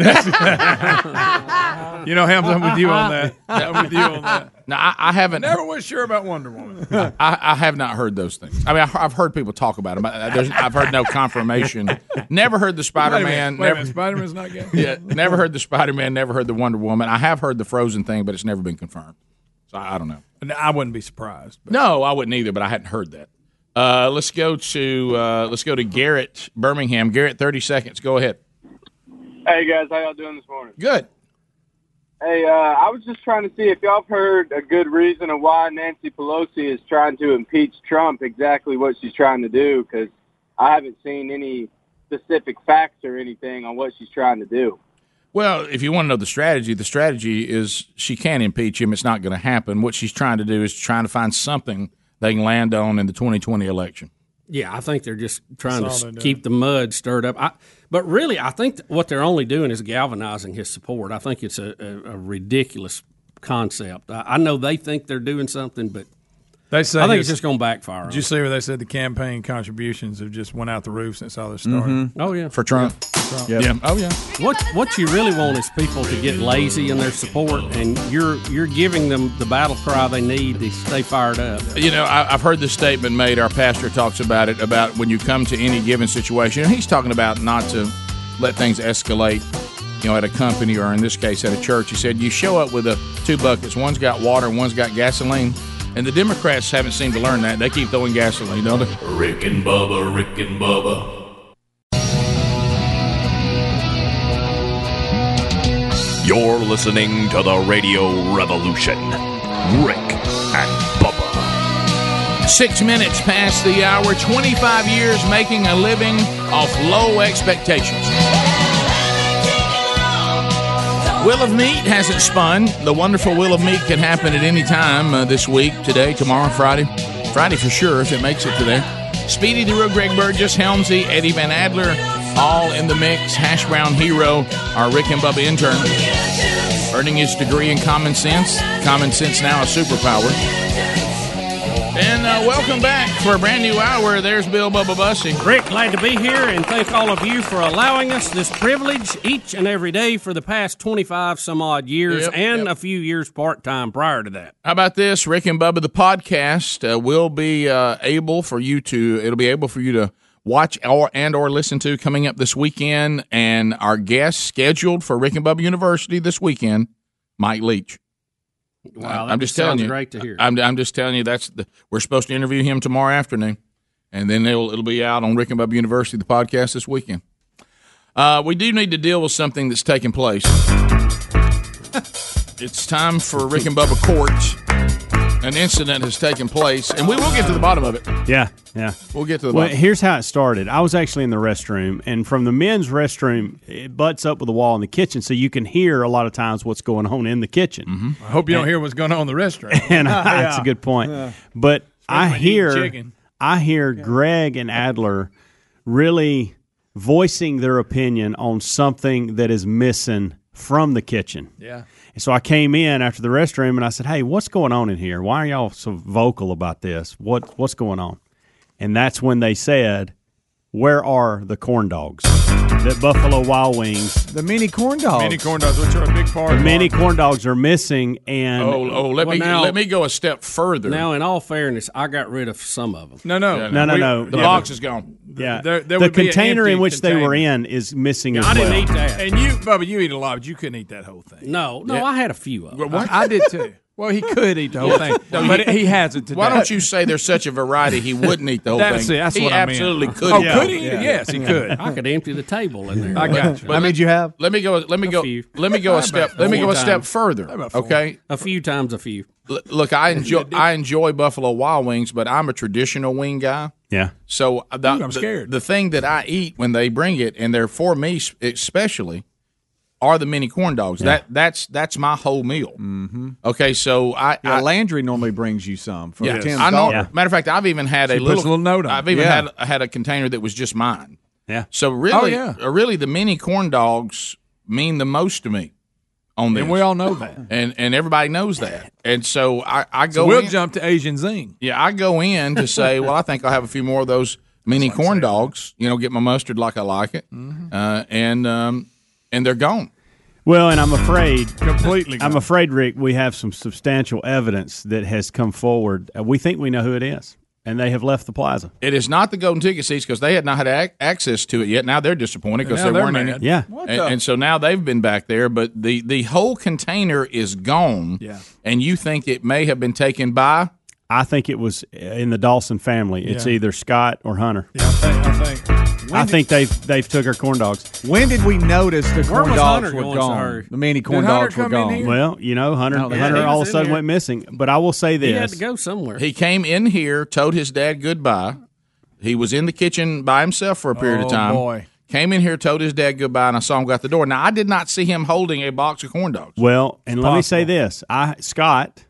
Speaker 12: you know, Hams, I'm with you on that.
Speaker 10: I'm with you on that.
Speaker 2: No, I, I haven't.
Speaker 10: Never was sure about Wonder Woman.
Speaker 2: I, I have not heard those things. I mean, I, I've heard people talk about them. I, there's, I've heard no confirmation. Never heard the Spider Man.
Speaker 10: Wait a minute.
Speaker 2: Never.
Speaker 10: Spider Man's not gay.
Speaker 2: Yeah, never heard the Spider Man. Never heard the Wonder Woman. I have heard the Frozen thing, but it's never been confirmed. So I, I don't know.
Speaker 10: And I wouldn't be surprised.
Speaker 2: No, I wouldn't either, but I hadn't heard that. Uh, let's go to uh, let's go to Garrett Birmingham. Garrett, thirty seconds. Go ahead.
Speaker 16: Hey guys, how y'all doing this morning?
Speaker 2: Good.
Speaker 16: Hey, uh, I was just trying to see if y'all have heard a good reason of why Nancy Pelosi is trying to impeach Trump. Exactly what she's trying to do, because I haven't seen any specific facts or anything on what she's trying to do.
Speaker 2: Well, if you want to know the strategy, the strategy is she can't impeach him. It's not going to happen. What she's trying to do is trying to find something they can land on in the 2020 election.
Speaker 3: Yeah, I think they're just trying
Speaker 2: That's
Speaker 3: to
Speaker 2: all
Speaker 3: s-
Speaker 2: they're
Speaker 3: keep the mud stirred up. I, but really, I think th- what they're only doing is galvanizing his support. I think it's a, a, a ridiculous concept. I, I know they think they're doing something, but
Speaker 10: They say
Speaker 3: I think
Speaker 10: his-
Speaker 3: it's just going to backfire. on
Speaker 10: Did you see where they said the campaign contributions have just went out the roof since all this started?
Speaker 3: Mhm. Oh, yeah. For
Speaker 2: Mm-hmm. Trump.
Speaker 10: Trump.
Speaker 2: Yeah. Oh yeah.
Speaker 3: What what you really want is people to get lazy in their support, and you're you're giving them the battle cry they need to stay fired up.
Speaker 2: You know, I, I've heard this statement made. Our pastor talks about it about when you come to any given situation, and he's talking about not to let things escalate. You know, at a company or in this case at a church, he said you show up with a two buckets. One's got water, and one's got gasoline. And the Democrats haven't seemed to learn that. They keep throwing gasoline, don't they?
Speaker 6: Rick and Bubba, Rick and Bubba,
Speaker 17: You're listening to the Radio Revolution. Rick and Bubba.
Speaker 2: Six minutes past the hour, 25 years making a living off low expectations. Will of Meat hasn't spun. The wonderful Will of Meat can happen at any time uh, this week, today, tomorrow, Friday. Friday for sure, if it makes it to there. Speedy the Real Greg Burgess, Helmsy, Eddie Van Adler, all in the mix. Hash Brown Hero, our Rick and Bubba intern, earning his degree in common sense. Common sense now a superpower. And uh, welcome back for a brand new hour. There's Bill Bubba Bussy.
Speaker 3: Rick, glad to be here and thank all of you for allowing us this privilege each and every day for the past 25 some odd years
Speaker 2: Yep,
Speaker 3: and a few years part time prior to that.
Speaker 2: How about this, Rick and Bubba? The podcast uh, will be uh, able for you to. It'll be able for you to watch or and or listen to coming up this weekend. And our guest scheduled for Rick and Bubba University this weekend, Mike Leach.
Speaker 3: Wow,
Speaker 2: I-
Speaker 3: that
Speaker 2: I'm
Speaker 3: just
Speaker 2: just telling
Speaker 3: sounds
Speaker 2: you.
Speaker 3: great to hear.
Speaker 2: I'm, I'm just telling you that's the, we're supposed to interview him tomorrow afternoon, and then it'll it'll be out on Rick and Bubba University the podcast this weekend. Uh, we do need to deal with something that's taking place. it's time for Rick and Bubba Court. An incident has taken place, and we will get to the bottom of it.
Speaker 12: Yeah, yeah.
Speaker 2: We'll get to the
Speaker 12: Well,
Speaker 2: bottom.
Speaker 12: here's how it started. I was actually in the restroom, and from the men's restroom, it butts up with the wall in the kitchen, so you can hear a lot of times what's going on in the kitchen. Mm-hmm.
Speaker 10: I hope you don't hear what's going on in the restaurant.
Speaker 12: and
Speaker 2: uh,
Speaker 12: I- that's a good point. But I
Speaker 10: when eating
Speaker 12: hear,
Speaker 10: chicken.
Speaker 12: I hear Greg and Adler really voicing their opinion on something that is missing from the kitchen.
Speaker 10: Yeah.
Speaker 12: And so I came in after the restroom and I said, "Hey, what's going on in here? Why are y'all so vocal about this? What what's going on?" And that's when they said, "Where are the corn dogs?" That Buffalo Wild Wings,
Speaker 9: The mini corn dogs.
Speaker 10: Mini corn dogs, which are a big part.
Speaker 12: the
Speaker 10: of
Speaker 12: mini corn dogs are missing. And
Speaker 2: Oh, oh, let me let me go a step further.
Speaker 3: Now, in all fairness, I got rid of some of them.
Speaker 10: No, no,
Speaker 12: No, no, no.
Speaker 2: The
Speaker 12: Yeah,
Speaker 2: box
Speaker 12: but-
Speaker 2: is gone.
Speaker 12: Yeah,
Speaker 10: There- there
Speaker 12: the
Speaker 10: would be an
Speaker 12: container
Speaker 10: empty
Speaker 12: in which they were
Speaker 10: container.
Speaker 12: in is missing as
Speaker 10: I
Speaker 12: well.
Speaker 10: didn't eat that. And you, Bubba, you eat a lot, but you couldn't eat that whole thing.
Speaker 3: No, no,
Speaker 10: Yeah.
Speaker 3: I had a few of them.
Speaker 10: I, I did too. Well, he could eat the whole thing, but he hasn't today.
Speaker 2: Why don't you say there's such a variety he wouldn't eat the whole
Speaker 10: That's
Speaker 2: thing?
Speaker 10: it. That's
Speaker 2: he
Speaker 10: what I meant.
Speaker 2: absolutely could.
Speaker 10: Oh, could he? Yes, he could.
Speaker 3: I could empty the table in there.
Speaker 2: I got you.
Speaker 3: But let-
Speaker 9: you have?
Speaker 2: Let me go. Let me go. Let me go a
Speaker 3: About
Speaker 2: step. Let me
Speaker 3: four
Speaker 2: go a step
Speaker 3: times.
Speaker 2: further.
Speaker 3: About four.
Speaker 2: Okay.
Speaker 3: A few times, a few.
Speaker 2: L- Look, I enjoy I enjoy Buffalo Wild Wings, but I'm a traditional wing guy.
Speaker 12: Yeah.
Speaker 2: So uh, the,
Speaker 10: I'm scared.
Speaker 2: The, the thing that I eat when they bring it, and they're for me s- especially, are the mini corn dogs. That that's that's my whole meal. Mm-hmm. Okay, so I,
Speaker 9: Yeah,
Speaker 2: I
Speaker 9: Landry normally brings you some from
Speaker 2: yeah,
Speaker 9: Tim's
Speaker 2: I know.
Speaker 9: daughter.
Speaker 2: Matter of fact, I've even had
Speaker 9: She
Speaker 2: a
Speaker 9: puts
Speaker 2: little,
Speaker 9: a little note on
Speaker 2: I've
Speaker 9: it.
Speaker 2: even
Speaker 9: Yeah.
Speaker 2: had I had a container that was just mine.
Speaker 12: Yeah.
Speaker 2: So really,
Speaker 10: yeah.
Speaker 2: uh, really, the mini corn dogs mean the most to me on this,
Speaker 10: And we all know that.
Speaker 2: and and everybody knows that. And so I, I go
Speaker 10: So we'll
Speaker 2: in,
Speaker 10: jump to Asian Zing.
Speaker 2: yeah, I go in to say, well, I think I'll have a few more of those mini corn dogs. You know, get my mustard like I like it,
Speaker 10: Mm-hmm.
Speaker 2: uh, and um, and they're gone.
Speaker 12: Well, and I'm afraid,
Speaker 10: Completely.
Speaker 12: I'm afraid, Rick, we have some substantial evidence that has come forward. Uh, We think we know who it is, and they have left the plaza.
Speaker 2: It is not the golden ticket seats because they had not had ac- access to it yet. Now they're disappointed because
Speaker 10: Now
Speaker 2: they
Speaker 10: they're
Speaker 2: weren't in
Speaker 10: mad.
Speaker 2: it.
Speaker 12: Yeah.
Speaker 2: And, and so now they've been back there, but the the whole container is gone.
Speaker 10: Yeah.
Speaker 2: And you think it may have been taken by?
Speaker 12: I think it was uh, in the Dawson family. It's
Speaker 10: Yeah.
Speaker 12: either Scott or Hunter.
Speaker 10: Yeah, I think. I think.
Speaker 12: I think they've they've took our corn dogs.
Speaker 9: When did we notice the corn
Speaker 3: was
Speaker 9: dogs
Speaker 3: Hunter
Speaker 9: were
Speaker 3: going,
Speaker 9: gone?
Speaker 3: sorry?
Speaker 9: The mini corn
Speaker 10: Hunter
Speaker 9: dogs were
Speaker 10: come in
Speaker 9: gone.
Speaker 10: here?
Speaker 12: Well, you know, Hunter
Speaker 9: No, they
Speaker 12: Hunter
Speaker 9: haven't.
Speaker 12: all
Speaker 3: He was
Speaker 12: of a
Speaker 3: in
Speaker 12: sudden
Speaker 3: there.
Speaker 12: went missing. But I will say
Speaker 3: He had
Speaker 12: this:
Speaker 3: to go somewhere.
Speaker 2: He came in here, told his dad goodbye. He was in the kitchen by himself for a period
Speaker 10: Oh,
Speaker 2: of time.
Speaker 10: boy.
Speaker 2: Came in here, told his dad goodbye, and I saw him go out the door. Now I did not see him holding a box of corn dogs.
Speaker 12: Well, and let me say
Speaker 10: possible.
Speaker 12: this: I Scott,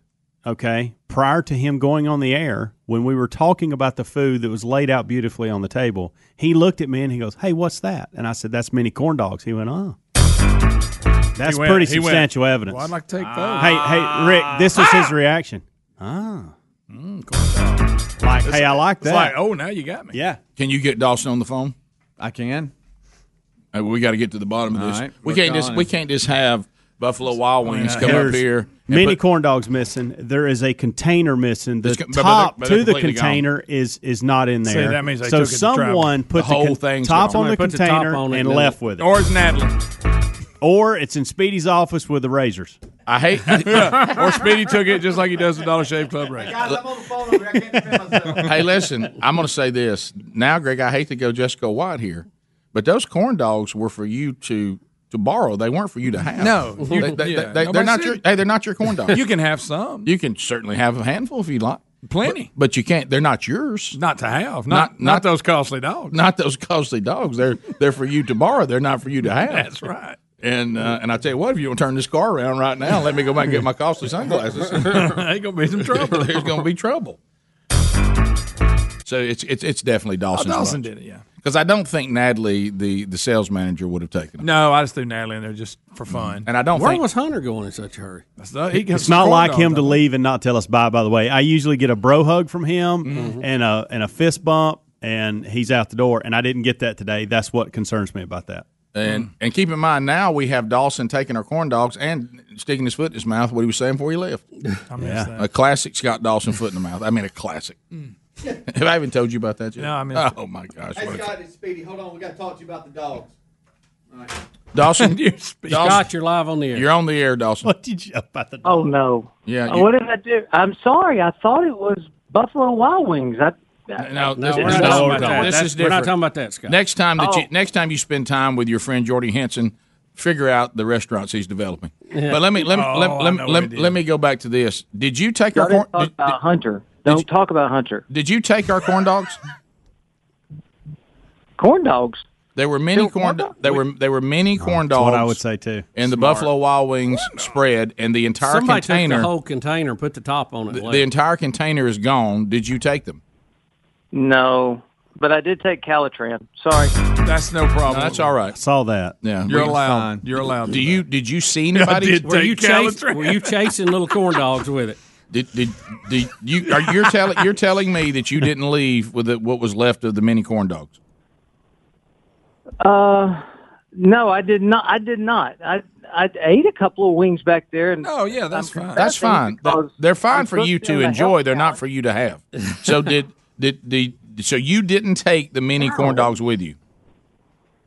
Speaker 12: okay, prior to him going on the air, when we were talking about the food that was laid out beautifully on the table, he looked at me and he goes, "Hey, what's that?" And I said, "That's mini corn dogs." He went, "Oh." That's
Speaker 10: He went-
Speaker 12: pretty
Speaker 10: he went,
Speaker 12: substantial evidence.
Speaker 10: Well, I'd like to take those.
Speaker 12: hey, hey, Rick, this was his reaction. Ah, like, hey, I like
Speaker 10: it's
Speaker 12: that.
Speaker 10: like, oh, now you got me.
Speaker 12: yeah,
Speaker 2: Can you get Dawson on the phone?
Speaker 9: I can.
Speaker 2: Uh, we got to get to the bottom of
Speaker 9: All
Speaker 2: this.
Speaker 9: right.
Speaker 2: we
Speaker 9: Work
Speaker 2: can't just
Speaker 9: on it.
Speaker 2: we can't just have Buffalo Wild Wings come up
Speaker 12: There's
Speaker 2: here. and
Speaker 12: Uh, Many
Speaker 2: put-
Speaker 12: corn dogs missing. There is a container missing. The
Speaker 2: It's co- but- but they're-
Speaker 12: top
Speaker 2: but they're
Speaker 12: to the
Speaker 2: completely gone.
Speaker 12: container is is not in
Speaker 10: See,
Speaker 12: there.
Speaker 10: that means they
Speaker 12: so
Speaker 10: took it to travel.
Speaker 12: someone put
Speaker 2: The
Speaker 12: the,
Speaker 2: whole
Speaker 12: con-
Speaker 2: thing's
Speaker 12: top
Speaker 2: gone.
Speaker 12: on the
Speaker 3: Somebody put the top
Speaker 12: container
Speaker 3: on it
Speaker 12: and
Speaker 3: and
Speaker 12: left with it,
Speaker 10: Or is Natalie.
Speaker 12: or it's in Speedy's office with the razors.
Speaker 2: I hate.
Speaker 10: or Speedy took it just like he does the Dollar Shave Club right.
Speaker 2: hey, listen, I'm going to say this now, Greg. I hate to go Jessica White here, but those corn dogs were for you to to borrow. They weren't for you to have.
Speaker 10: No.
Speaker 2: they,
Speaker 10: You-
Speaker 2: they,
Speaker 10: yeah,
Speaker 2: they, are
Speaker 10: nobody
Speaker 2: not
Speaker 10: said-
Speaker 2: your. Hey, they're not your corn dogs.
Speaker 10: You can have some.
Speaker 2: You can certainly have a handful if you like.
Speaker 10: Plenty.
Speaker 2: but, but you can't. They're not yours.
Speaker 10: Not to have. Not- not those costly dogs.
Speaker 2: Not those costly dogs. They're they're for you to borrow. They're not for you to have.
Speaker 10: That's right.
Speaker 2: And uh, and I tell you what, if you don't turn this car around right now, let me go back and get my costly sunglasses.
Speaker 10: Ain't gonna be some trouble.
Speaker 2: There's gonna be trouble. So it's it's it's definitely Dawson's.
Speaker 10: Oh, Dawson did it, yeah.
Speaker 2: Because I don't think Natalie, the the sales manager, would have taken it.
Speaker 10: No, I just threw Natalie in there just for fun.
Speaker 2: Mm. And I don't
Speaker 3: Where
Speaker 2: think
Speaker 3: was Hunter going in such a hurry?
Speaker 12: it's not like him to leave and not tell us bye. By the way, I usually get a bro hug from him
Speaker 3: Mhm.
Speaker 2: Mm-hmm.
Speaker 12: and a and a fist bump, and he's out the door. And I didn't get that today. That's what concerns me about that.
Speaker 3: Mm-hmm.
Speaker 2: And and keep in mind now we have Dawson taking our corn dogs and sticking his foot in his mouth. What he was saying before he left.
Speaker 10: I missed that. Mm.
Speaker 2: A classic Scott Dawson foot in the mouth. I mean a classic. have I even told you about that yet?
Speaker 10: No, I missed
Speaker 2: Oh my gosh!
Speaker 18: Hey,
Speaker 2: what a-
Speaker 18: Scott, it's Speedy. Hold on. We got to talk to you about the dogs.
Speaker 2: Dawson,
Speaker 10: you
Speaker 3: Scott, you're live on the air.
Speaker 2: You're on the air, Dawson. What
Speaker 12: did you about the?
Speaker 11: Oh no!
Speaker 2: Yeah.
Speaker 11: what did I do? I'm sorry. I thought it was Buffalo Wild Wings. I,
Speaker 3: No,
Speaker 2: No, this,
Speaker 3: we're not
Speaker 2: this is
Speaker 3: talking about
Speaker 2: different.
Speaker 3: that.
Speaker 2: This
Speaker 3: That's-
Speaker 2: is
Speaker 3: we're not
Speaker 2: different.
Speaker 3: talking about that, Scott.
Speaker 2: Next time that
Speaker 3: Oh.
Speaker 2: you, next time you spend time with your friend Jordy Henson, figure out the restaurants he's developing.
Speaker 11: Yeah.
Speaker 2: But let me let me
Speaker 11: Oh,
Speaker 2: let,
Speaker 11: I
Speaker 2: let,
Speaker 11: know
Speaker 2: let,
Speaker 11: what
Speaker 2: let,
Speaker 11: he did.
Speaker 2: me go back to this. Did you take our
Speaker 11: Y'all
Speaker 2: corn?
Speaker 11: didn't talk
Speaker 2: Did,
Speaker 11: about Hunter. Don't talk about Hunter.
Speaker 2: did you take our corn dogs?
Speaker 11: Corn dogs.
Speaker 2: There were many corn. do- There were there were many corn
Speaker 12: That's
Speaker 2: dogs.
Speaker 12: what I would say too.
Speaker 2: And the
Speaker 12: Smart.
Speaker 2: Buffalo Wild Wings spread, and the entire
Speaker 3: Somebody
Speaker 2: container,
Speaker 3: took the whole container and put the top on it.
Speaker 2: the,
Speaker 3: and
Speaker 2: the
Speaker 3: left.
Speaker 2: entire container is gone. Did you take them?
Speaker 11: No, but I did take Calitran. Sorry.
Speaker 10: That's no problem.
Speaker 2: that's all right.
Speaker 12: Saw that.
Speaker 2: Yeah,
Speaker 10: You're allowed. You're allowed.
Speaker 2: Do you did you see
Speaker 10: I
Speaker 2: anybody?
Speaker 10: did
Speaker 3: were
Speaker 10: take
Speaker 3: you
Speaker 10: Calitran.
Speaker 3: chasing? Were you chasing little corn dogs with it?
Speaker 2: Did did, did you are you're telling you're telling me that you didn't leave with the, what was left of the mini corn dogs?
Speaker 11: Uh, no, I did not. I did not. I I ate a couple of wings back there. And
Speaker 10: oh yeah, that's fine.
Speaker 2: That's fine. They're- They're fine for you to enjoy. They're not for you to have. So did did the so you didn't take the mini corn dogs with you?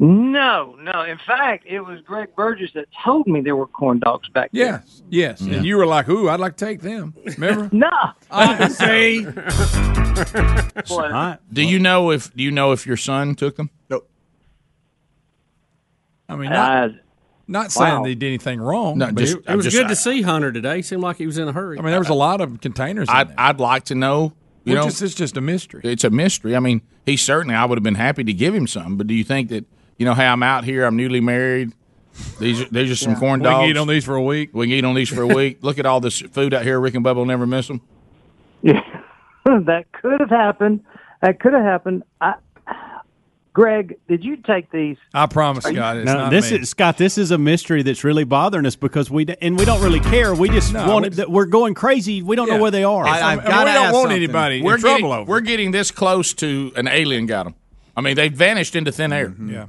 Speaker 11: No, no. In fact, it was Greg Burgess that told me there were corn dogs back there.
Speaker 10: Yes, yes.
Speaker 2: Mm.
Speaker 10: And you were like, "Ooh, I'd like to take them." Remember?
Speaker 11: no.
Speaker 10: I see.
Speaker 2: Do you know if do you know if your son took them? No.
Speaker 10: I mean, not,
Speaker 2: Uh,
Speaker 10: not saying
Speaker 2: wow.
Speaker 10: they did anything wrong.
Speaker 2: No,
Speaker 10: but
Speaker 2: just-
Speaker 3: It was
Speaker 2: just-
Speaker 3: good to see Hunter today. Seemed like he was in a hurry.
Speaker 10: I mean, there was a lot of containers. In
Speaker 2: I'd I'd like to know. You
Speaker 10: We're
Speaker 2: know,
Speaker 10: just- it's just a mystery.
Speaker 2: It's a mystery. I mean, he certainly I would have been happy to give him some, but do you think that you know, hey, I'm out here, I'm newly married. These are, these are some corn
Speaker 10: We can
Speaker 2: dogs.
Speaker 10: eat on these for a week.
Speaker 2: We can eat on these for a week. Look at all this food out here. Rick and Bubba will never miss them.
Speaker 11: that could have happened. That could have happened. I, Greg, did you take these?
Speaker 10: I promise, God, it's
Speaker 12: No,
Speaker 10: not
Speaker 12: this
Speaker 10: me.
Speaker 12: is Scott. This is a mystery that's really bothering us because we d- and we don't really care. We just
Speaker 10: No,
Speaker 12: want
Speaker 10: we
Speaker 12: it. that we're going crazy. We don't know where they are.
Speaker 10: we don't want anybody in
Speaker 2: We're
Speaker 10: trouble
Speaker 2: getting,
Speaker 10: over.
Speaker 2: We're getting this close to an alien got them. I mean, they vanished into thin air.
Speaker 10: Mm-hmm. Yeah.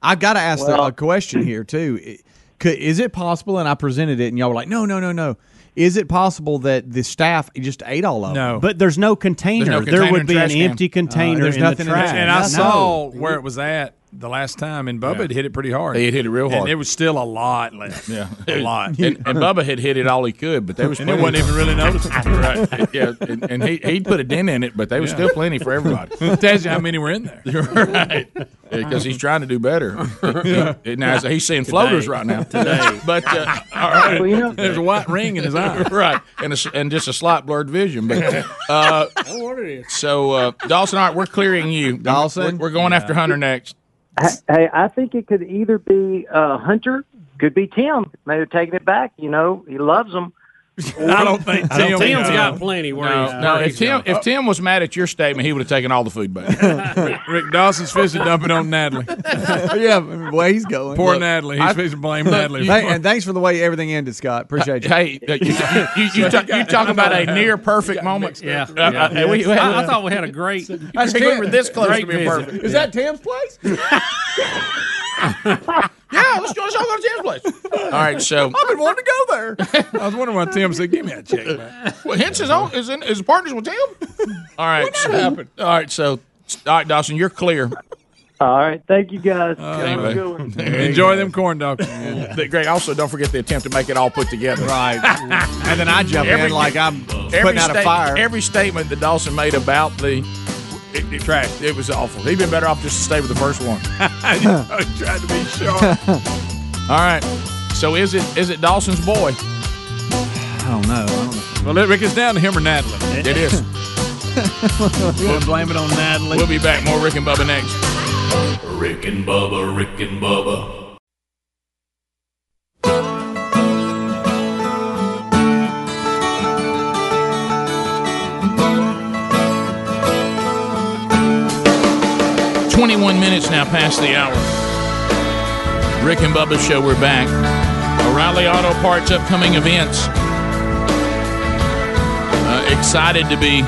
Speaker 9: I've got to ask the-
Speaker 2: Well-
Speaker 9: a question here too. I- Could, is it possible? And I presented it, and y'all were like, "No, no, no, no." Is it possible that the staff just ate all of them?
Speaker 12: but there's no container.
Speaker 9: There's no
Speaker 12: there
Speaker 9: container
Speaker 12: would
Speaker 9: in
Speaker 12: be
Speaker 9: trash
Speaker 12: an
Speaker 9: can.
Speaker 12: empty
Speaker 9: Uh,
Speaker 12: container.
Speaker 9: there's
Speaker 12: in the
Speaker 9: nothing in the
Speaker 12: trash.
Speaker 9: trash.
Speaker 10: And I
Speaker 12: No.
Speaker 10: saw where it was at the last time, and Bubba
Speaker 2: Yeah.
Speaker 10: had hit it pretty hard.
Speaker 2: He had hit it real hard.
Speaker 10: And there was still a lot left.
Speaker 2: Yeah,
Speaker 10: a lot.
Speaker 2: And, and Bubba had hit it all he could, but there was
Speaker 10: And it
Speaker 2: plenty.
Speaker 10: wasn't even really noticeable.
Speaker 2: right? Yeah, and, and he he put a dent in it, but there was
Speaker 10: Yeah.
Speaker 2: still plenty for everybody.
Speaker 10: Tells you how many were in there.
Speaker 2: You're right. Because he's trying to do better. He- he- now, he's seeing floaters
Speaker 10: Today.
Speaker 2: right now.
Speaker 10: Today.
Speaker 2: But, uh, all right.
Speaker 10: Well, you know- There's a white ring in his eye.
Speaker 2: right. And, a s and just a slight blurred vision. But, uh, so, uh, Dawson, all right, we're clearing you. Dawson? We're, we're going after Hunter next.
Speaker 11: Hey, I think it could either be uh, Hunter, could be Tim. Maybe taking it back. You know, he loves them.
Speaker 10: I don't think
Speaker 3: I don't Tim- think Tim's so. got plenty where
Speaker 2: No,
Speaker 3: he's-
Speaker 2: no,
Speaker 3: where
Speaker 2: if
Speaker 3: he's
Speaker 2: Tim
Speaker 3: going.
Speaker 2: if Tim was mad at your statement, he would have taken all the food back.
Speaker 10: Rick Dawson's fist is dumping on Natalie.
Speaker 9: yeah, the way he's going.
Speaker 10: Poor Natalie. He's supposed to blame Natalie.
Speaker 9: Hey, and thanks for the way everything ended, Scott. Appreciate you.
Speaker 2: Hey, you, you, you, talk, you talk about a near perfect moment. Yeah, Uh,
Speaker 3: I, I thought we had a great.
Speaker 2: That's we were this close
Speaker 3: great
Speaker 2: to being
Speaker 3: visit.
Speaker 2: perfect.
Speaker 9: Is that Tim's place?
Speaker 2: yeah, let's go. Let's all go to Tim's place. All right, so
Speaker 9: I've been wanting to go there.
Speaker 10: I was wondering why Tim said, "Give me that check." back."
Speaker 2: Well, hence his own is in his partners with Tim. All right, so, all right, so all right, Dawson, you're clear. Uh,
Speaker 19: All right. Thank you, guys. Have a
Speaker 2: Anyway.
Speaker 19: good one.
Speaker 11: Enjoy them corn dogs.
Speaker 2: Th- Greg, also don't forget the attempt to make it all put together. Right.
Speaker 11: And then I jump in like I'm putting out a fire.
Speaker 2: Every statement that Dawson made about the it, it, track, it was awful. He'd been better off just to stay with the first one.
Speaker 11: Trying to be sharp.
Speaker 2: All right. So is it is it Dawson's boy? I
Speaker 9: don't know.
Speaker 2: Well, Rick, it's down to him or Natalie. It is.
Speaker 10: We'll blame it on Natalie.
Speaker 2: We'll be back. More Rick and Bubba next.
Speaker 6: Rick and Bubba, Rick and Bubba,
Speaker 2: Twenty-one minutes now past the hour. Rick and Bubba show. We're back. O'Reilly Auto Parts upcoming events. Uh, excited to be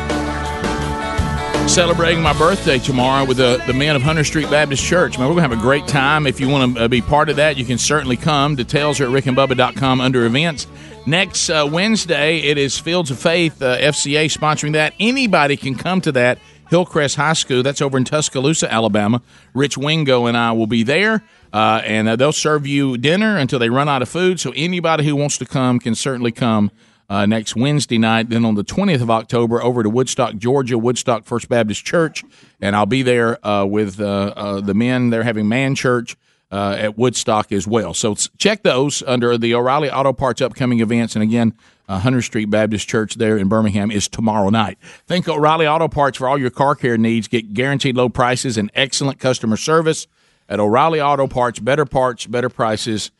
Speaker 2: celebrating my birthday tomorrow with the, the men of Hunter Street Baptist Church. Man, we're going to have a great time. If you want to uh, be part of that, you can certainly come. Details are at rickandbubba.com under events. Next uh, Wednesday, it is Fields of Faith, uh, FCA sponsoring that. Anybody can come to that. Hillcrest High School, that's over in Tuscaloosa, Alabama. Rich Wingo and I will be there. Uh, and uh, they'll serve you dinner until they run out of food. So anybody who wants to come can certainly come uh, next Wednesday night. Then on the 20th of October, over to Woodstock, Georgia, Woodstock First Baptist Church. And I'll be there uh, with uh, uh, the men. They're having man church uh, at Woodstock as well. So s- check those under the O'Reilly Auto Parts upcoming events. And again, uh, Hunter Street Baptist Church there in Birmingham is tomorrow night. Thank O'Reilly Auto Parts for all your car care needs. Get guaranteed low prices and excellent customer service at O'Reilly Auto Parts. Better parts, better prices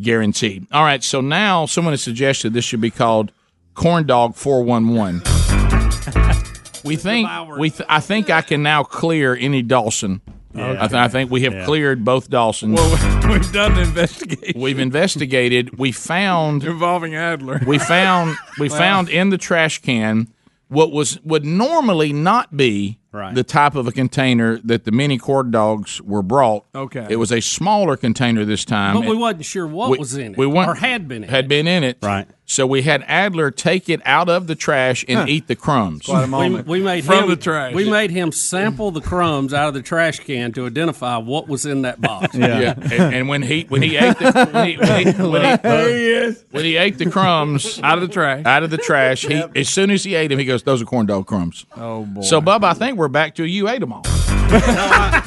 Speaker 2: guaranteed. All right, so now someone has suggested this should be called Corn Dog 411. we think we th- I think I can now clear any Dawson. I, th- I think we have
Speaker 11: Yeah.
Speaker 2: cleared both Dawsons.
Speaker 11: Well, we've done an investigation
Speaker 2: We've investigated. We found
Speaker 11: involving Adler.
Speaker 2: we found we
Speaker 11: Well.
Speaker 2: found in the trash can what was would normally not be the type of a container that the mini corn dogs were brought.
Speaker 3: Okay.
Speaker 2: it was a smaller container this time.
Speaker 3: But we
Speaker 2: And-
Speaker 3: wasn't sure what
Speaker 2: we-
Speaker 3: was in it
Speaker 2: we want-
Speaker 3: or had been in it.
Speaker 2: had been in it. Right. So we had Adler take it out of the trash and
Speaker 3: Huh.
Speaker 2: eat the crumbs.
Speaker 3: We, we made
Speaker 2: From
Speaker 3: him,
Speaker 2: the trash.
Speaker 3: We made him sample the crumbs out of the trash can to identify what was in that box.
Speaker 2: Yeah. And, and when he when he ate the when he, when he, when he, when he ate the crumbs out of the trash out of the trash, he as soon as he ate them, he goes, "Those are corn dog crumbs."
Speaker 11: Oh boy.
Speaker 2: So, Bubba, I think we're back to you ate them all.
Speaker 3: I,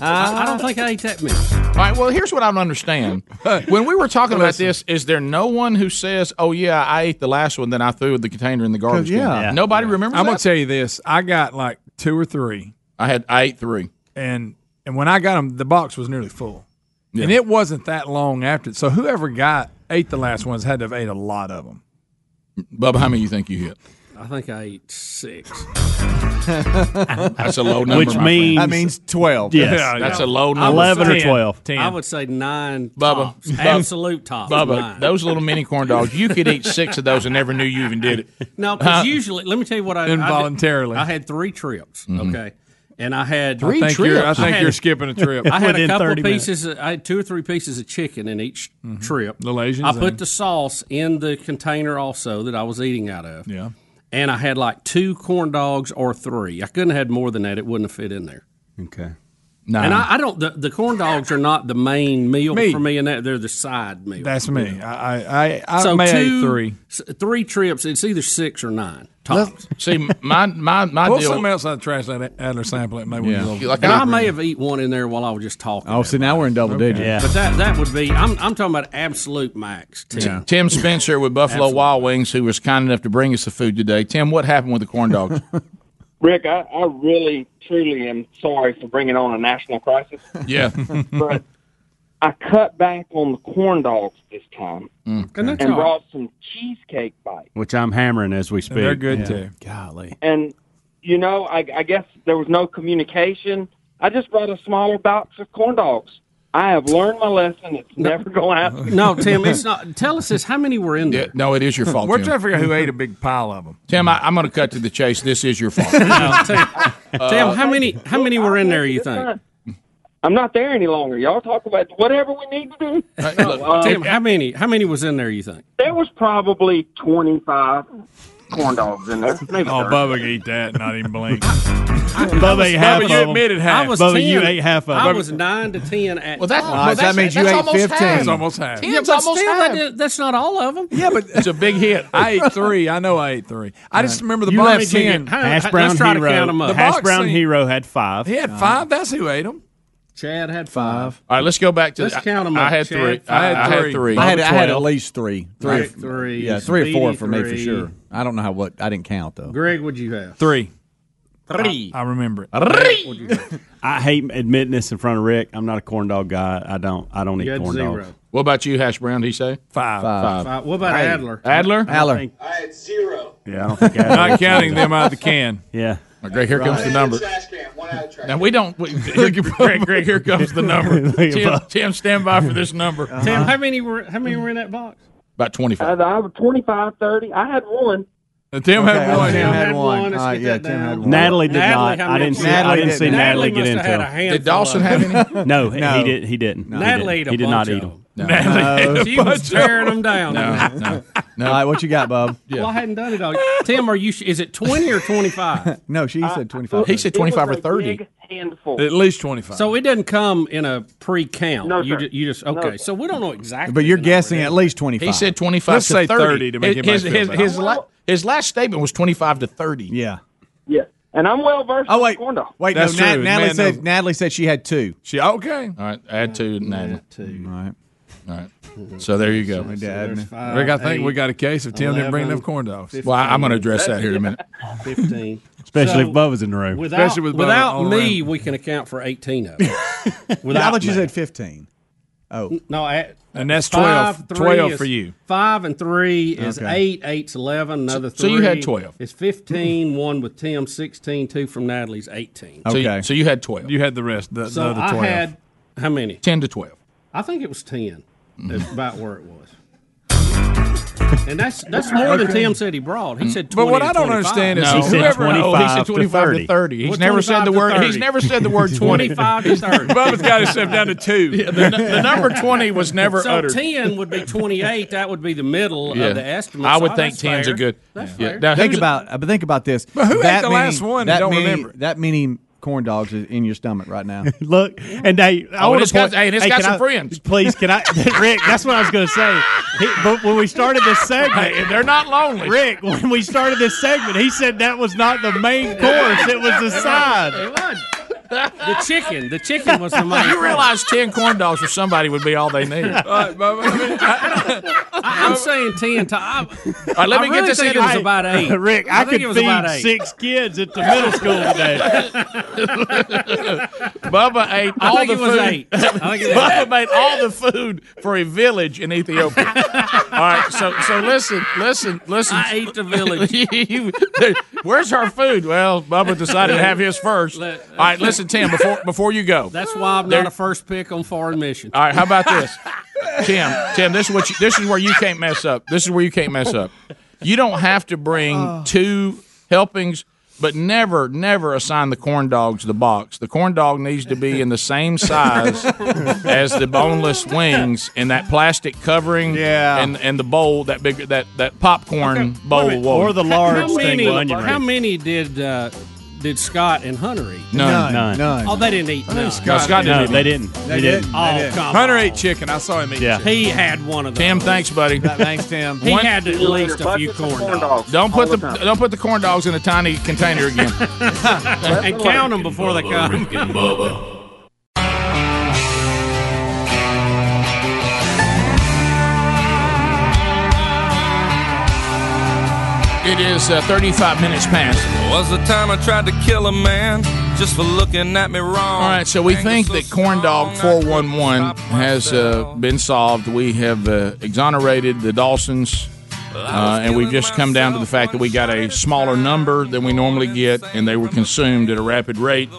Speaker 3: I don't think I ate that many.
Speaker 2: All right. Well, here's what I don't understand. When we were talking about this, is there no one who says, "Oh yeah, I ate the last one, then I threw the container in the garbage"? can? Nobody remembers.
Speaker 11: I'm gonna
Speaker 2: that?
Speaker 11: tell you this. I got like two or three.
Speaker 2: I had I ate three,
Speaker 11: and and when I got them, the box was nearly full,
Speaker 2: Yeah.
Speaker 11: and it wasn't that long after. So whoever got ate the last ones had to have ate a lot of them.
Speaker 2: Bubba, how many you think you hit?
Speaker 3: I think I ate six.
Speaker 2: That's a low number.
Speaker 3: Which
Speaker 2: my friend.
Speaker 3: means- That means 12.
Speaker 2: Yeah,
Speaker 3: Yes.
Speaker 2: that's a low number.
Speaker 3: I would say nine.
Speaker 2: Bubba,
Speaker 3: tops. absolute top.
Speaker 2: Bubba, those little mini corn dogs, you could eat six of those and never knew you even did it.
Speaker 3: No, because
Speaker 2: Huh?
Speaker 3: usually, let me tell you what I I did-
Speaker 2: Involuntarily.
Speaker 3: I, had three trips.
Speaker 2: Mhm.
Speaker 3: Okay, and I had
Speaker 11: I Three think you're- I trips? think
Speaker 3: had-
Speaker 11: you're skipping a trip.
Speaker 3: I had a
Speaker 11: Within
Speaker 3: couple
Speaker 11: 30
Speaker 3: of pieces. Of, I had two or three pieces of chicken in each trip.
Speaker 11: Little Asians
Speaker 3: I put
Speaker 11: Mm-hmm. and-
Speaker 3: the sauce in the container also that I was eating out of.
Speaker 11: Yeah.
Speaker 3: And I had like two corn dogs or three. I couldn't have had more than that. It wouldn't have fit in there.
Speaker 12: Okay.
Speaker 2: Nah.
Speaker 3: And I, I don't. The, the corn dogs are not the main meal
Speaker 11: Me.
Speaker 3: for me, and that they're the side meal.
Speaker 11: That's
Speaker 3: you
Speaker 11: me.
Speaker 3: know.
Speaker 11: I I I, I
Speaker 3: so
Speaker 11: may
Speaker 3: two,
Speaker 11: ate three.
Speaker 3: s- three trips. It's either six or nine. Tops.
Speaker 2: See, my my my
Speaker 11: Pull
Speaker 2: deal-
Speaker 11: something else out of the trash that Adler sample it maybe
Speaker 2: Yeah.
Speaker 11: we'll be
Speaker 2: Like
Speaker 3: And I may have eaten one in there while I was just talking.
Speaker 9: Oh, see, now we're in double digits.
Speaker 3: But that that would be. I'm I'm talking about absolute max.
Speaker 2: T-
Speaker 3: Tim.
Speaker 2: Tim Spencer with Buffalo
Speaker 3: Absolutely.
Speaker 2: Wild Wings, who was kind enough to bring us the food today. Tim, what happened with the corn dogs?
Speaker 20: Rick, I, I really, truly am sorry for bringing on a national crisis,
Speaker 2: yeah.
Speaker 20: but I cut back on the corn dogs this time
Speaker 3: Mm.
Speaker 12: And
Speaker 20: and brought some cheesecake bites.
Speaker 12: Which I'm hammering as we speak.
Speaker 11: they're good,
Speaker 12: Yeah.
Speaker 11: too.
Speaker 12: Golly.
Speaker 20: And, you know, I, I guess there was no communication. I just brought a smaller box of corn dogs. I have learned my lesson. It's never going to happen.
Speaker 3: No, Tim, it's not. Tell us this. How many were in there?
Speaker 2: No, it is your fault.
Speaker 11: We're
Speaker 2: Tim.
Speaker 11: trying to figure out who ate a big pile of them.
Speaker 2: Tim, I, I'm going to cut to the chase. This is your fault. Uh,
Speaker 3: Tim, how many how many were in there? You think?
Speaker 20: I'm not there any longer. Y'all talk about whatever we need to do. No, uh,
Speaker 3: Tim, how many how many was in there? You think?
Speaker 20: there was probably 25 corn dogs in there. Maybe
Speaker 11: Oh,
Speaker 20: 30.
Speaker 11: Bubba could eat that, and not even blink.
Speaker 12: Bubba ate half of 'em.
Speaker 3: I was
Speaker 12: Bubba,
Speaker 3: 10.
Speaker 12: you ate half of
Speaker 3: I
Speaker 12: them.
Speaker 3: was nine to ten at.
Speaker 12: Well, that- well, Nice. That that's- means you that's ate almost 15. half. That's almost half.
Speaker 3: Yeah,
Speaker 12: Ten's
Speaker 3: but
Speaker 12: almost
Speaker 3: still, that
Speaker 12: half.
Speaker 3: did- that's not all of them.
Speaker 11: Yeah, but it's
Speaker 2: a big hit.
Speaker 11: I ate three. I know I ate three. I just remember the
Speaker 12: You
Speaker 11: box
Speaker 12: left
Speaker 11: seeing
Speaker 12: Hash brown hero.
Speaker 11: The
Speaker 12: Hash
Speaker 11: box
Speaker 12: brown
Speaker 11: seeing-
Speaker 12: hero had five.
Speaker 11: He had five. That's who ate them.
Speaker 3: Chad had five.
Speaker 2: All right, let's go back to.
Speaker 12: Let's
Speaker 2: I-
Speaker 12: count 'em
Speaker 2: I
Speaker 12: up,
Speaker 2: had
Speaker 12: Chad.
Speaker 2: three.
Speaker 12: I
Speaker 2: I
Speaker 12: had
Speaker 2: I had
Speaker 12: three.
Speaker 2: three.
Speaker 9: I had, I had at least three. Three,
Speaker 2: I
Speaker 9: or
Speaker 2: had
Speaker 9: f-
Speaker 2: three.
Speaker 9: Yeah, three or four
Speaker 2: Speedy,
Speaker 9: for me for
Speaker 2: three.
Speaker 9: sure. I don't know how what I didn't count though.
Speaker 3: Greg, what'd you have?
Speaker 12: Three.
Speaker 3: Three.
Speaker 11: I, remember it.
Speaker 12: I hate admitting this in front of Rick. I'm not a corn dog guy. I don't. I don't
Speaker 3: You
Speaker 12: eat
Speaker 3: had
Speaker 12: corn
Speaker 3: zero.
Speaker 12: dogs.
Speaker 2: What about you, Hash Brown? Did he say
Speaker 11: five?
Speaker 12: Five.
Speaker 3: Five. What about
Speaker 12: Hey.
Speaker 3: Adler?
Speaker 2: Adler?
Speaker 12: Adler. I
Speaker 3: I had zero.
Speaker 12: Yeah, I don't think
Speaker 11: Not counting them out of the can.
Speaker 12: Yeah.
Speaker 2: Greg, here comes the number. Now we don't. We, Greg, Greg, here comes the number.
Speaker 12: Look at
Speaker 2: Tim,
Speaker 12: Bubba.
Speaker 2: Tim, stand by for this number.
Speaker 3: Tim, how many were how many were in that box?
Speaker 2: About twenty
Speaker 20: I,
Speaker 2: five.
Speaker 20: I was 25, 30. I had one.
Speaker 11: Uh,
Speaker 2: Tim
Speaker 20: had Okay, one.
Speaker 9: uh, Tim had one.
Speaker 3: Let's
Speaker 9: All right,
Speaker 3: get
Speaker 9: yeah,
Speaker 3: that
Speaker 9: Tim
Speaker 3: down.
Speaker 9: had one.
Speaker 12: Natalie did
Speaker 3: Natalie,
Speaker 12: not.
Speaker 3: how
Speaker 12: I didn't
Speaker 3: many-
Speaker 12: see. I
Speaker 3: Natalie
Speaker 12: didn't see
Speaker 3: didn't. Natalie
Speaker 12: Natalie, get
Speaker 3: must
Speaker 12: into.
Speaker 3: have had a
Speaker 12: them.
Speaker 3: handful Did Dawson of have them. any?
Speaker 12: No, he-
Speaker 3: No.
Speaker 12: he did. He didn't. He
Speaker 3: Natalie
Speaker 12: didn't.
Speaker 3: ate a
Speaker 12: He did not
Speaker 3: bunch
Speaker 12: eat
Speaker 3: of
Speaker 12: them.
Speaker 3: Natalie ate a She was bunch of tearing 'em. them down.
Speaker 12: No,
Speaker 2: no.
Speaker 9: All right, what you got, Bub?
Speaker 3: Well, I hadn't done it all. Tim, are you? Is it twenty or twenty five?
Speaker 9: no, she said twenty five.
Speaker 3: Uh, He said It was 25 or a 30. big
Speaker 12: Uh,
Speaker 20: handful.
Speaker 11: At least twenty five.
Speaker 3: So it doesn't come in a pre count.
Speaker 9: No,
Speaker 3: you,
Speaker 9: sir.
Speaker 3: ju- you just
Speaker 9: No,
Speaker 3: okay.
Speaker 9: sir.
Speaker 3: so we don't know exactly.
Speaker 9: But you're guessing at least twenty five.
Speaker 2: He said twenty five. to 30. His- his, his, his, la- his last statement was twenty five to thirty.
Speaker 9: Yeah.
Speaker 20: Yeah, and I'm well versed.
Speaker 9: Oh wait, wait.
Speaker 2: That's
Speaker 9: no, Nat-
Speaker 2: true.
Speaker 9: Natalie
Speaker 2: Man,
Speaker 9: said. Natalie said she had two.
Speaker 11: She okay.
Speaker 2: All right, add two, Natalie.
Speaker 3: Two.
Speaker 9: All right.
Speaker 2: All right. So there you go.
Speaker 11: Rick, I think we got a case of Tim didn't bring enough corn dogs.
Speaker 2: Well, I- I'm going to address that here in a minute.
Speaker 3: Fifteen.
Speaker 12: Especially
Speaker 3: So,
Speaker 12: if Bubba's in the room.
Speaker 3: Without, without me, we can account for eighteen of them.
Speaker 9: Without I thought you
Speaker 3: me.
Speaker 9: said fifteen. Oh
Speaker 3: no, I,
Speaker 11: And that's
Speaker 3: Five,
Speaker 11: 12,
Speaker 3: three
Speaker 11: 12
Speaker 3: is-
Speaker 11: for you.
Speaker 3: Five and three is
Speaker 11: Okay.
Speaker 3: eight. Eight's eleven. Another
Speaker 2: So- so
Speaker 3: three.
Speaker 2: you had 12.
Speaker 3: It's fifteen. one with Tim. Sixteen. Two from Natalie's. Eighteen.
Speaker 2: So you- So you, had twelve.
Speaker 11: You had the rest. The,
Speaker 3: So
Speaker 11: the
Speaker 3: I
Speaker 11: other twelve.
Speaker 3: had how many?
Speaker 2: Ten to twelve.
Speaker 3: I think it was ten.
Speaker 2: Mm-hmm.
Speaker 3: That's about where it was. And that's that's more than
Speaker 2: Okay.
Speaker 3: Tim said he brought. He said
Speaker 2: Mm. But
Speaker 3: twenty.
Speaker 2: what
Speaker 3: to
Speaker 2: I don't
Speaker 3: 25.
Speaker 2: understand is No. whoever- no, he said 25 to 25 to 30. 30. He's
Speaker 3: Well,
Speaker 2: never said
Speaker 3: 25
Speaker 2: the
Speaker 3: to
Speaker 2: word- he's
Speaker 3: 30.
Speaker 2: never said the word 20.
Speaker 3: 25 to 30.
Speaker 2: Bubba's got himself down to two. Yeah, the nu- the number 20 was never
Speaker 3: so
Speaker 2: uttered.
Speaker 3: 10 would be 28. That would be the middle
Speaker 2: Yeah.
Speaker 3: of uh, the estimate.
Speaker 2: I would
Speaker 3: So oh,
Speaker 2: think
Speaker 3: that's
Speaker 2: 10's a
Speaker 3: fair.
Speaker 2: good-
Speaker 3: That's
Speaker 2: yeah.
Speaker 3: fair.
Speaker 2: Now,
Speaker 9: think
Speaker 2: who's-
Speaker 9: about uh, but think about this.
Speaker 2: But who ate
Speaker 9: That
Speaker 2: the
Speaker 9: many-
Speaker 2: last one and
Speaker 9: That
Speaker 2: don't
Speaker 9: many,
Speaker 2: remember?
Speaker 9: That many corn dogs is in your stomach right now.
Speaker 12: Look, and they. I
Speaker 9: Oh,
Speaker 12: want
Speaker 9: it's
Speaker 12: to point.
Speaker 9: got- hey, it's got
Speaker 12: can
Speaker 9: some
Speaker 12: I-
Speaker 9: friends.
Speaker 12: Please, can I, Rick? That's what I was going to say. He- but when we started this segment,
Speaker 2: they're not lonely.
Speaker 12: Rick, when we started this segment, he said that was not the main course; it was the side.
Speaker 3: It was. The chicken. The chicken was the main
Speaker 2: You realize ten corn dogs for somebody would be all they need.
Speaker 3: Uh, I, I'm saying 10. To, I,
Speaker 2: All right, let me
Speaker 3: I
Speaker 2: get
Speaker 3: really
Speaker 2: this
Speaker 3: think
Speaker 2: in-
Speaker 3: it was about 8.
Speaker 12: Rick, I,
Speaker 3: think
Speaker 12: could
Speaker 3: it was about
Speaker 12: feed
Speaker 3: eight.
Speaker 12: six kids at the middle school today.
Speaker 2: Bubba ate
Speaker 12: I
Speaker 2: all
Speaker 12: think
Speaker 2: the
Speaker 12: it was
Speaker 2: food.
Speaker 12: eight. I think it was
Speaker 2: Bubba
Speaker 12: eight.
Speaker 2: made all the food for a village in Ethiopia. all right, so so listen, listen, listen.
Speaker 3: I ate the village.
Speaker 2: You- Where's our food? Well, Bubba decided to have his first. All right, listen, Tim. Before before you go,
Speaker 3: That's why I'm
Speaker 2: There-
Speaker 3: not a first pick on foreign missions.
Speaker 2: All right, how about this, Tim? Tim, this is what you, this is where you can't mess up. This is where you can't mess up. You don't have to
Speaker 3: Oh.
Speaker 2: bring two helpings, but never, never assign the corn dogs the box. The corn dog needs to be in the same size as the boneless wings in that plastic covering,
Speaker 12: Yeah.
Speaker 2: and and the bowl that big that that popcorn bowl, will-
Speaker 3: How many, how many did uh, did Scott and Hunter eat?
Speaker 2: None. None. None.
Speaker 3: Oh, they didn't eat.
Speaker 2: I think
Speaker 3: None.
Speaker 2: Scott- No, Scott didn't No, eat they none. didn't. They They didn't. didn't.
Speaker 3: Oh,
Speaker 2: They didn't.
Speaker 3: come
Speaker 2: Hunter
Speaker 3: on.
Speaker 2: ate chicken. I saw him eat Yeah. chicken.
Speaker 3: He had one of those.
Speaker 2: Tim, thanks, buddy. Thanks, Tim.
Speaker 3: He had at least a few corn dogs.
Speaker 2: Don't put
Speaker 3: All the
Speaker 2: the, don't put the corn dogs in a tiny container again.
Speaker 3: and count them before they come.
Speaker 6: Rick and Bubba.
Speaker 2: It is uh, 35 minutes past.
Speaker 21: Was the time I tried to kill a man just for looking at me wrong.
Speaker 2: All right, so we think that corn dog 411 has uh, been solved. We have uh, exonerated the Dawsons, uh, and we've just come down to the fact that we got a smaller number than we normally get, and they were consumed at a rapid rate.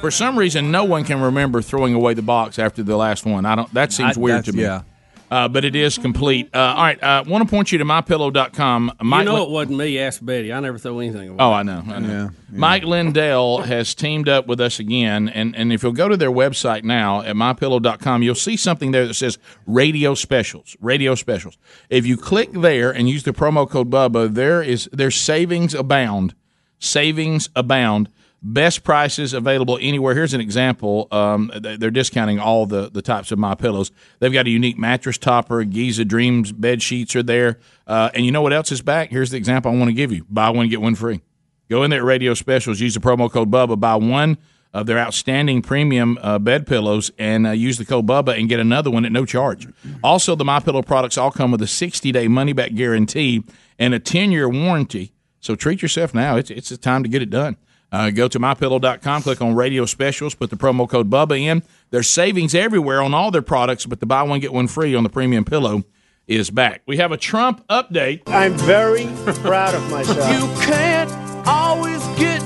Speaker 2: For some reason, no one can remember throwing away the box after the last one. I don't. That seems
Speaker 9: I-
Speaker 2: weird to
Speaker 9: that's-
Speaker 2: me.
Speaker 9: yeah.
Speaker 2: Uh, but it is complete. Uh, all right, I uh, want to point you to mypillow.com. Mike
Speaker 3: you know
Speaker 2: Lin-
Speaker 3: it wasn't me. Ask Betty. I never throw anything away.
Speaker 2: Oh, I know. I know. Mike Lindell has teamed up with us again. And, and if you'll go to their website now at mypillow.com, you'll see something there that says radio specials. Radio specials. If you click there and use the promo code Bubba, there is there's savings abound. Savings abound. Best prices available anywhere. Here's an example. Um, they- they're discounting all the, the types of my pillows. They've got a unique mattress topper. Giza Dreams bed sheets are there. Uh, and you know what else is back? Here's the example I want to give you. Buy one, get one free. Go in there at Radio Specials. Use the promo code Bubba. Buy one of their outstanding premium uh, bed pillows and uh, use the code Bubba and get another one at no charge. Also, the My Pillow products all come with a 60 day money back guarantee and a 10 year warranty. So treat yourself now. It's, it's the time to get it done. Uh, go to mypillow.com, click on radio specials, put the promo code Bubba in. There's savings everywhere on all their products, but the buy one, get one free on the premium pillow is back. We have a Trump update.
Speaker 1: I'm very proud of myself.
Speaker 7: You can't always get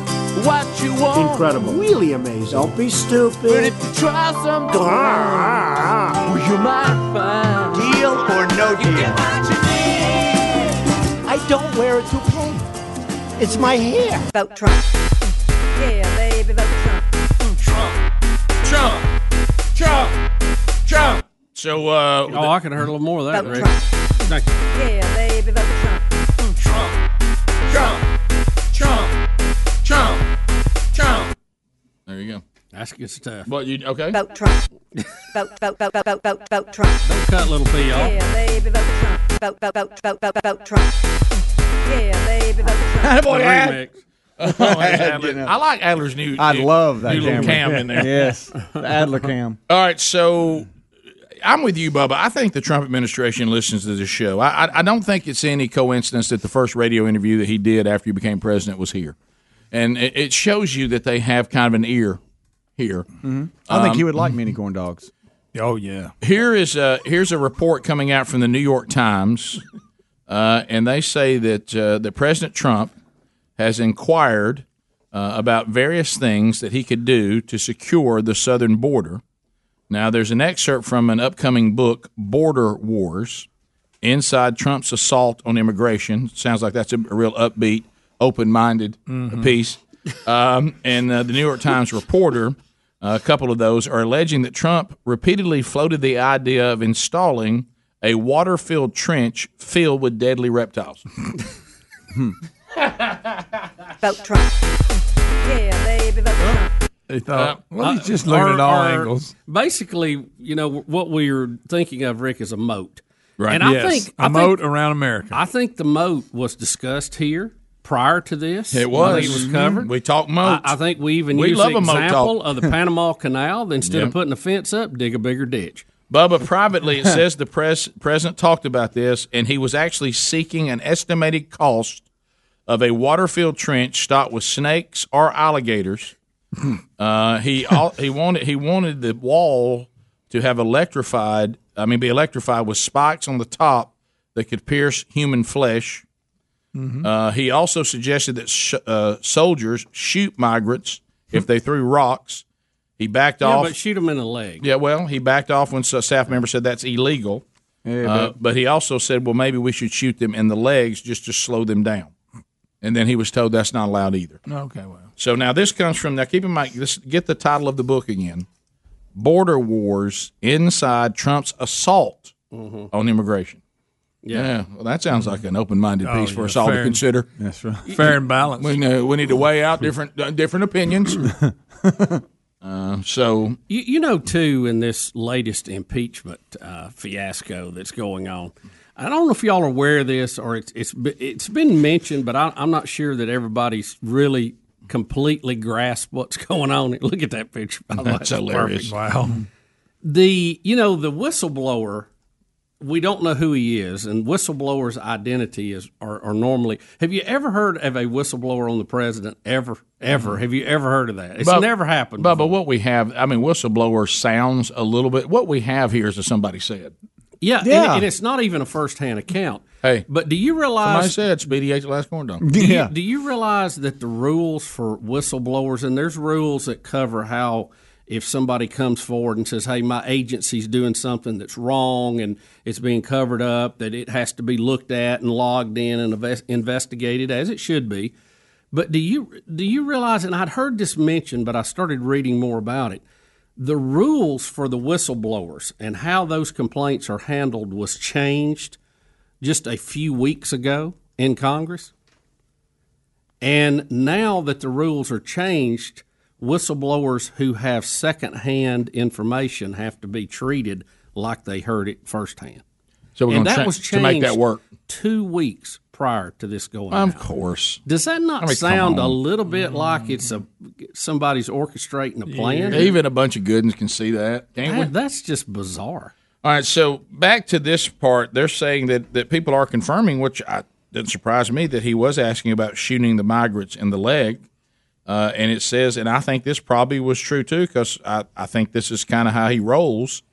Speaker 7: what you want.
Speaker 1: Incredible. Really amazing. Don't be stupid. Ah,
Speaker 7: But if you try something, well, you might find deal or no deal.
Speaker 1: I don't wear a toupee. It's my hair. Vote Trump.
Speaker 7: Yeah, baby, but
Speaker 2: Trump. Trump. Trump. So, uh,
Speaker 3: oh, I could have heard a little more of that. Rick. Thank you.
Speaker 7: yeah, baby, but Mm,
Speaker 2: There you go.
Speaker 3: That's good stuff.
Speaker 2: But you okay?
Speaker 7: vote Trump. Vote, vote, vote, vote, vote, vote, vote Trump.
Speaker 3: Don't cut little P off.
Speaker 7: Yeah, baby, vote Trump. Vote, vote, vote, vote, vote, vote Trump. Yeah, baby, vote Trump.
Speaker 2: Boy, Ad. Oh, that's Adler.
Speaker 9: You know.
Speaker 2: I like Adler's new.
Speaker 9: I love that
Speaker 2: new little cam
Speaker 9: camera.
Speaker 2: in there.
Speaker 9: Yes, the Adler cam.
Speaker 2: All right, so I'm with you, Bubba. I think the Trump administration listens to this show. I, I, I don't think it's any coincidence that the first radio interview that he did after he became president was here, and it, it shows you that they have kind of an ear here.
Speaker 9: Mhm. I think
Speaker 2: Um,
Speaker 9: he would like mini corn dogs.
Speaker 2: Oh yeah. Here is a here's a report coming out from the New York Times, uh, and they say that uh, that President Trump has inquired uh, about various things that he could do to secure the southern border. Now, there's an excerpt from an upcoming book, Border Wars Inside Trump's Assault on Immigration. Sounds like that's a, a real upbeat, open minded
Speaker 11: Mhm.
Speaker 2: piece. Um, and uh, the New York Times reporter, uh, a couple of those, are alleging that Trump repeatedly floated the idea of installing a water filled trench filled with deadly reptiles.
Speaker 7: Vote Trump. Yeah, baby, vote Trump.
Speaker 2: They
Speaker 3: Uh,
Speaker 10: thought, well, he's just looking at all angles.
Speaker 3: Basically, you know what we are thinking of, Rick, is a moat.
Speaker 10: Right.
Speaker 3: And I
Speaker 10: Yes,
Speaker 3: think
Speaker 10: a
Speaker 3: I think-
Speaker 10: moat around America.
Speaker 3: I think the moat was discussed here prior to this.
Speaker 2: It
Speaker 3: I
Speaker 2: was.
Speaker 3: think it was
Speaker 2: Mhm.
Speaker 10: Mm-hmm.
Speaker 3: covered.
Speaker 2: We talked moat.
Speaker 3: I, I think we even
Speaker 2: We
Speaker 3: used
Speaker 2: love
Speaker 3: the
Speaker 2: a moat
Speaker 3: example
Speaker 2: talk.
Speaker 3: of the Panama Canal. that Instead
Speaker 2: Yeah.
Speaker 3: of putting a fence up, dig a bigger ditch.
Speaker 2: Bubba, privately, it says the press president talked about this, and he was actually seeking an estimated cost of a water-filled trench stocked with snakes or alligators.
Speaker 3: Hmm.
Speaker 2: Uh, he al- he wanted he wanted the wall to have electrified. I mean, be electrified with spikes on the top that could pierce human flesh.
Speaker 11: Mm-hmm.
Speaker 3: Hmm.
Speaker 2: Uh, he also suggested that sh- uh, soldiers shoot migrants if they threw rocks. He backed
Speaker 3: Yeah,
Speaker 2: off.
Speaker 3: but shoot them in the leg.
Speaker 2: Yeah, well, he backed off when a staff member said that's illegal. Uh,
Speaker 3: but-
Speaker 2: but he also said, well, maybe we should shoot them in the legs just to slow them down. And then he was told that's not allowed either.
Speaker 10: Okay, well.
Speaker 2: So now this comes from now. Keep in mind, this, get the title of the book again: "Border Wars Inside Trump's Assault
Speaker 11: Mm-hmm.
Speaker 2: on Immigration." Yeah. well, that sounds like an open-minded
Speaker 10: Oh,
Speaker 2: piece for
Speaker 10: yeah,
Speaker 2: us all
Speaker 10: fair
Speaker 2: to
Speaker 10: and-
Speaker 2: consider.
Speaker 10: that's right. Fair and balanced.
Speaker 2: We, know, we need to weigh out different uh, different opinions. uh, so
Speaker 3: You, you know, too, in this latest impeachment uh, fiasco that's going on, I don't know if y'all are aware of this or it's it's be- it's been mentioned, but I, I'm not sure that everybody's really completely grasped what's going on. Look at that picture. by the way. It's
Speaker 2: That's hilarious.
Speaker 3: perfect. The you know the whistleblower. We don't know who he is, and whistleblower's identity is are, are normally. Have you ever heard of a whistleblower on the president? Ever, ever? Have you ever heard of that? It's
Speaker 2: Bub-
Speaker 3: never happened.
Speaker 2: Bubba, what we have, I mean, whistleblower sounds a little bit. What we have here is that somebody said.
Speaker 3: Yeah, and-
Speaker 2: Yeah.
Speaker 3: And, it's not even a first-hand account.
Speaker 2: Hey,
Speaker 3: but do you
Speaker 2: Somebody
Speaker 3: realize?
Speaker 2: said Speedy ate the last corn dog.
Speaker 3: Do you- do you realize that the rules for whistleblowers and there's rules that cover how if somebody comes forward and says, "Hey, my agency's doing something that's wrong and it's being covered up," that it has to be looked at and logged in and inves- investigated as it should be. But do you do you realize? And I'd heard this mentioned, but I started reading more about it. The rules for the whistleblowers and how those complaints are handled was changed just a few weeks ago in Congress. And now that the rules are changed, whistleblowers who have secondhand information have to be treated like they heard it firsthand.
Speaker 2: So we're
Speaker 3: and
Speaker 2: gonna
Speaker 3: that
Speaker 2: cha-
Speaker 3: was
Speaker 2: to make that
Speaker 3: changed
Speaker 2: work.
Speaker 3: two weeks prior to this going.
Speaker 2: Of
Speaker 3: out.
Speaker 2: course.
Speaker 3: Does that not
Speaker 2: I mean, come
Speaker 3: sound a
Speaker 2: on.
Speaker 3: little bit like it's a somebody's orchestrating a plan?
Speaker 2: Even a bunch of goodens can see that. Can't we?
Speaker 3: That- that's just bizarre.
Speaker 2: All right, so back to this part, they're saying that, that people are confirming, which I, doesn't surprise me, that he was asking about shooting the migrants in the leg. Uh, and it says, and I think this probably was true too, because I, I think this is kind of how he rolls.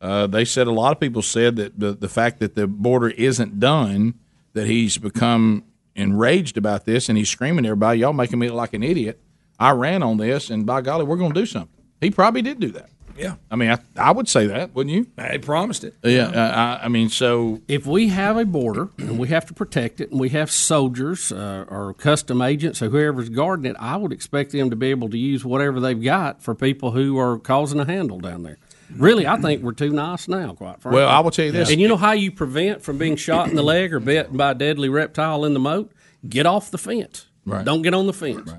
Speaker 2: Uh, they said a lot of people said that the, the fact that the border isn't done, that he's become enraged about this and he's screaming at everybody, y'all making me look like an idiot. I ran on this, and by golly, we're going to do something. He probably did do that.
Speaker 11: Yeah.
Speaker 2: I mean, I, I would say that, wouldn't you?
Speaker 11: They promised it.
Speaker 2: Yeah, uh, I, I mean, so
Speaker 3: if we have a border and we have to protect it, and we have soldiers uh, or custom agents or whoever's guarding it, I would expect them to be able to use whatever they've got for people who are causing a handle down there. Really, I think we're too nice now, quite frankly.
Speaker 2: Well, I will tell you this.
Speaker 3: And you know how you prevent from being shot in the leg or bitten by a deadly reptile in the moat? Get off the fence.
Speaker 2: Right.
Speaker 3: Don't get on the fence.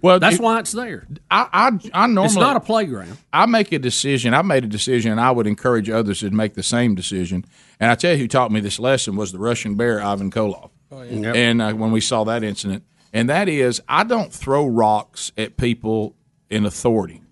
Speaker 2: Well,
Speaker 3: that's
Speaker 2: it-
Speaker 3: why it's there.
Speaker 2: I, I, I normally
Speaker 3: It's not a playground.
Speaker 2: I make a decision. I made a decision, and I would encourage others to make the same decision. And I tell you, who taught me this lesson was the Russian bear Ivan Koloff.
Speaker 3: Oh,
Speaker 2: And uh, when we saw that incident, and that is, I don't throw rocks at people in authority.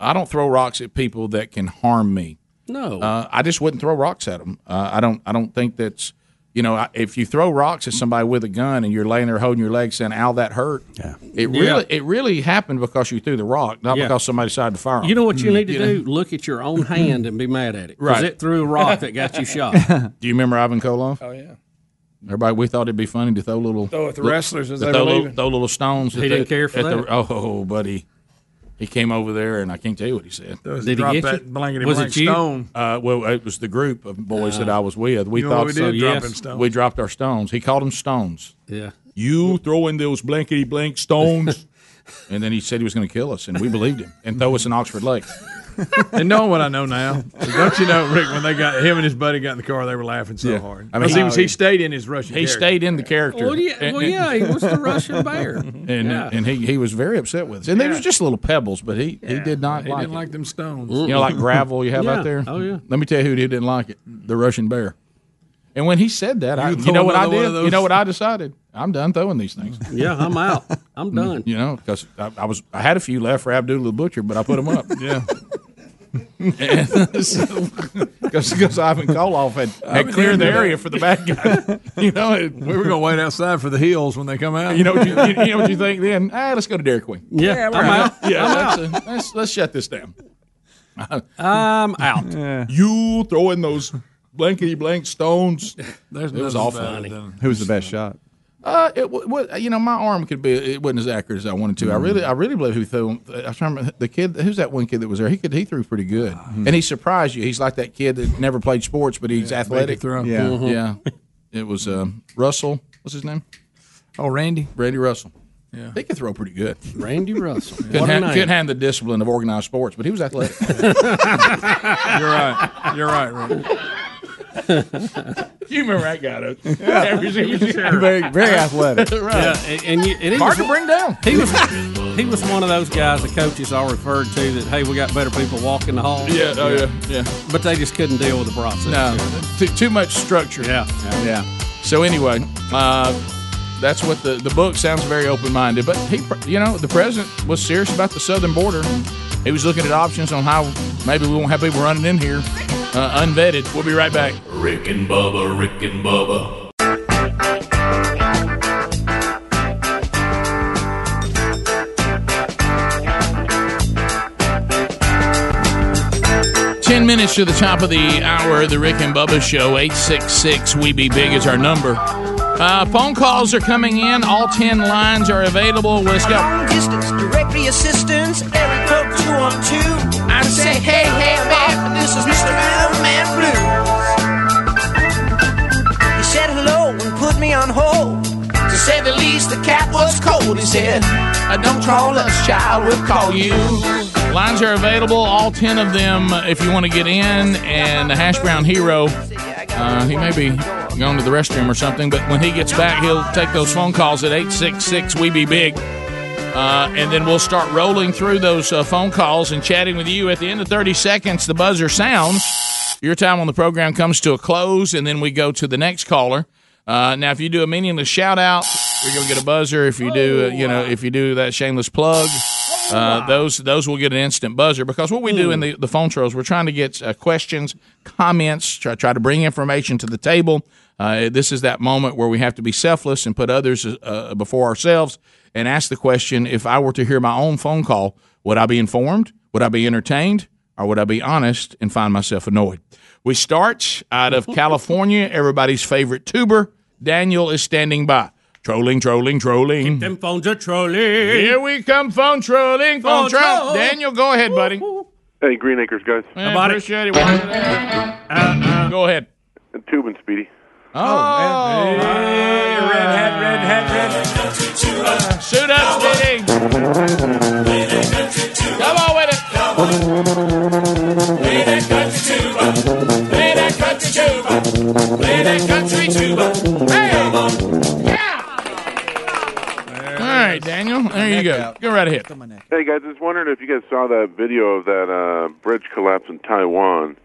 Speaker 2: I don't throw rocks at people that can harm me.
Speaker 3: No.
Speaker 2: Uh, I just wouldn't throw rocks at them. Uh, I don't. I don't think that's. You know, I- if you throw rocks at somebody with a gun and you're laying there holding your leg saying, "Ow, that hurt," yeah. it
Speaker 3: Yeah.
Speaker 2: really, it really happened because you threw the rock, not
Speaker 3: Yeah.
Speaker 2: because somebody decided to fire. 'em.
Speaker 3: You know what you need to
Speaker 2: Mm,
Speaker 3: do?
Speaker 2: know?
Speaker 3: Look at your own hand and be mad at it. 'Cause
Speaker 2: Right.
Speaker 3: it threw a rock that got you shot.
Speaker 2: Do you remember Ivan Koloff?
Speaker 11: Oh yeah.
Speaker 2: Everybody, we thought it'd be funny to throw little
Speaker 11: Throw at the wrestlers as
Speaker 2: to
Speaker 11: they
Speaker 2: throw,
Speaker 11: were
Speaker 2: little,
Speaker 11: leaving.
Speaker 2: throw little stones.
Speaker 11: He
Speaker 2: at
Speaker 11: didn't
Speaker 2: the-
Speaker 11: care for
Speaker 2: at the-
Speaker 11: that.
Speaker 2: oh, buddy, he came over there, and I can't tell you what he said.
Speaker 11: was Did he drop get that you? blankety Was blank it you? stone.
Speaker 2: Uh, well, it was the group of boys that I was with. We
Speaker 11: You know
Speaker 2: thought
Speaker 11: what we did?
Speaker 2: so,
Speaker 11: Dropping stones.
Speaker 2: We dropped our stones. He called them stones.
Speaker 3: Yeah.
Speaker 2: You throwing those blankety blank stones, and then he said he was going to kill us, and we believed him and throw us in Oxford Lake.
Speaker 11: and knowing what I know now, don't you know, Rick? When they got him and his buddy got in the car, they were laughing so
Speaker 2: Yeah.
Speaker 11: hard.
Speaker 2: I mean,
Speaker 11: 'Cause he was
Speaker 2: he-
Speaker 11: he stayed in his Russian.
Speaker 2: He
Speaker 11: character.
Speaker 2: stayed in the character.
Speaker 11: Well, yeah-
Speaker 2: And-
Speaker 11: well, yeah, he was the Russian bear.
Speaker 2: and
Speaker 11: Yeah.
Speaker 2: and he, he was very upset with us. And they were just little pebbles, but he, he did not
Speaker 11: He
Speaker 2: like
Speaker 11: didn't
Speaker 2: it.
Speaker 11: like them stones.
Speaker 2: You know, like gravel you have
Speaker 11: Yeah.
Speaker 2: out there.
Speaker 11: Oh, yeah.
Speaker 2: Let me tell you who didn't like it: the Russian bear. And when he said that, I,
Speaker 11: You
Speaker 2: you
Speaker 11: throw
Speaker 2: know what I
Speaker 11: another one
Speaker 2: did?
Speaker 11: of
Speaker 2: You know
Speaker 11: those?
Speaker 2: what I decided? I'm done throwing these things.
Speaker 3: Yeah, I'm out. I'm done.
Speaker 2: Mm, You know, because I, I was I had a few left for Abdullah the butcher, but I put them up. yeah. Because Ivan Koloff had,
Speaker 11: I've
Speaker 2: had
Speaker 11: been
Speaker 2: cleared the
Speaker 11: hearing
Speaker 2: area for the bad guy. you know, it-
Speaker 11: We were going to wait outside for the heels when they come out.
Speaker 2: You know what you, you, you know what you think then? Ah, let's go to Dairy Queen.
Speaker 11: Yeah, Yeah, we're I'm out. out.
Speaker 2: Yeah,
Speaker 11: I'm
Speaker 2: let's,
Speaker 11: out.
Speaker 2: uh, let's, let's shut this down.
Speaker 3: I'm out.
Speaker 2: You throwing those blankety blank stones?
Speaker 11: There's
Speaker 2: it was
Speaker 11: nothing
Speaker 2: awful.
Speaker 11: better than-
Speaker 9: Who was the best shot?
Speaker 2: Uh, it, w- w- you know, my arm could be. It wasn't as accurate as I wanted to. I
Speaker 11: Mm-hmm.
Speaker 2: really, I really believe who threw. 'em. I was trying to remember the kid. Who's that one kid that was there? He could. He threw pretty good,
Speaker 11: Uh-huh.
Speaker 2: and he surprised you. He's like that kid that never played sports, but he's athletic.
Speaker 11: throw.
Speaker 2: Yeah,
Speaker 11: Mhm.
Speaker 2: yeah. It was um, Russell. What's his name?
Speaker 11: Oh, Randy.
Speaker 2: Randy Russell.
Speaker 11: Yeah.
Speaker 2: He could throw pretty good.
Speaker 3: Randy Russell.
Speaker 2: Couldn't,
Speaker 3: What a
Speaker 2: ha-
Speaker 3: name.
Speaker 2: couldn't hand the discipline of organized sports, but he was athletic.
Speaker 11: You're right. You're right, Rick.
Speaker 2: you remember that guy, though?
Speaker 11: Yeah.
Speaker 9: Very- very athletic.
Speaker 2: right.
Speaker 3: Yeah, and, and, you, and he
Speaker 2: Hard
Speaker 3: was,
Speaker 2: to bring down.
Speaker 3: He was he was one of those guys the coaches all referred to that hey we got better people walking the halls.
Speaker 2: Yeah, oh, yeah, yeah.
Speaker 3: But they just couldn't deal with the process.
Speaker 2: No, too, too much structure.
Speaker 3: Yeah,
Speaker 2: yeah. So anyway, uh, that's what the the book sounds very open minded. But he, you know, the president was serious about the southern border. He was looking at options on how maybe we won't have people running in here uh, unvetted. We'll be right back.
Speaker 6: Rick and Bubba, Rick and Bubba.
Speaker 2: Ten minutes to the top of the hour. The Rick and Bubba Show. Eight six six. We be big is our number. Uh, phone calls are coming in. All ten lines are available. Let's go.
Speaker 7: distance directory assistance, Eric Pope 212. I say, hey, hey, man, this is Mr. Mailman Blues. He said hello and put me on hold. To say the least, the cat was cold. He said, "Uh, don't call us, child, we'll call you.
Speaker 2: Lines are available, all 10 of them, uh, if you want to get in. And the hash brown hero, uh, he may be gone to the restroom or something. But when he gets back, he'll take those phone calls at 866 We Be Big. Uh, and then we'll start rolling through those uh, phone calls and chatting with you. At the end of 30 seconds, the buzzer sounds. Your time on the program comes to a close, and then we go to the next caller. Uh, now, if you do a meaningless shout out, you're going to get a buzzer. If you do, uh, you know, if you do that shameless plug, uh, those those will get an instant buzzer because what we do
Speaker 3: Hmm.
Speaker 2: in the, the phone trolls, we're trying to get uh, questions, comments, try, try to bring information to the table. Uh, this is that moment where we have to be selfless and put others uh, before ourselves and ask the question if I were to hear my own phone call, would I be informed? Would I be entertained? Or would I be honest and find myself annoyed? We start out of California, everybody's favorite tuber. Daniel is standing by. Trolling, trolling, trolling.
Speaker 3: Them phones are trolling.
Speaker 2: Here we come, phone trolling, phone troll. Daniel, go ahead, buddy.
Speaker 8: Hey, Green Acres, guys.
Speaker 2: Man, appreciate it. Uh, Go ahead.
Speaker 8: And Tubin Speedy.
Speaker 2: Oh, man. red hat, red hat,
Speaker 3: Oh.
Speaker 2: red. Shoot up, Speedy. Come on with it.
Speaker 7: Play that country tuba. Play that country tuba. Play that country tuba.
Speaker 2: All right, Daniel. There you go. Go right ahead.
Speaker 8: Hey, guys, just wondering if you guys saw that video of that uh, bridge collapse in Taiwan.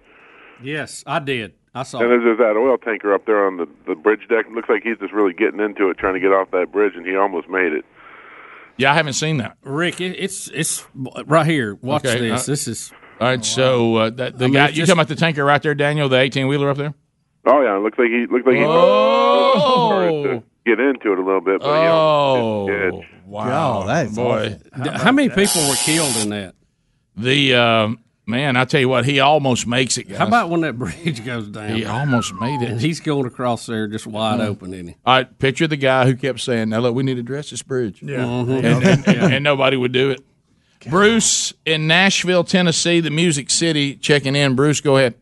Speaker 3: Yes, I did. I saw.
Speaker 8: And
Speaker 3: it.
Speaker 8: there's, there's that oil tanker up there on the, the bridge deck. It looks like he's just really getting into it, trying to get off that bridge, and he almost made it.
Speaker 2: Yeah, I haven't seen that.
Speaker 3: Rick, it, it's it's right here. Watch
Speaker 2: Okay,
Speaker 3: this.
Speaker 2: uh,
Speaker 3: this is
Speaker 2: All right, so uh, that, the
Speaker 3: I mean,
Speaker 2: guy,
Speaker 3: it's
Speaker 2: you
Speaker 3: just-
Speaker 2: talking about the tanker right there, Daniel, the 18 wheeler up there?
Speaker 8: Oh, yeah, it looks like he looks like he
Speaker 2: Oh!
Speaker 8: to get into it a little bit. But
Speaker 2: Oh,
Speaker 8: wow.
Speaker 2: that's boy. How
Speaker 3: many people were killed in that?
Speaker 2: The uh, man, I tell you what, he almost makes it. Guys.
Speaker 3: How about when that bridge goes down?
Speaker 2: He almost made it. Mm-hmm.
Speaker 3: And he's going across there just wide open, isn't he?
Speaker 2: All right, picture the guy who kept saying, "Now look, we need to dress this bridge,"
Speaker 3: Yeah. Mhm.
Speaker 2: and, and- and- and nobody would do it. Bruce in Nashville, Tennessee, the Music City, checking in. Bruce, go ahead.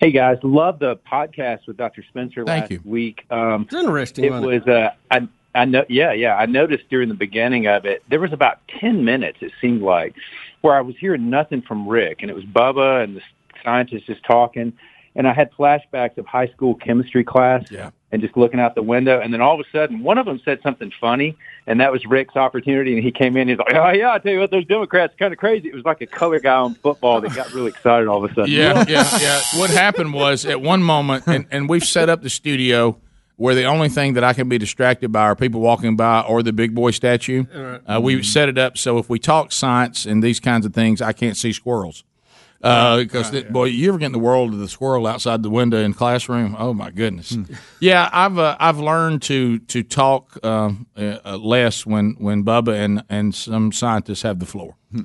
Speaker 22: Hey guys, love the podcast with Dr. Spencer
Speaker 2: Thank
Speaker 22: last
Speaker 2: you.
Speaker 22: week. Um, it's
Speaker 3: interesting.
Speaker 22: It
Speaker 3: wasn't
Speaker 22: was. Uh, I I know. Yeah, yeah. I noticed during the beginning of it, there was about ten minutes. It seemed like where I was hearing nothing from Rick, and it was Bubba and the scientists just talking, and I had flashbacks of high school chemistry class.
Speaker 2: Yeah.
Speaker 22: And just looking out the window, and then all of a sudden, one of them said something funny, and that was Rick's opportunity. And he came in, he's like, "Oh yeah, I tell you what, those Democrats kind of crazy." It was like a color guy on football that got really excited all of a sudden.
Speaker 2: Yeah, yeah, yeah. What happened was at one moment, and, and we've set up the studio where the only thing that I can be distracted by are people walking by or the big boy statue. Uh, we set it up so if we talk science and these kinds of things, I can't see squirrels. Because boy, you ever get in the world of the squirrel outside the window in classroom? Oh my goodness! Yeah, I've uh, I've learned to to talk um, uh, uh, less when when Bubba and and some scientists have the floor.
Speaker 3: Yeah,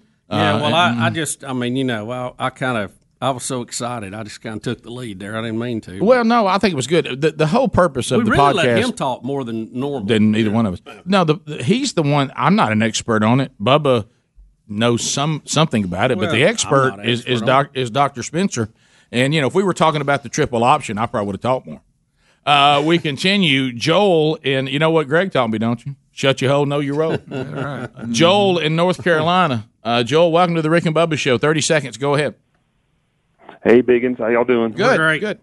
Speaker 2: Uh,
Speaker 3: well, I, I just, I mean, you know, I, I kind of, I was so excited, I just kind of took the lead there. I didn't mean to.
Speaker 2: Well, no, I think it was good. The, the whole purpose of
Speaker 3: we
Speaker 2: the
Speaker 3: really
Speaker 2: podcast
Speaker 3: let him talk more than normal.
Speaker 2: than either one of us. No, the, the- he's the one. I'm not an expert on it. Bubba knows some something about it, but
Speaker 3: Well,
Speaker 2: the
Speaker 3: I'm
Speaker 2: expert,
Speaker 3: not an
Speaker 2: is
Speaker 3: expert
Speaker 2: is
Speaker 3: on
Speaker 2: doc, is Doctor Spencer. And you know, if we were talking about the triple option, I probably would have talked more. Uh, we continue. Joel, and you know what Greg taught me, don't you? Shut your hole, know your role. Joel in North Carolina. Uh, Joel, welcome to the Rick and Bubba Show. Thirty seconds. Go ahead.
Speaker 23: Hey, Biggins, how y'all doing?
Speaker 2: Good, good.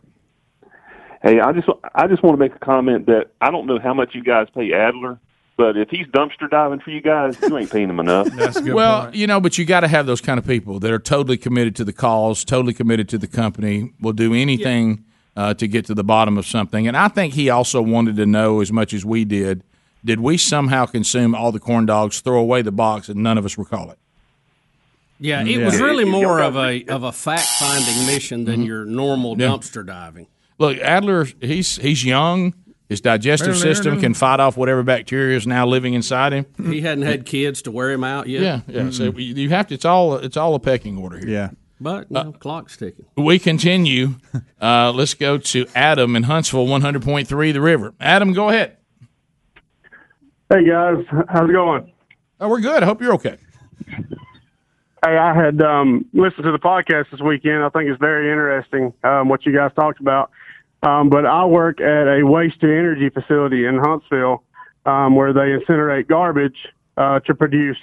Speaker 23: Hey, I just I just want to make a comment that I don't know how much you guys pay Adler, but if he's dumpster diving for you guys, you ain't paying him enough. That's
Speaker 2: well, you know, but you got to have those kind of people that are totally committed to the cause, totally committed to the company, will do anything uh, to get to the bottom of something. And I think he also wanted to know as much as we did did we somehow consume all the corn dogs, throw away the box, and none of us recall it?
Speaker 3: Yeah, it
Speaker 2: Yeah.
Speaker 3: was really
Speaker 2: Yeah,
Speaker 3: more of a of a fact finding mission than your normal
Speaker 2: Yeah.
Speaker 3: dumpster diving.
Speaker 2: Look, Adler, he's, he's young. His digestive system can fight off whatever bacteria is now living inside him.
Speaker 3: He hadn't had kids to wear him out yet.
Speaker 2: Yeah, yeah. So you you have to. It's all it's all a pecking order here. Uh,
Speaker 3: Yeah. But you know, clock's ticking.
Speaker 2: We continue. Uh, let's go to Adam in Huntsville, 100.3 The River. Adam, go ahead.
Speaker 24: Hey guys, how's it going?
Speaker 2: Oh, we're good. I hope you're okay.
Speaker 24: Hey, I had um, listened to the podcast this weekend. I think it's very interesting um, what you guys talked about. Um, but I work at a waste to energy facility in Huntsville um, where they incinerate garbage uh, to produce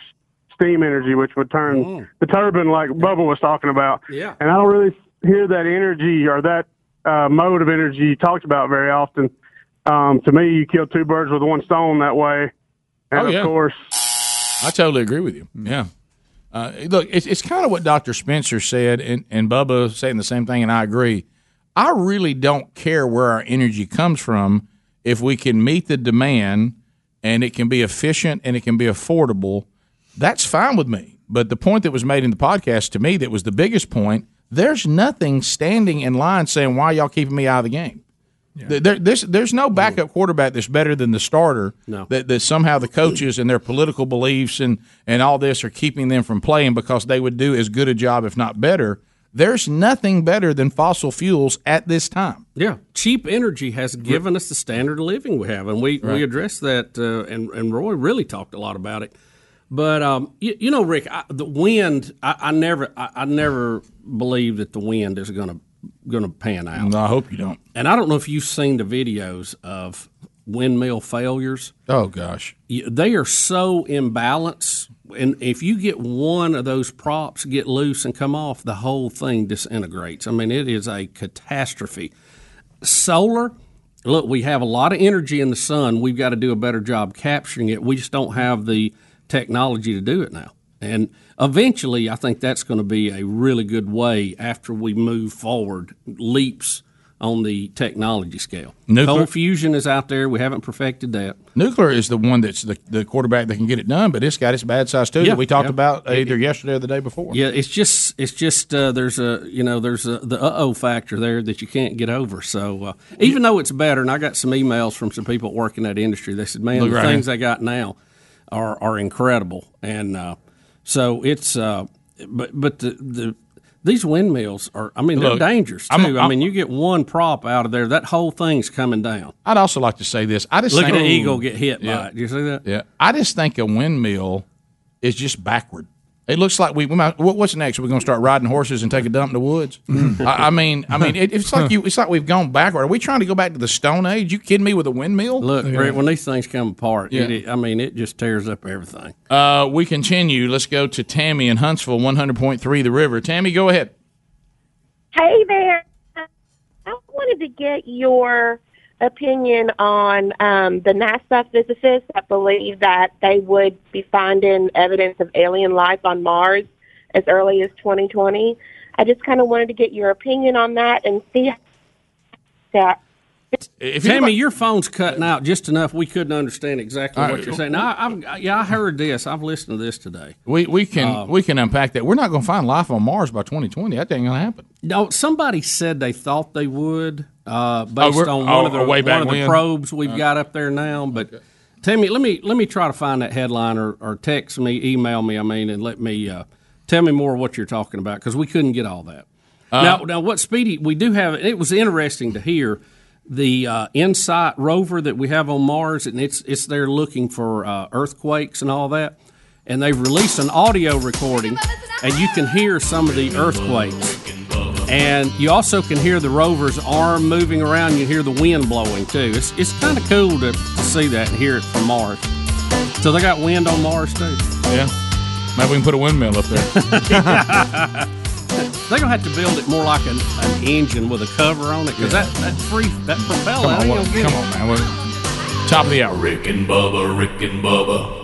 Speaker 24: steam energy, which would turn
Speaker 2: Oh.
Speaker 24: the turbine like Bubba was talking about.
Speaker 3: Yeah.
Speaker 24: And I don't really hear that energy or that uh, mode of energy talked about very often. Um, to me, you kill two birds with one stone that way. And
Speaker 2: Oh, yeah.
Speaker 24: of course,
Speaker 2: I totally agree with you. Yeah. Uh, look, it's, it's kind of what Dr. Spencer said, and, and Bubba saying the same thing, and I agree. I really don't care where our energy comes from if we can meet the demand and it can be efficient and it can be affordable. That's fine with me. But the point that was made in the podcast to me that was the biggest point there's nothing standing in line saying, why y'all keeping me out of the game? There- There, this, there's no backup quarterback that's better than the starter.
Speaker 3: No.
Speaker 2: That, that somehow the coaches and their political beliefs and, and all this are keeping them from playing because they would do as good a job, if not better. There's nothing better than fossil fuels at this time.
Speaker 3: Yeah, cheap energy has given us the standard of living we have, and we,
Speaker 2: Right.
Speaker 3: we addressed that, uh, and and Roy really talked a lot about it. But um, you, you know, Rick, I, the wind. I, I never, I, I never believe that the wind is going to going to pan out.
Speaker 2: No, I hope you don't.
Speaker 3: And I don't know if you've seen the videos of windmill failures.
Speaker 2: Oh gosh,
Speaker 3: they are so imbalanced, and if you get one of those props get loose and come off, the whole thing disintegrates. I mean, it is a catastrophe. Solar. Look, we have a lot of energy in the sun. We've got to do a better job capturing it. We just don't have the technology to do it now. And eventually, I think that's going to be a really good way after we move forward leaps on the technology scale.
Speaker 2: Nuclear-
Speaker 3: Coal fusion is out there. We haven't perfected that.
Speaker 2: Nuclear is the one that's the, the quarterback that can get it done, but it's got its bad sides too
Speaker 3: Yeah,
Speaker 2: that we talked
Speaker 3: yeah.
Speaker 2: about
Speaker 3: It-
Speaker 2: either yesterday or the day before.
Speaker 3: Yeah, it's just it's just uh, there's a you know there's a, the uh oh factor there that you can't get over. So uh, even though it's better, and I got some emails from some people working that industry, they said, "Man,
Speaker 2: Look
Speaker 3: the
Speaker 2: right
Speaker 3: things I got now are are incredible." And uh, so it's uh, but but the, the these windmills are I mean they're
Speaker 2: Look,
Speaker 3: dangerous too.
Speaker 2: I'm-
Speaker 3: i
Speaker 2: I'm-
Speaker 3: mean you get one prop out of there, that whole thing's coming down.
Speaker 2: I'd also like to say this. I just
Speaker 3: look
Speaker 2: think-
Speaker 3: at an eagle get hit by
Speaker 2: Yeah.
Speaker 3: it. Do you see that?
Speaker 2: Yeah, I just think a windmill is just backward. It looks like we. we might, what- what's next? We're going to start riding horses and take a dump in the woods. I, I mean, I mean, it, it's like you. It's like we've gone backward. Are we trying to go back to the Stone Age? You kidding me with a windmill?
Speaker 3: Look, Brett, when these things come apart,
Speaker 2: Yeah.
Speaker 3: it, I mean it just tears up everything.
Speaker 2: Uh, we continue. Let's go to Tammy in Huntsville, one hundred point three, the river. Tammy, go ahead.
Speaker 4: Hey there. I wanted to get your opinion on um, the NASA physicists that believe that they would be finding evidence of alien life on Mars as early as 2020. I just kind of wanted to get your opinion on that and see how that.
Speaker 2: If
Speaker 3: Tammy,
Speaker 2: anybody-
Speaker 3: your phone's cutting out just enough we couldn't understand exactly
Speaker 2: All
Speaker 3: what
Speaker 2: right.
Speaker 3: you're saying. Now, I, I've, I- yeah, I heard this. I've listened to this today.
Speaker 2: We we can
Speaker 3: Uh,
Speaker 2: we can unpack that. We're not going to find life on Mars by twenty twenty. That ain't going to happen.
Speaker 3: No, somebody said they thought they would uh, based
Speaker 2: we're-
Speaker 3: on
Speaker 2: oh,
Speaker 3: one of the,
Speaker 2: way back
Speaker 3: one of the
Speaker 2: when? Uh,
Speaker 3: probes we've
Speaker 2: Okay.
Speaker 3: got up there now. But Tammy, let me let me try to find that headline or, or text me, email me. I mean, and let me uh, tell me more what you're talking about because we couldn't get all that.
Speaker 2: Uh,
Speaker 3: now, now what Speedy we do have? It was interesting to hear the uh, InSight rover that we have on Mars, and it's it's there looking for uh, earthquakes and all that. And they released an audio recording, and you can hear some of the earthquakes. And you also can hear the rover's arm moving around. You hear the wind blowing too. It's it's kind of cool to, to see that and hear it from Mars. So they got wind on Mars too.
Speaker 2: Yeah, maybe we can put a windmill up there.
Speaker 3: They're gonna have to build it more like an, an engine with a cover on it because
Speaker 2: Yeah.
Speaker 3: that that free that propeller.
Speaker 2: Come on,
Speaker 3: ain't
Speaker 2: what-
Speaker 3: gonna get
Speaker 2: come
Speaker 3: it.
Speaker 2: on, man. We're- top of the hour.
Speaker 6: Rick and Bubba, Rick and Bubba,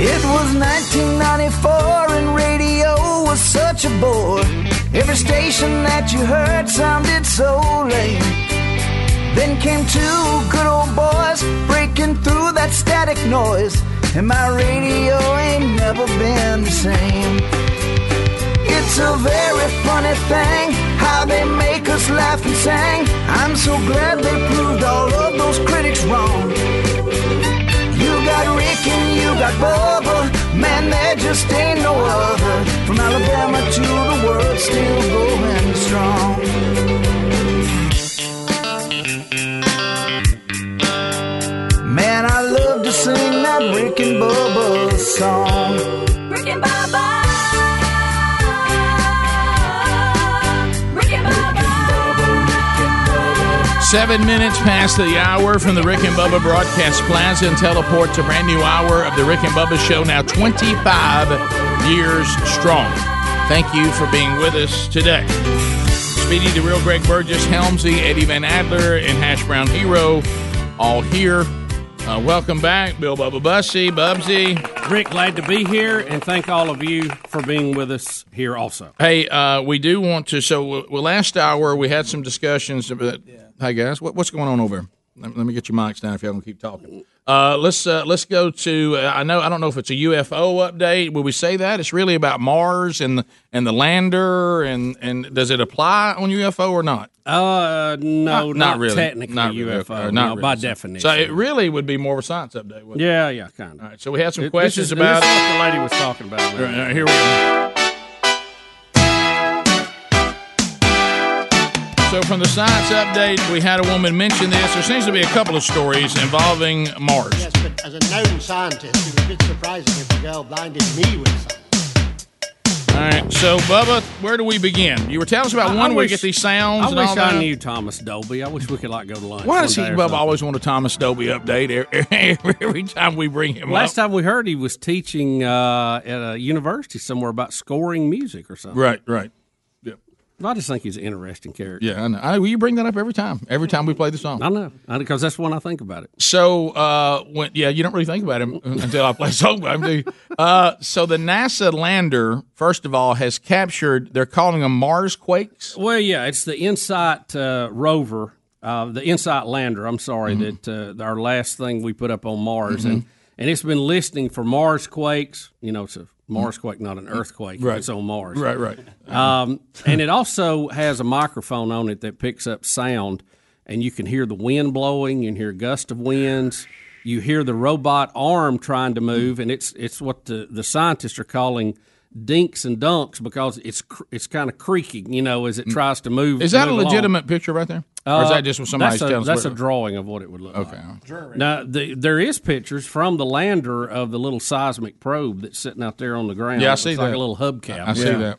Speaker 7: It was 1994 and radio was such a bore. Every station that you heard sounded so lame. Then came two good old boys breaking through that static noise. And my radio ain't never been the same. It's a very funny thing how they make us laugh and sing. I'm so glad they proved all of those critics wrong. You got Rick and you got Bubba, man, there just ain't no other. From Alabama to the world, still going strong. Man, I love to sing that Rick and Bubba song.
Speaker 5: Rick and Bubba. Rick and Bubba.
Speaker 2: Seven minutes past the hour from the Rick and Bubba Broadcast Plaza and teleport to brand new hour of the Rick and Bubba Show, now 25 years strong. Thank you for being with us today. Speedy, the real Greg Burgess, Helmsy, Eddie Van Adler, and Hash Brown Hero, all here. Uh, welcome back, Bill Bubba Bussy, Bubsy.
Speaker 3: Rick, glad to be here, and thank all of you for being with us here also.
Speaker 2: Hey, uh, we do want to. So, w- well, last hour we had some discussions. About, Hey guys, what, what's going on over? here? Let, let me get your mics down if y'all gonna keep talking. Uh, let's uh, let's go to. Uh, I know I don't know if it's a UFO update. Will we say that it's really about Mars and and the lander and and does it apply on UFO or not?
Speaker 3: Uh, no, not,
Speaker 2: really.
Speaker 3: technically
Speaker 2: Not really.
Speaker 3: UFO,
Speaker 2: Okay,
Speaker 3: no,
Speaker 2: not really.
Speaker 3: by
Speaker 2: So-
Speaker 3: definition.
Speaker 2: So it really would be more of a science update. Wouldn't it?
Speaker 3: yeah, yeah, kind of.
Speaker 2: All right. So we had some
Speaker 3: This
Speaker 2: questions
Speaker 3: is-
Speaker 2: about.
Speaker 3: this is what the lady was talking about.
Speaker 2: All right, all right, here we go. So, from the science update, we had a woman mention this. There seems to be a couple of stories involving Mars.
Speaker 25: Yes, but as a known scientist, it was a bit surprising if the girl blinded me with something.
Speaker 2: All right, so Bubba, where do we begin? You were telling us about
Speaker 3: I- I
Speaker 2: one where you
Speaker 3: wish-
Speaker 2: get these sounds.
Speaker 3: I
Speaker 2: and
Speaker 3: wish
Speaker 2: all
Speaker 3: I
Speaker 2: that.
Speaker 3: knew Thomas Dolby. I wish we could like go to lunch.
Speaker 2: Why does he,
Speaker 3: one day or
Speaker 2: Bubba, always want a Thomas Dolby update every, every time we bring him
Speaker 3: Last
Speaker 2: up?
Speaker 3: time we heard, he was teaching uh, at a university somewhere about scoring music or something.
Speaker 2: Right, right.
Speaker 3: I just think he's an interesting character.
Speaker 2: Yeah, I know. I, well, you bring that up every time. Every time we play the song.
Speaker 3: I know because that's when I think about it.
Speaker 2: So, uh, when, yeah, you don't really think about him until I play a song about him, do you? Uh, so the NASA lander, first of all, has captured. They're calling them Mars quakes.
Speaker 3: Well, yeah, it's the Insight uh, rover, uh, the Insight lander. I'm sorry that uh, our last thing we put up on Mars, and and it's been listening for Mars quakes. You know, it's a Mars quake, not an earthquake.
Speaker 2: Right.
Speaker 3: It's on Mars.
Speaker 2: Right, right.
Speaker 3: Um, and it also has a microphone on it that picks up sound, and you can hear the wind blowing. You can hear gust of winds. You hear the robot arm trying to move, and it's it's what the, the scientists are calling dinks and dunks because it's cr- it's kind of creaking, you know, as it tries to move.
Speaker 2: Mm. Is that a
Speaker 3: move along.
Speaker 2: legitimate picture right there, or is
Speaker 3: Uh,
Speaker 2: that just what somebody's
Speaker 3: that's a,
Speaker 2: telling us?
Speaker 3: That's
Speaker 2: what-
Speaker 3: a drawing of what it would look
Speaker 2: Okay, all
Speaker 3: like. Now, the, there is pictures from the lander of the little seismic probe that's sitting out there on the ground.
Speaker 2: Yeah, I
Speaker 3: It's
Speaker 2: see
Speaker 3: like
Speaker 2: that.
Speaker 3: a little hubcap.
Speaker 2: I- I see Yeah.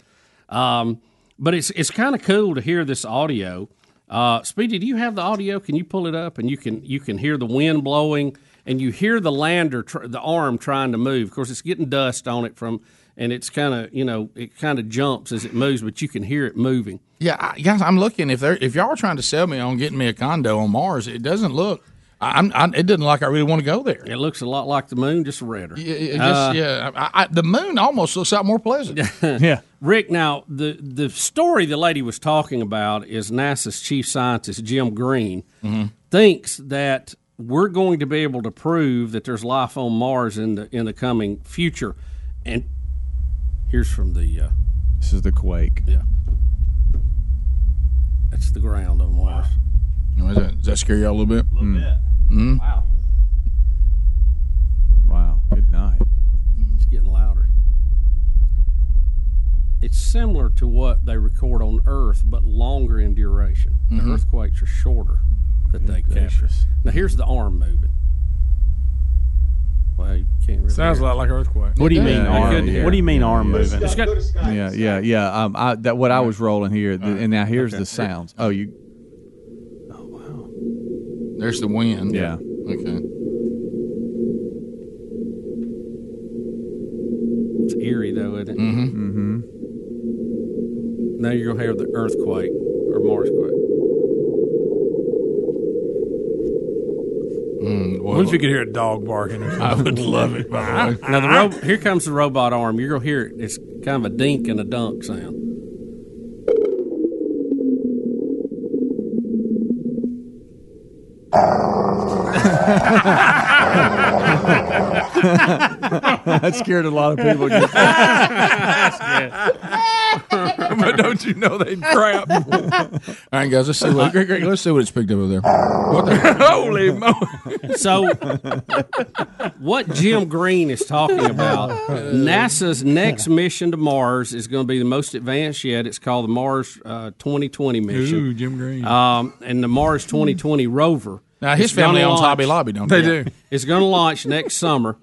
Speaker 3: that. Um, but it's it's kind of cool to hear this audio. Uh, Speedy, do you have the audio? Can you pull it up and you can you can hear the wind blowing and you hear the lander tr- the arm trying to move. Of course, it's getting dust on it from and it's kind of you know it kind of jumps as it moves, but you can hear it moving.
Speaker 2: Yeah, I, guys, I'm looking. If they're if y'all are trying to sell me on getting me a condo on Mars, it doesn't look. I, I'm. I, it doesn't look like I really want to go there.
Speaker 3: It looks a lot like the moon, just redder.
Speaker 2: Yeah, it just,
Speaker 3: Uh,
Speaker 2: yeah. I, I, the moon almost looks out more pleasant.
Speaker 3: yeah. Rick, now the the story the lady was talking about is NASA's chief scientist Jim Green thinks that we're going to be able to prove that there's life on Mars in the in the coming future. And here's from the uh,
Speaker 9: This is the quake.
Speaker 3: Yeah. that's the ground on Mars.
Speaker 2: Does that, does that scare y'all a little bit? Hmm. A little bit.
Speaker 3: Wow,
Speaker 2: Hmm?
Speaker 9: Wow. Good night.
Speaker 3: it's getting louder. It's similar to what they record on Earth, but longer in duration.
Speaker 9: Mhm.
Speaker 12: Mm-hmm.
Speaker 3: The earthquakes are shorter that they capture. Now here's the arm moving. Well, you can't really
Speaker 10: Sounds a lot like an earthquake.
Speaker 12: What do you mean
Speaker 9: Yeah,
Speaker 12: arm?
Speaker 9: yeah, yeah.
Speaker 12: What do you mean
Speaker 9: Yeah,
Speaker 12: arm
Speaker 9: yeah.
Speaker 12: moving?
Speaker 9: It's Yeah, yeah, yeah. Um, I, that what I was rolling here, th- and now here's the sounds. Oh, you. Oh wow.
Speaker 2: There's the wind.
Speaker 9: Yeah.
Speaker 2: Okay.
Speaker 3: It's eerie though, isn't it?
Speaker 2: Mm-hmm.
Speaker 9: Mm-hmm.
Speaker 3: Now you're gonna hear the earthquake or Mars quake.
Speaker 12: Mm,
Speaker 10: What if you could hear a dog barking? Or something?
Speaker 2: I would love it.
Speaker 10: Ah,
Speaker 2: By the way,
Speaker 3: Now the ro- here comes the robot arm. You're gonna hear it. It's kind of a dink and a dunk sound.
Speaker 9: that scared a lot of people.
Speaker 2: but don't you know they crap? All right, guys, let's see what. Greg, Greg, let's see what it's picked up over there. What the
Speaker 10: holy mo?
Speaker 3: So, what Jim Green is talking about, NASA's next mission to Mars is going to be the most advanced yet. It's called the Mars uh, 2020 mission.
Speaker 10: Ooh, Jim Green.
Speaker 3: Um, and the Mars 2020 rover.
Speaker 2: Now, his
Speaker 3: is gonna
Speaker 2: family owns
Speaker 3: launch-
Speaker 2: Hobby Lobby, don't they? They do.
Speaker 3: It's going to launch next summer.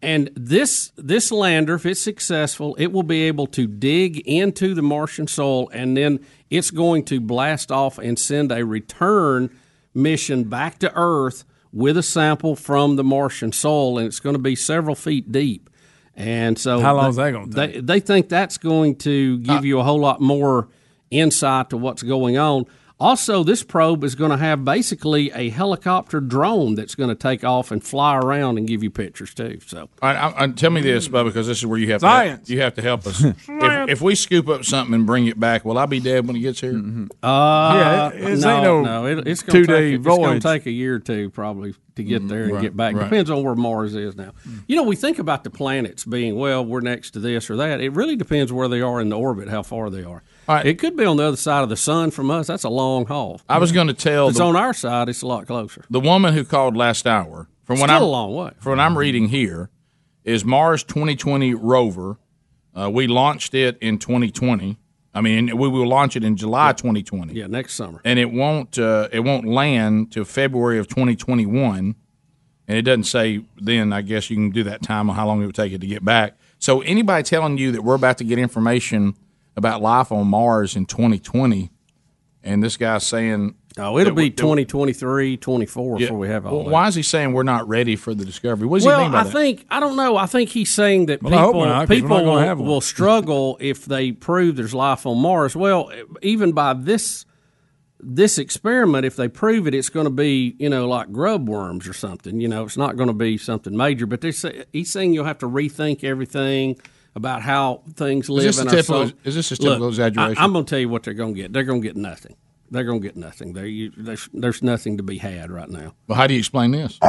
Speaker 3: And this this lander, if it's successful, it will be able to dig into the Martian soil, and then it's going to blast off and send a return mission back to Earth with a sample from the Martian soil, and it's going to be several feet deep. And so,
Speaker 10: How long
Speaker 3: they-
Speaker 10: is that gonna
Speaker 3: They, they think that's going to
Speaker 2: Uh,
Speaker 3: give you a whole lot more insight to what's going on. Also, this probe is going to have basically a helicopter drone that's going to take off and fly around and give you pictures too. So,
Speaker 2: I, I, I, tell me this, Bubba, because this is where you have
Speaker 3: Science.
Speaker 2: To, you have to help us. if, if we scoop up something and bring it back, will I be dead when it gets here?
Speaker 3: Uh,
Speaker 2: Mm-hmm. Yeah, it- it
Speaker 3: no,
Speaker 2: ain't no
Speaker 3: no, it, it's going to
Speaker 2: two-day
Speaker 3: take, it's gonna
Speaker 2: voyage.
Speaker 3: take a year or two probably to get there and
Speaker 2: Mm, right,
Speaker 3: get back.
Speaker 2: right.
Speaker 3: Depends on where Mars is now. You know, we think about the planets being well, we're next to this or that. It really depends where they are in the orbit, how far they are. It could be on the other side of the sun from us. That's a long haul.
Speaker 2: I was going to tell
Speaker 3: If it's
Speaker 2: the-
Speaker 3: on our side. It's a lot closer.
Speaker 2: The woman who called last hour, from what
Speaker 3: Still
Speaker 2: I'm
Speaker 3: a long way.
Speaker 2: from what I'm reading here, is Mars 2020 rover. Uh, we launched it in 2020. I mean, we will launch it in July 2020.
Speaker 3: Yeah, next summer.
Speaker 2: And it won't uh, it won't land till February of 2021. And it doesn't say then. I guess you can do that time on how long it would take it to get back. So anybody telling you that we're about to get information about life on Mars in 2020, and this guy's saying,
Speaker 3: "Oh, it'll
Speaker 2: that
Speaker 3: be
Speaker 2: we- that we-
Speaker 3: 2023, 24
Speaker 2: yeah.
Speaker 3: before we have all
Speaker 2: well,
Speaker 3: that.
Speaker 2: Why is he saying we're not ready for the discovery? What does
Speaker 3: well,
Speaker 2: he mean by
Speaker 3: I
Speaker 2: that?
Speaker 3: think I don't know. I think he's saying that
Speaker 2: Well, I hope
Speaker 3: people
Speaker 2: not, 'cause we're
Speaker 3: people
Speaker 2: not gonna
Speaker 3: will,
Speaker 2: have one.
Speaker 3: will struggle if they prove there's life on Mars. Well, even by this this experiment, if they prove it, it's going to be you know like grub worms or something. You know, it's not going to be something major. But they say, he's saying you'll have to rethink everything about how things live.
Speaker 2: this
Speaker 3: in
Speaker 2: a
Speaker 3: our
Speaker 2: typical-
Speaker 3: sol-
Speaker 2: is this a typical
Speaker 3: Look,
Speaker 2: exaggeration?
Speaker 3: I, I'm going to tell you what they're going to get. They're going to get nothing. They're going to get nothing. There, you, there's, there's nothing to be had right now.
Speaker 2: Well, how do you explain this?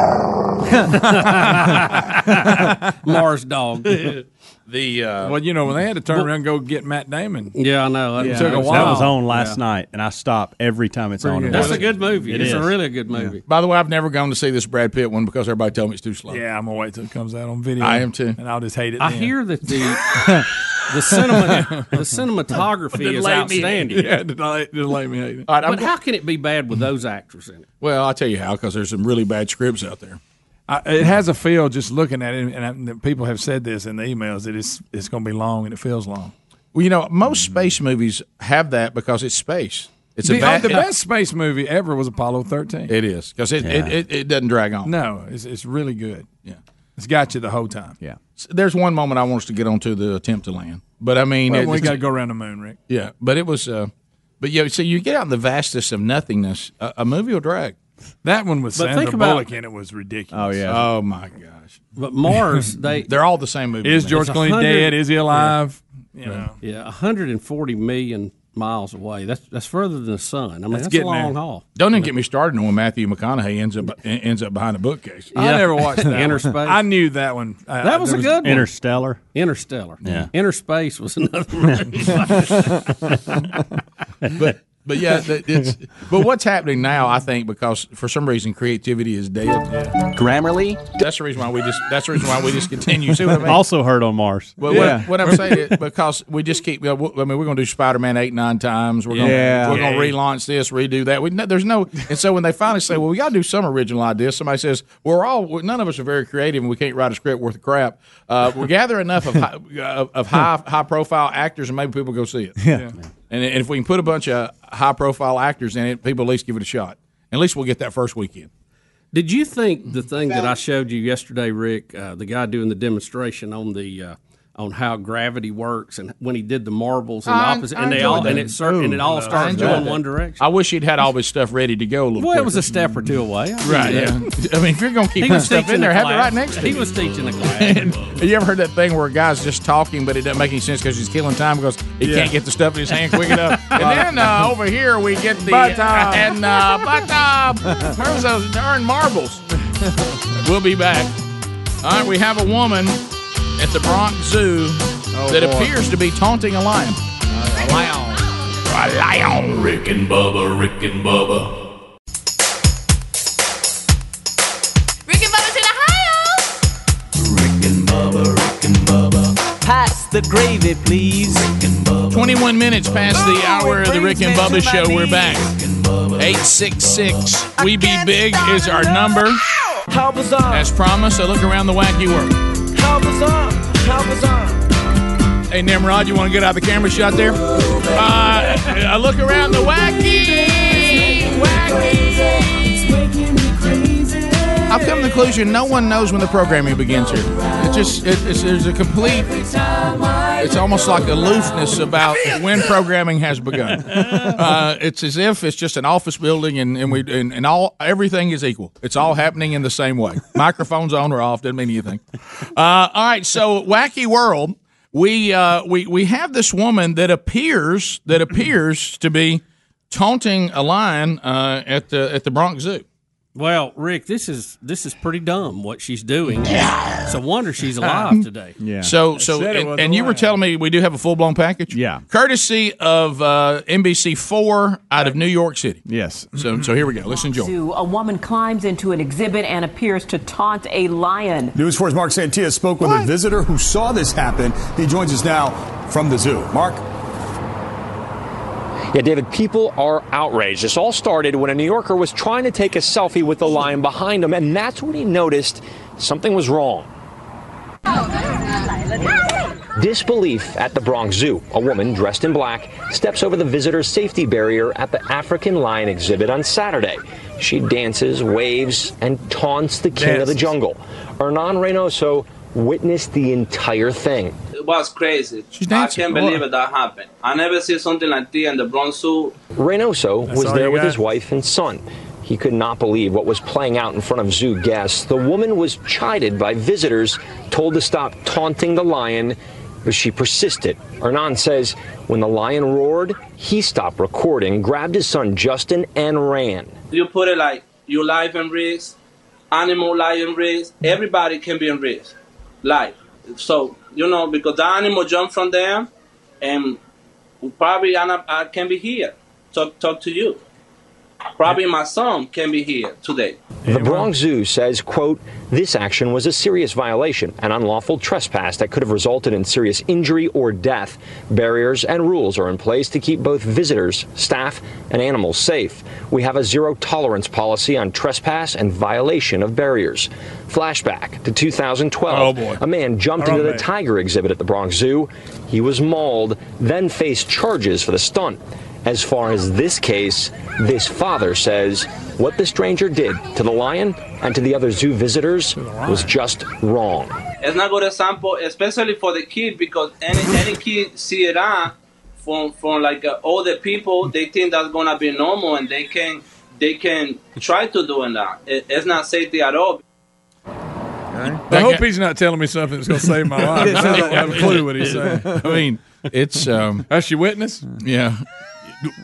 Speaker 3: Mars dog.
Speaker 2: the uh,
Speaker 10: well, you know, when they had to turn
Speaker 3: Well-
Speaker 10: around and go get Matt Damon.
Speaker 3: Yeah, I know.
Speaker 10: It
Speaker 12: Yeah,
Speaker 10: took
Speaker 12: that
Speaker 10: a
Speaker 12: was-
Speaker 10: while.
Speaker 12: That was on last night, and I stop every time it's on.
Speaker 3: That's a good movie. it's a really good movie.
Speaker 2: By the way, I've never gone to see this Brad Pitt one because everybody told me it's too slow.
Speaker 10: Yeah, I'm gonna wait till it comes out on video.
Speaker 2: I am too.
Speaker 10: and I'll just hate it.
Speaker 3: I
Speaker 10: then.
Speaker 3: hear that the the cinema the cinematography
Speaker 10: Did
Speaker 3: is
Speaker 10: lay me-
Speaker 3: outstanding.
Speaker 10: yeah, did I, did lay me hate it.
Speaker 2: All right, I'm
Speaker 3: but
Speaker 2: go-
Speaker 3: how can it be bad with those actors in it?
Speaker 2: Well, I'll tell you how because there's some really bad scripts out there.
Speaker 10: I, it has a feel just looking at it, and, I, and people have said this in the emails that it's it's going to be long and it feels long.
Speaker 2: Well, you know, most space movies have that because it's space. It's
Speaker 10: the, oh,
Speaker 2: a bad,
Speaker 10: the best space movie ever was Apollo 13.
Speaker 2: It is because it, it, it, it doesn't drag on.
Speaker 10: No, it's it's really good.
Speaker 2: Yeah.
Speaker 10: it's got you the whole time.
Speaker 2: Yeah. There's one moment I want us to get onto the attempt to land, but I mean,
Speaker 10: Well,
Speaker 2: it-
Speaker 10: we
Speaker 2: it's-
Speaker 10: got to go around the moon, Rick.
Speaker 2: Yeah, but it was. Uh, but yeah, so you get out in the vastness of nothingness. A, a movie will drag.
Speaker 10: That one with
Speaker 2: But
Speaker 10: Sandra
Speaker 2: think about-
Speaker 10: Bullock in it was ridiculous.
Speaker 2: Oh my gosh.
Speaker 3: But Mars, they
Speaker 2: they're all the same movie.
Speaker 10: Is George Clooney dead? Is he alive? You know.
Speaker 3: Yeah, 140 million miles away. That's that's further than the sun. I mean, that's, a long haul.
Speaker 2: Don't even get me started on when Matthew McConaughey ends up ends up behind a bookcase.
Speaker 10: I never watched that.
Speaker 3: Inner Space.
Speaker 10: One. I knew that one. Uh,
Speaker 3: That was
Speaker 10: there
Speaker 3: a good one.
Speaker 12: Interstellar.
Speaker 3: Interstellar.
Speaker 12: Yeah.
Speaker 3: Interspace was another movie.
Speaker 2: but but yeah, that- it's, but what's happening now? I think because for some reason creativity is dead.
Speaker 12: Grammarly.
Speaker 2: That's the reason why we just. That's the reason why we just continue. See what I mean?
Speaker 12: Also heard on Mars.
Speaker 2: Well, what, what I'm saying is because we just keep. I mean, we're going to do Spider Man eight nine times. We're going.
Speaker 12: Yeah.
Speaker 2: We're going to
Speaker 12: Yeah.
Speaker 2: relaunch this, redo that. We no, there's no. And so when they finally say, "Well, we got to do some original idea," somebody says, "We're all. we're- None of us are very creative, and we can't write a script worth of crap. Uh, we gather enough of high, of, of high high profile actors, and maybe people go see it.
Speaker 12: Yeah.
Speaker 2: And, and if we can put a bunch of high profile actors in it, people at least give it a shot. At least we'll get that first weekend.
Speaker 3: Did you think
Speaker 2: Mm-hmm.
Speaker 3: the thing that I showed you yesterday, Rick, uh, the guy doing the demonstration on the uh, on how gravity works, and when he did the marbles and the
Speaker 2: I-
Speaker 3: opposite,
Speaker 2: I
Speaker 3: and they
Speaker 2: enjoyed
Speaker 3: all and
Speaker 2: that.
Speaker 3: it cer- and it all
Speaker 2: Ooh, I
Speaker 3: starts
Speaker 2: enjoyed
Speaker 3: going
Speaker 2: that.
Speaker 3: one direction.
Speaker 2: I wish he'd had all his stuff ready to go a little.
Speaker 3: Well, it was
Speaker 2: quicker.
Speaker 3: a step or two away. I
Speaker 2: Right.
Speaker 3: mean,
Speaker 2: Yeah. I mean, if you're going to keep
Speaker 3: He
Speaker 2: that
Speaker 3: was
Speaker 2: stuff
Speaker 3: teaching
Speaker 2: in there,
Speaker 3: a
Speaker 2: have it right
Speaker 3: class.
Speaker 2: next to
Speaker 3: He
Speaker 2: you.
Speaker 3: was teaching a class.
Speaker 2: And you ever heard that thing where a guy's just talking, but it doesn't make any sense because he's killing time because he
Speaker 17: Yeah.
Speaker 2: can't get the stuff in his hand quick enough. And then uh, over here we get the
Speaker 17: Buttock.
Speaker 2: and uh, buttock. Where's those darn marbles? We'll be back. All right, we have a woman at the Bronx Zoo that
Speaker 6: boy.
Speaker 2: appears to be taunting a lion. a lion. A lion.
Speaker 6: Rick and Bubba, Rick and Bubba.
Speaker 5: Rick and Bubba's in Ohio.
Speaker 2: Pass the gravy, please. 21 minutes past the hour of the Rick and Bubba show. We're back. 866 We Be Big is our number. As promised, so look around the wacky world. Hey, Nimrod, you want to get out of the camera shot there? Uh, I look around the wacky, wacky. I've come to the conclusion no one knows when the programming begins here. It just it, it's, there's a complete. It's almost like aloofness about when programming has begun. Uh, it's as if it's just an office building, and, and we and, and all everything is equal. It's all happening in the same way. Microphones on or off doesn't mean anything. Uh, all right, so wacky world. We uh, we we have this woman that appears that appears to be taunting a lion uh, at the at the Bronx Zoo.
Speaker 3: Well, Rick, this is this is pretty dumb what she's doing. It's a wonder
Speaker 2: Uh,
Speaker 3: she's alive today.
Speaker 2: So so and, and you were telling me we do have a full blown package. Yeah. Courtesy of uh, NBC Four out of New York City.
Speaker 9: Yes.
Speaker 2: So so here we go. Let's enjoy.
Speaker 13: Zoo, a woman climbs into an exhibit and appears to taunt a lion.
Speaker 14: News 4's Mark Santia spoke with a visitor who saw this happen. He joins us now from the zoo. Mark?
Speaker 15: Yeah, David, people are outraged. This all started when a New Yorker was trying to take a selfie with the lion behind him, and that's when he noticed something was wrong. Disbelief at the Bronx Zoo. A woman dressed in black steps over the visitor safety barrier at the African lion exhibit on Saturday. She dances, waves, and taunts the king of the
Speaker 16: Dances.
Speaker 15: jungle. Hernan Reynoso witnessed the entire thing.
Speaker 16: It was crazy. I can't believe it that happened. I never see something like this in the Bronx Zoo.
Speaker 15: Reynoso
Speaker 16: That's
Speaker 15: was
Speaker 16: all
Speaker 15: there
Speaker 16: you
Speaker 15: with
Speaker 16: got?
Speaker 15: his wife and son. He could not believe what was playing out in front of zoo guests. The woman was chided by visitors, told to stop taunting the lion, but she persisted. Hernan says when the lion roared, he stopped recording, grabbed his son Justin, and ran.
Speaker 16: You put it like your life in risk, animal life in risk. Everybody can be in risk, life. So you know because the animal jumped from them, and probably I, not- I can be here. Talk talk to you. Probably my son can be here today.
Speaker 15: The Bronx Zoo says, quote, this action was a serious violation, an unlawful trespass that could have resulted in serious injury or death. Barriers and rules are in place to keep both visitors, staff, and animals safe. We have a zero tolerance policy on trespass and violation of barriers. Flashback to 2012. A man jumped into the tiger exhibit at the Bronx Zoo. He was mauled, then faced charges for the stunt. As far as this case, this father says what the stranger did to the lion and to the other zoo visitors was just wrong.
Speaker 16: It's not good example, especially for the kid, because any any kid see it on from from like uh, older people, they think that's gonna be normal, and they can they can try to do it now. It, it's not safety at all.
Speaker 11: I hope he's not telling me something that's going to save my life. I don't have a clue what he's saying.
Speaker 2: I mean, it's um,
Speaker 11: that's your witness.
Speaker 2: Yeah.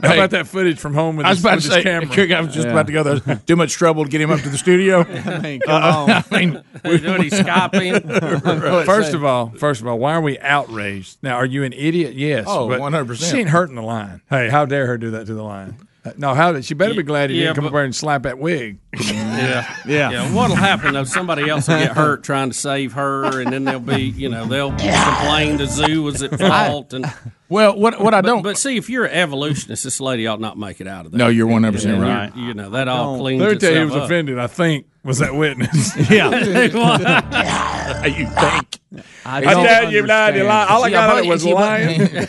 Speaker 11: How
Speaker 2: Hey.
Speaker 11: about that footage from home with
Speaker 2: I was
Speaker 11: his,
Speaker 2: about
Speaker 11: with
Speaker 2: to
Speaker 11: his
Speaker 2: say,
Speaker 11: camera?
Speaker 2: Kirk, I was just about to go. There's too much trouble to get him up to the studio. Uh, I mean, come
Speaker 11: Uh,
Speaker 2: on. I mean, we-
Speaker 11: first of all, first of all, why are we outraged? Now, are you an idiot? Yes.
Speaker 2: Oh,
Speaker 11: but
Speaker 2: 100%.
Speaker 11: She ain't hurting the lion. Hey, how dare her do that to the lion? Uh, No, how did she better be glad he
Speaker 3: Yeah,
Speaker 11: didn't come
Speaker 3: but-
Speaker 11: up there and slap that wig? yeah,
Speaker 3: Yeah, what'll happen though? Somebody else will get hurt trying to save her, and then they'll be, you know, they'll complain the zoo was at fault. And
Speaker 2: well, what what I don't,
Speaker 3: but see, if you're an evolutionist, this lady ought not make it out of there.
Speaker 2: No, you're 100%
Speaker 3: And,
Speaker 2: right.
Speaker 3: You, you know that all cleans.
Speaker 11: Let me tell you, who
Speaker 3: itself
Speaker 11: was
Speaker 3: up.
Speaker 11: offended. I think was that witness.
Speaker 2: you think?
Speaker 11: I I don't tell you, blind, you lie. All I
Speaker 2: See,
Speaker 11: got out
Speaker 2: bet-
Speaker 11: was
Speaker 2: see,
Speaker 11: lying.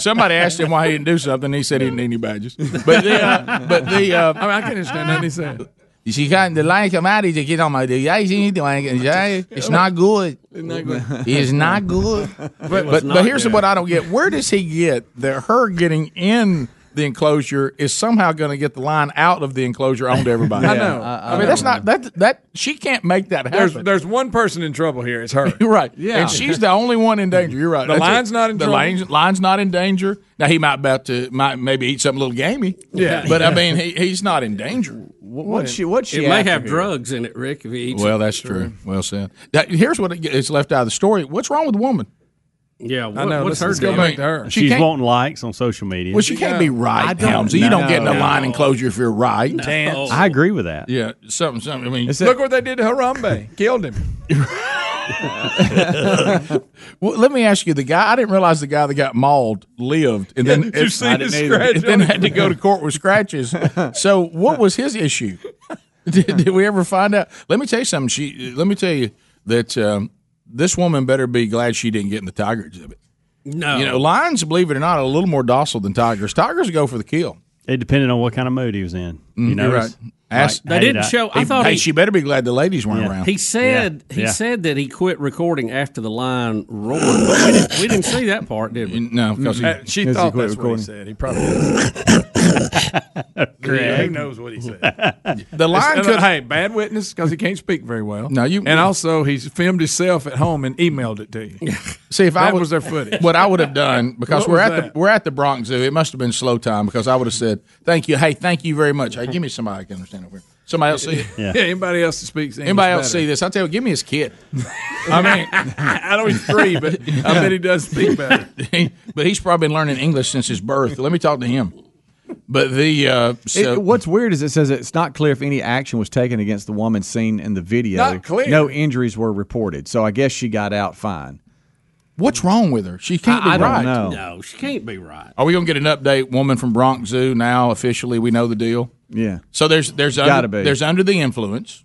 Speaker 2: Somebody asked him why he didn't do something. He said he didn't need any badges. But the, uh, but the uh, I mean, I can understand that. He said she got the lion come out. He just get on my. Yeah, she the lion. Yeah, it's not good. It's not good. But but, but here's what I don't get. Where does he get that her getting in? The enclosure is somehow going to get the lion out of the enclosure onto everybody.
Speaker 11: I know. I- I
Speaker 2: Uh, I, mean, that's not that that she can't make that happen.
Speaker 11: There's there's one person in trouble here. It's her.
Speaker 2: You're right.
Speaker 11: Yeah.
Speaker 2: and she's the only one in danger. You're right.
Speaker 11: The lion's not in
Speaker 2: Uh, the
Speaker 11: trouble.
Speaker 2: Lion's, lion's not in danger. Now he might about to might maybe eat something a little gamey.
Speaker 11: Yeah.
Speaker 2: but I mean he, he's not in danger.
Speaker 3: What she- what she It may after have here? drugs in it, Rick. If he eats
Speaker 2: well,
Speaker 3: it.
Speaker 2: that's true. Well said. That, here's what is left out of the story. What's wrong with the woman?
Speaker 3: Yeah,
Speaker 2: I know.
Speaker 3: what's
Speaker 2: Let's-
Speaker 3: her
Speaker 2: let's go
Speaker 3: deal?
Speaker 2: back to her. She
Speaker 12: She's
Speaker 2: can't-
Speaker 12: wanting likes on social media.
Speaker 2: Well, she can't be right, Helmsy. You don't get in a lion enclosure if you're right.
Speaker 12: Dance. I agree with that.
Speaker 2: Yeah, something, something. I mean,
Speaker 12: It's a-
Speaker 11: Look what they did to Harambe. Killed him.
Speaker 2: well, let me ask you: the guy I didn't realize the guy that got mauled lived, and
Speaker 11: Yeah,
Speaker 2: then
Speaker 11: did you see
Speaker 2: I didn't
Speaker 11: his
Speaker 2: either.
Speaker 11: scratch
Speaker 2: And then
Speaker 11: on
Speaker 2: had to
Speaker 11: it?
Speaker 2: go to court with scratches. so, what was his issue? Did, did we ever find out? Let me tell you something. She let me tell you that um, this woman better be glad she didn't get in the tiger exhibit.
Speaker 3: No,
Speaker 2: You know, lions, believe it or not, are a little more docile than tigers. Tigers go for the kill.
Speaker 12: It depended on what kind of mood he was in.
Speaker 2: Mm,
Speaker 12: You
Speaker 2: you're
Speaker 12: know,
Speaker 2: right. Ask-
Speaker 3: They didn't show. I
Speaker 2: He-
Speaker 3: thought
Speaker 2: hey,
Speaker 3: he,
Speaker 2: she better be glad the ladies weren't around.
Speaker 3: He said he
Speaker 2: Yeah.
Speaker 3: said that he quit recording after the lion roared. But we, didn't, we didn't see that part, did we?
Speaker 2: No,
Speaker 10: 'cause he- Uh, she 'cause he thought quit that's what he recording. said. He probably Yeah, who knows what he said?
Speaker 11: The line
Speaker 10: It's-
Speaker 11: could-
Speaker 10: hey, bad witness because he can't speak very well.
Speaker 11: No, you-
Speaker 10: and also he's filmed himself at home and emailed it to you.
Speaker 2: See if I
Speaker 10: That
Speaker 2: would-
Speaker 10: was their footage.
Speaker 2: What I would have done because
Speaker 10: What
Speaker 2: we're
Speaker 10: was
Speaker 2: at
Speaker 10: that?
Speaker 2: the we're at the Bronx Zoo. It must have been slow time because I would have said thank you. Hey, thank you very much. Hey, give me somebody I can understand over here. Somebody else see it.
Speaker 10: yeah. anybody else that speaks English
Speaker 2: Anybody else
Speaker 10: better.
Speaker 2: see this? I tell you, give me his kid. I mean,
Speaker 10: I know he's three, but I bet he does speak better.
Speaker 2: but he's probably been learning English since his birth. Let me talk to him. But the uh,
Speaker 9: It-
Speaker 2: so
Speaker 9: what's weird is it says it's not clear if any action was taken against the woman seen in the video.
Speaker 2: Not clear.
Speaker 9: No injuries were reported, so I guess she got out fine.
Speaker 2: what's wrong with her? She can't be
Speaker 9: I- I don't
Speaker 2: right.
Speaker 9: know.
Speaker 3: No, she can't be right.
Speaker 2: Are we gonna get an update? Woman from Bronx Zoo now officially. We know the deal.
Speaker 9: Yeah.
Speaker 2: So there's there's
Speaker 9: Gotta
Speaker 2: under,
Speaker 9: be.
Speaker 2: there's under the influence.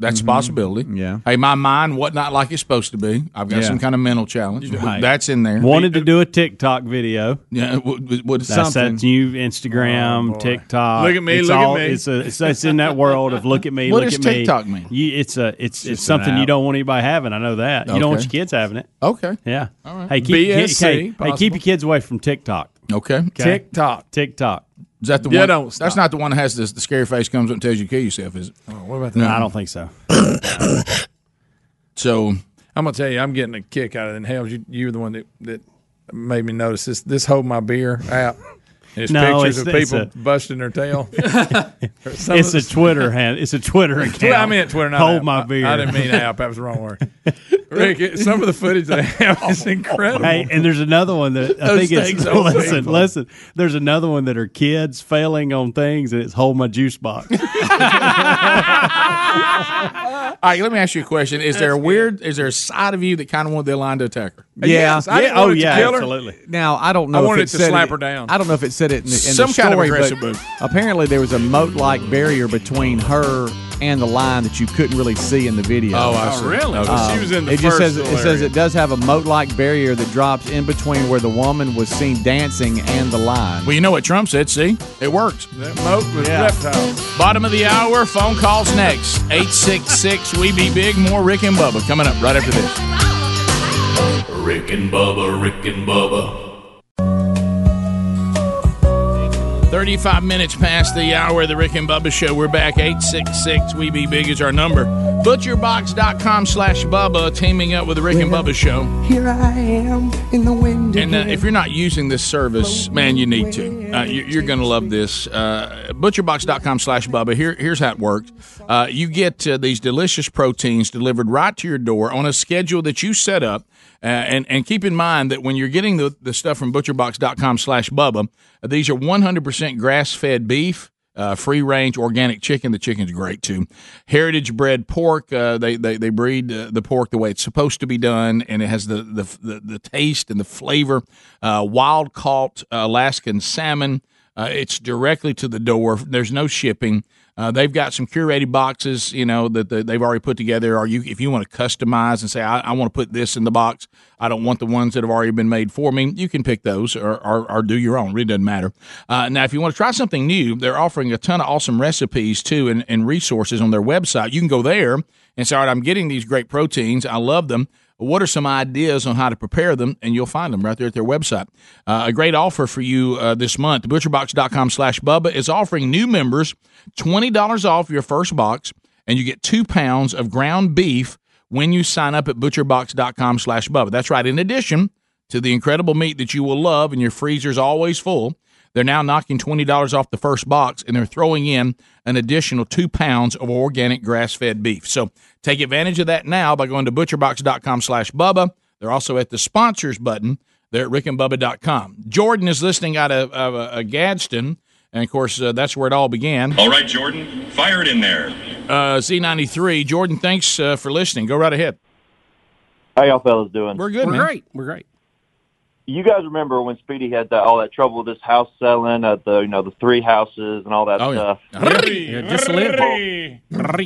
Speaker 2: That's a possibility. Yeah. Hey, my mind what not like it's supposed to be. I've got
Speaker 12: Yeah.
Speaker 2: some kind of mental challenge.
Speaker 12: Right.
Speaker 2: That's in there.
Speaker 12: Wanted to do a TikTok video.
Speaker 2: Yeah, what, what,
Speaker 12: that's that new
Speaker 11: Oh,
Speaker 12: Instagram, TikTok.
Speaker 11: Look at me,
Speaker 12: It's
Speaker 11: look at
Speaker 12: all-
Speaker 11: me.
Speaker 12: It's, a, it's, it's in that world of look at me,
Speaker 11: What
Speaker 12: look
Speaker 11: does
Speaker 12: at me.
Speaker 11: TikTok mean?
Speaker 12: You, it's a it's it's
Speaker 11: an
Speaker 12: something you
Speaker 11: app.
Speaker 12: don't want anybody having. I know that. You don't want your
Speaker 11: Okay.
Speaker 12: kids having it.
Speaker 2: Okay.
Speaker 12: Yeah.
Speaker 11: All right.
Speaker 12: Hey, keep,
Speaker 11: BSC,
Speaker 12: hey, hey, keep
Speaker 11: possible.
Speaker 12: your kids away from TikTok.
Speaker 2: Okay.
Speaker 12: TikTok. TikTok.
Speaker 2: Is that the
Speaker 12: Yeah,
Speaker 2: one?
Speaker 12: don't
Speaker 2: that's not the one that has this, the scary face comes up and tells you to kill yourself, is it?
Speaker 10: Oh, what about that?
Speaker 2: No.
Speaker 12: I don't think so.
Speaker 2: So
Speaker 10: I'm gonna tell you, I'm getting a kick out of it. And hell, you you were the one that, that made me notice this. This hold my beer app. And it's
Speaker 12: No,
Speaker 10: pictures of
Speaker 12: it's- it's
Speaker 10: people busting their tail. Some
Speaker 12: it's
Speaker 10: of
Speaker 12: a
Speaker 10: the-
Speaker 12: Twitter hand. It's a Twitter account.
Speaker 10: Twi- I meant Twitter. Not
Speaker 12: Hold
Speaker 10: app.
Speaker 12: my
Speaker 10: I-
Speaker 12: beer.
Speaker 10: I, didn't mean app. That was the wrong word. Rick, it- some of the footage they have is incredible.
Speaker 12: Hey, and there's another one that I
Speaker 10: Those
Speaker 12: think it's
Speaker 10: things are
Speaker 12: listen,
Speaker 10: painful.
Speaker 12: listen. There's another one that are kids failing on things, and it's hold my juice box.
Speaker 2: All right, let me ask you a question. Is there a weird, is there a side of you that kind of wanted the line to attack her?
Speaker 9: Yeah. Yeah, oh, yeah, absolutely. Now I don't know.
Speaker 2: I
Speaker 9: if
Speaker 2: wanted it
Speaker 9: it
Speaker 2: to
Speaker 9: said
Speaker 2: slap her down.
Speaker 9: I don't know if it said it in the, in the
Speaker 2: Some kind of
Speaker 9: story, but
Speaker 2: aggressive move.
Speaker 9: Apparently, there was a moat-like barrier between her and the line that you couldn't really see in the video. Um,
Speaker 2: Oh, I Oh, see. really? Okay. So she was in the
Speaker 9: it just
Speaker 2: first
Speaker 9: says
Speaker 2: little
Speaker 9: it says
Speaker 2: area.
Speaker 9: it does have a moat-like barrier that drops in between where the woman was seen dancing and the line.
Speaker 2: Well, you know what Trump said. See, it works.
Speaker 10: That moat was
Speaker 9: Yeah.
Speaker 10: reptiles.
Speaker 2: Bottom of the hour, phone calls next. 866 We Be Big. More Rick and Bubba coming up right after this.
Speaker 6: Rick and Bubba, Rick and Bubba,
Speaker 2: 35 minutes past the hour of the Rick and Bubba Show. We're back. 866 We Be Big is our number. ButcherBox.com slash Bubba teaming up with the Rick and Bubba Show.
Speaker 7: Here I am in the wind.
Speaker 2: And uh, if you're not using this service, man, you need to. Uh, you, you're going to love this. Uh, butcherbox.com slash Bubba. Here, here's how it works. Uh, you get uh, these delicious proteins delivered right to your door on a schedule that you set up. Uh, and, and keep in mind that when you're getting the, the stuff from butcherbox.com slash Bubba, uh, these are 100% grass fed beef uh, free range organic chicken. The chicken's great too. Heritage bred pork. Uh, they, they they breed uh, the pork the way it's supposed to be done, and it has the the the, the taste and the flavor. Uh, wild caught uh, Alaskan salmon. Uh, it's directly to the door. There's no shipping. Uh, they've got some curated boxes, you know, that that they've already put together. Or you, if you want to customize and say, I, I want to put this in the box, I don't want the ones that have already been made for me. You can pick those or, or, or do your own. Really doesn't matter. Uh, now, if you want to try something new, they're offering a ton of awesome recipes too and, and resources on their website. You can go there and say, all right, I'm getting these great proteins. I love them. What are some ideas on how to prepare them? And you'll find them right there at their website. Uh, a great offer for you uh, this month. ButcherBox.com slash Bubba is offering new members $20 off your first box, and you get two pounds of ground beef when you sign up at butcherbox.com slash Bubba. That's right. In addition to the incredible meat that you will love and your freezer's always full, they're now knocking $20 off the first box and they're throwing in an additional two pounds of organic grass-fed beef. So take advantage of that now by going to butcherbox.com slash Bubba. They're also at the sponsors button there at rickandbubba.com. Jordan is listening out of, of uh, Gadsden. And of course, uh, that's where it all began.
Speaker 1: All right, Jordan, fire it in there.
Speaker 2: Uh, Z93. Jordan, thanks uh, for listening. Go right ahead.
Speaker 1: How y'all fellas doing?
Speaker 2: We're good,
Speaker 1: We're
Speaker 2: man.
Speaker 1: great.
Speaker 3: We're great.
Speaker 1: You guys remember when Speedy had that, all that trouble with his house selling at the you know the three houses and all that stuff?
Speaker 3: just live.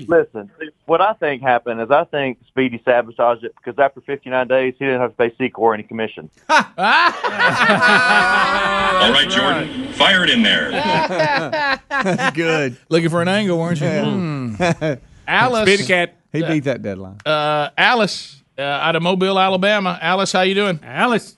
Speaker 1: Listen, what I think happened is I think Speedy sabotaged it because after 59 days he didn't have to pay Sequor any commission. all right, Jordan,
Speaker 8: Fire it in there.
Speaker 9: That's good.
Speaker 2: Looking for an angle, weren't you? Hmm. Alice.
Speaker 9: Speedy cat. He beat that deadline.
Speaker 2: Uh, Alice uh, out of Mobile, Alabama. Alice, how you doing?
Speaker 10: Alice.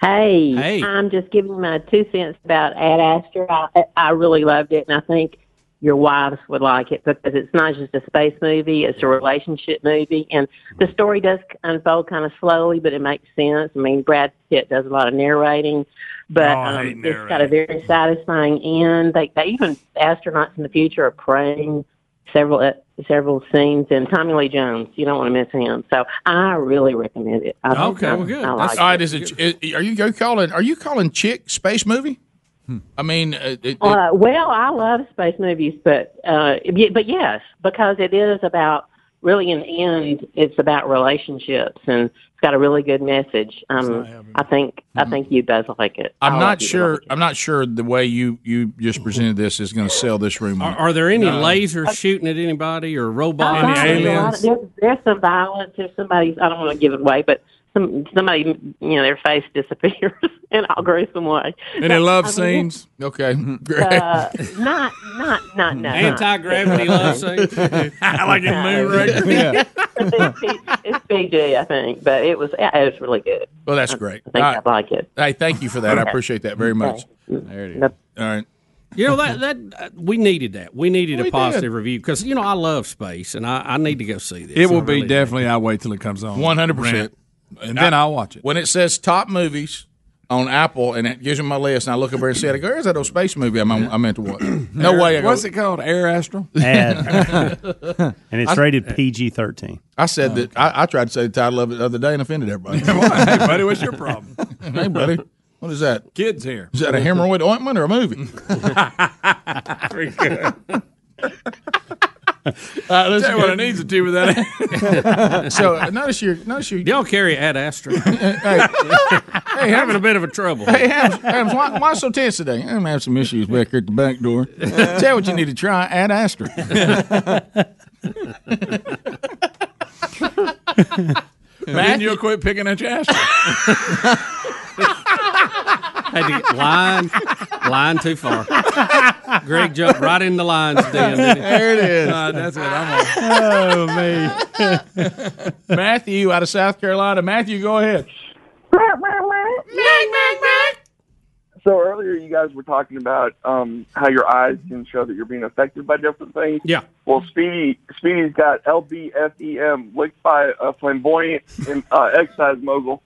Speaker 19: Hey,
Speaker 2: Hey.
Speaker 19: I'm just giving my two cents about Ad Astra. I, I really loved it, and I think your wives would like it because it's not just a space movie; it's a relationship movie, and the story does unfold kind of slowly, but it makes sense. I mean, Brad Pitt does a lot of narrating, but
Speaker 20: Oh, I hate
Speaker 19: um, it's got a very satisfying end. They, they even astronauts in the future are praying several uh, several scenes, and Tommy Lee Jones. You don't want to miss him, so I really recommend it. I think
Speaker 2: Okay,
Speaker 19: I-
Speaker 2: well, good.
Speaker 19: I like
Speaker 2: That's, all
Speaker 19: it.
Speaker 2: right. Is it? Is, are you, are you calling? Are you calling chick space movie? I mean, uh, it, it-
Speaker 19: Uh, well, I love space movies, but uh, y- but yes, because it is about really in the end, it's about relationships, and it's got a really good message. Um, I think I think you both like it. I
Speaker 2: I'm
Speaker 19: like
Speaker 2: not
Speaker 19: you.
Speaker 2: sure. I'm not sure the way you you just presented this is going to sell this room.
Speaker 19: Are-
Speaker 3: Are there any
Speaker 2: No.
Speaker 3: lasers shooting at anybody or
Speaker 19: Oh,
Speaker 3: robots?
Speaker 19: wow, there's a lot of- There's, there's some violence. There's somebody. I don't want to give it away, but some somebody, you know, their face disappears in a gruesome way.
Speaker 2: Any love
Speaker 19: I mean,
Speaker 2: scenes? Okay, great.
Speaker 19: Uh, not, not, not, no.
Speaker 3: Anti-gravity love scenes? I like it, moon
Speaker 19: rays.
Speaker 2: Yeah.
Speaker 19: it's BJ, I think, but it was yeah, it was really good.
Speaker 2: Well, that's great.
Speaker 19: I think
Speaker 2: All right.
Speaker 19: I like it.
Speaker 2: Hey, thank you for that. I
Speaker 19: Okay.
Speaker 2: appreciate that very much. There it is. All right.
Speaker 3: You know that that uh, we needed that. We needed
Speaker 2: We
Speaker 3: a
Speaker 2: did.
Speaker 3: positive review because you know I love space and I, I need to go see this.
Speaker 10: It will
Speaker 3: I
Speaker 10: be
Speaker 3: really do.
Speaker 10: definitely. I wait till it comes on.
Speaker 2: One hundred percent.
Speaker 10: And then I'll watch it.
Speaker 2: When it says top movies on Apple and it gives me my list, and I look over and see it, I go, "There's that old space movie I'm, I meant to watch." No way. I go,
Speaker 10: What's it called? Air Astral.
Speaker 2: Ad.
Speaker 12: and it's
Speaker 2: I-
Speaker 12: rated PG thirteen.
Speaker 2: I said that I, I tried to say the title of it the other day and offended everybody.
Speaker 10: hey, buddy, what's your problem?
Speaker 2: hey, buddy, what is that?
Speaker 10: Kids here.
Speaker 2: Is that a hemorrhoid ointment or a movie?
Speaker 10: Very good.
Speaker 2: Uh, let's
Speaker 10: Tell you what, I needs a two with that.
Speaker 2: so uh, notice your notice your.
Speaker 3: Y'all carry Ad Astra.
Speaker 2: hey, hey,
Speaker 3: having a bit of a trouble.
Speaker 2: Hey, Hams, Hams why, why so tense today? I'm having some issues back here at the back door. Tell what you need to try. Add Astra.
Speaker 10: Then you'll quit picking at your ass.
Speaker 3: Had to get line, line too far. Greg jumped right in the lion's den. didn't he?
Speaker 2: There it is.
Speaker 10: Uh, that's what I'm on.
Speaker 2: oh man, Matthew out of South Carolina. Matthew, go ahead.
Speaker 23: So earlier you guys were talking about um, how your eyes can show that you're being affected by different things.
Speaker 3: Yeah.
Speaker 23: Well, Speedy, Speedy's got LBFEM, E licked by a flamboyant and, uh, excise mogul.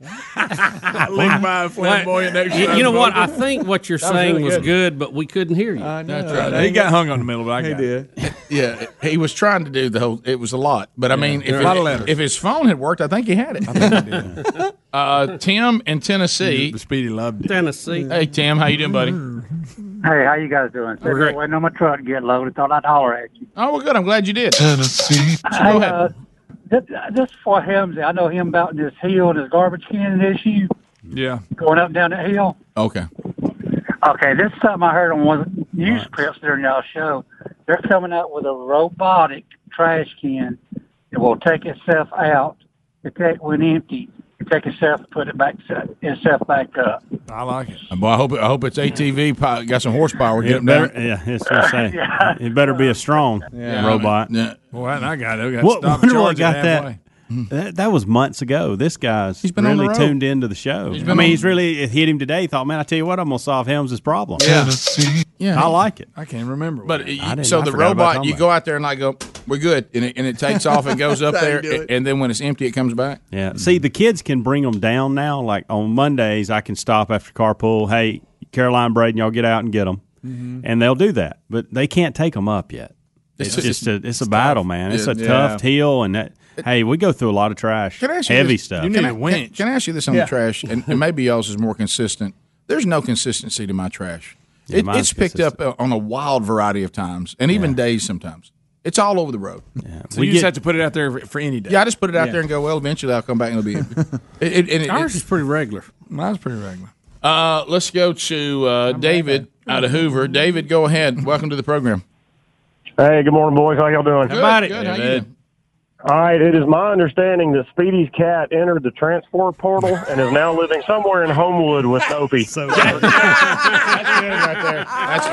Speaker 10: Licked by a flamboyant
Speaker 3: Wait,
Speaker 10: exercise
Speaker 3: You, you know what? I
Speaker 10: mogul.
Speaker 3: think what you're
Speaker 10: That was
Speaker 3: saying
Speaker 10: really
Speaker 3: was
Speaker 10: good.
Speaker 3: good, but we couldn't hear you.
Speaker 10: That's right. He got hung on the middle, but I got it.
Speaker 2: Yeah, he was trying to do the whole. It was a lot, but I mean, if,
Speaker 10: there were a lot of letters.
Speaker 2: if his phone had worked, I think he had it. uh, Tim in Tennessee.
Speaker 10: Speedy loved it.
Speaker 3: Tennessee.
Speaker 2: Hey, Tim, how you doing, buddy?
Speaker 21: Hey, how you guys doing?
Speaker 2: We're great.
Speaker 21: Waiting on my truck to get loaded. Thought I'd holler at you.
Speaker 2: Oh, well, good. I'm glad you did.
Speaker 21: Tennessee.
Speaker 2: Go ahead.
Speaker 21: Uh, th- just for him, I know him about this hill and his garbage can issue
Speaker 10: Yeah.
Speaker 21: going up and down that hill.
Speaker 2: Okay.
Speaker 21: Okay, this is something I heard on one of the news clips during y'all show. They're coming out with a robotic trash can that will take itself out, detect when empty, take itself, put it back itself back up.
Speaker 10: I like it.
Speaker 2: Well, I hope I hope it's ATV po- got some horsepower. Get
Speaker 12: It
Speaker 2: him down.
Speaker 12: better, yeah, it's what I say. It better be a strong
Speaker 2: Yeah.
Speaker 12: robot.
Speaker 2: Yeah.
Speaker 10: Boy, and I got it. I got
Speaker 12: What
Speaker 10: stopped
Speaker 12: wonder what
Speaker 10: charging
Speaker 12: got that? Mm.
Speaker 10: halfway.
Speaker 12: that? That was months ago. This guy's
Speaker 10: been on the
Speaker 12: really
Speaker 10: road.
Speaker 12: tuned into the show.
Speaker 10: He's
Speaker 12: I
Speaker 10: been
Speaker 12: mean,
Speaker 10: on-
Speaker 12: he's really it hit him today. He thought, man, I tell you what, I'm gonna solve Helms' problem.
Speaker 2: Yeah. Yeah.
Speaker 12: I like it.
Speaker 10: I can't remember.
Speaker 2: But
Speaker 12: I
Speaker 2: you,
Speaker 12: didn't-
Speaker 2: so
Speaker 12: I
Speaker 2: the
Speaker 12: forgot about
Speaker 2: robot,
Speaker 12: talking
Speaker 2: you
Speaker 12: about
Speaker 2: go out there and like go, we're good, and it, and it takes off and goes up
Speaker 12: That's how you
Speaker 2: there,
Speaker 12: do
Speaker 2: and, and then when it's empty, it comes back.
Speaker 12: Yeah. See, the kids can bring them down now. Like on Mondays, I can stop after carpool. Hey, Caroline, Braden, y'all get out and get them,
Speaker 10: Mhm.
Speaker 12: and they'll do that. But they can't take them up yet. It's
Speaker 10: It's-
Speaker 12: just a it's a battle, man. It's a
Speaker 2: Yeah.
Speaker 12: tough hill, and that. Hey, we go through a lot of trash,
Speaker 2: Can I ask you
Speaker 12: heavy
Speaker 2: this?
Speaker 12: stuff.
Speaker 2: Can I- Can, can I ask you this on
Speaker 12: Yeah.
Speaker 2: the trash? And, and maybe y'all's is more consistent. There's no consistency to my trash.
Speaker 12: Yeah,
Speaker 2: It- it's
Speaker 12: mine's
Speaker 2: picked up uh, on a wild variety of times, and even days sometimes. It's all over the road.
Speaker 10: So you just have to put it out there for, for any day.
Speaker 2: Yeah, I just put it out
Speaker 10: Yeah.
Speaker 2: there and go. Well, eventually I'll come back and it'll be empty. it, it, and it,
Speaker 10: Ours
Speaker 2: it-
Speaker 10: is
Speaker 3: pretty regular.
Speaker 10: Mine's pretty regular.
Speaker 2: Uh, let's go to uh, David out of Hoover. David, go ahead. Welcome to the program.
Speaker 26: Hey, good morning, boys. How y'all doing?
Speaker 2: Good, good. How you doing?
Speaker 8: All right, it is my understanding that Speedy's cat entered the transport portal and is now living somewhere in Homewood with Opie.
Speaker 2: That's good.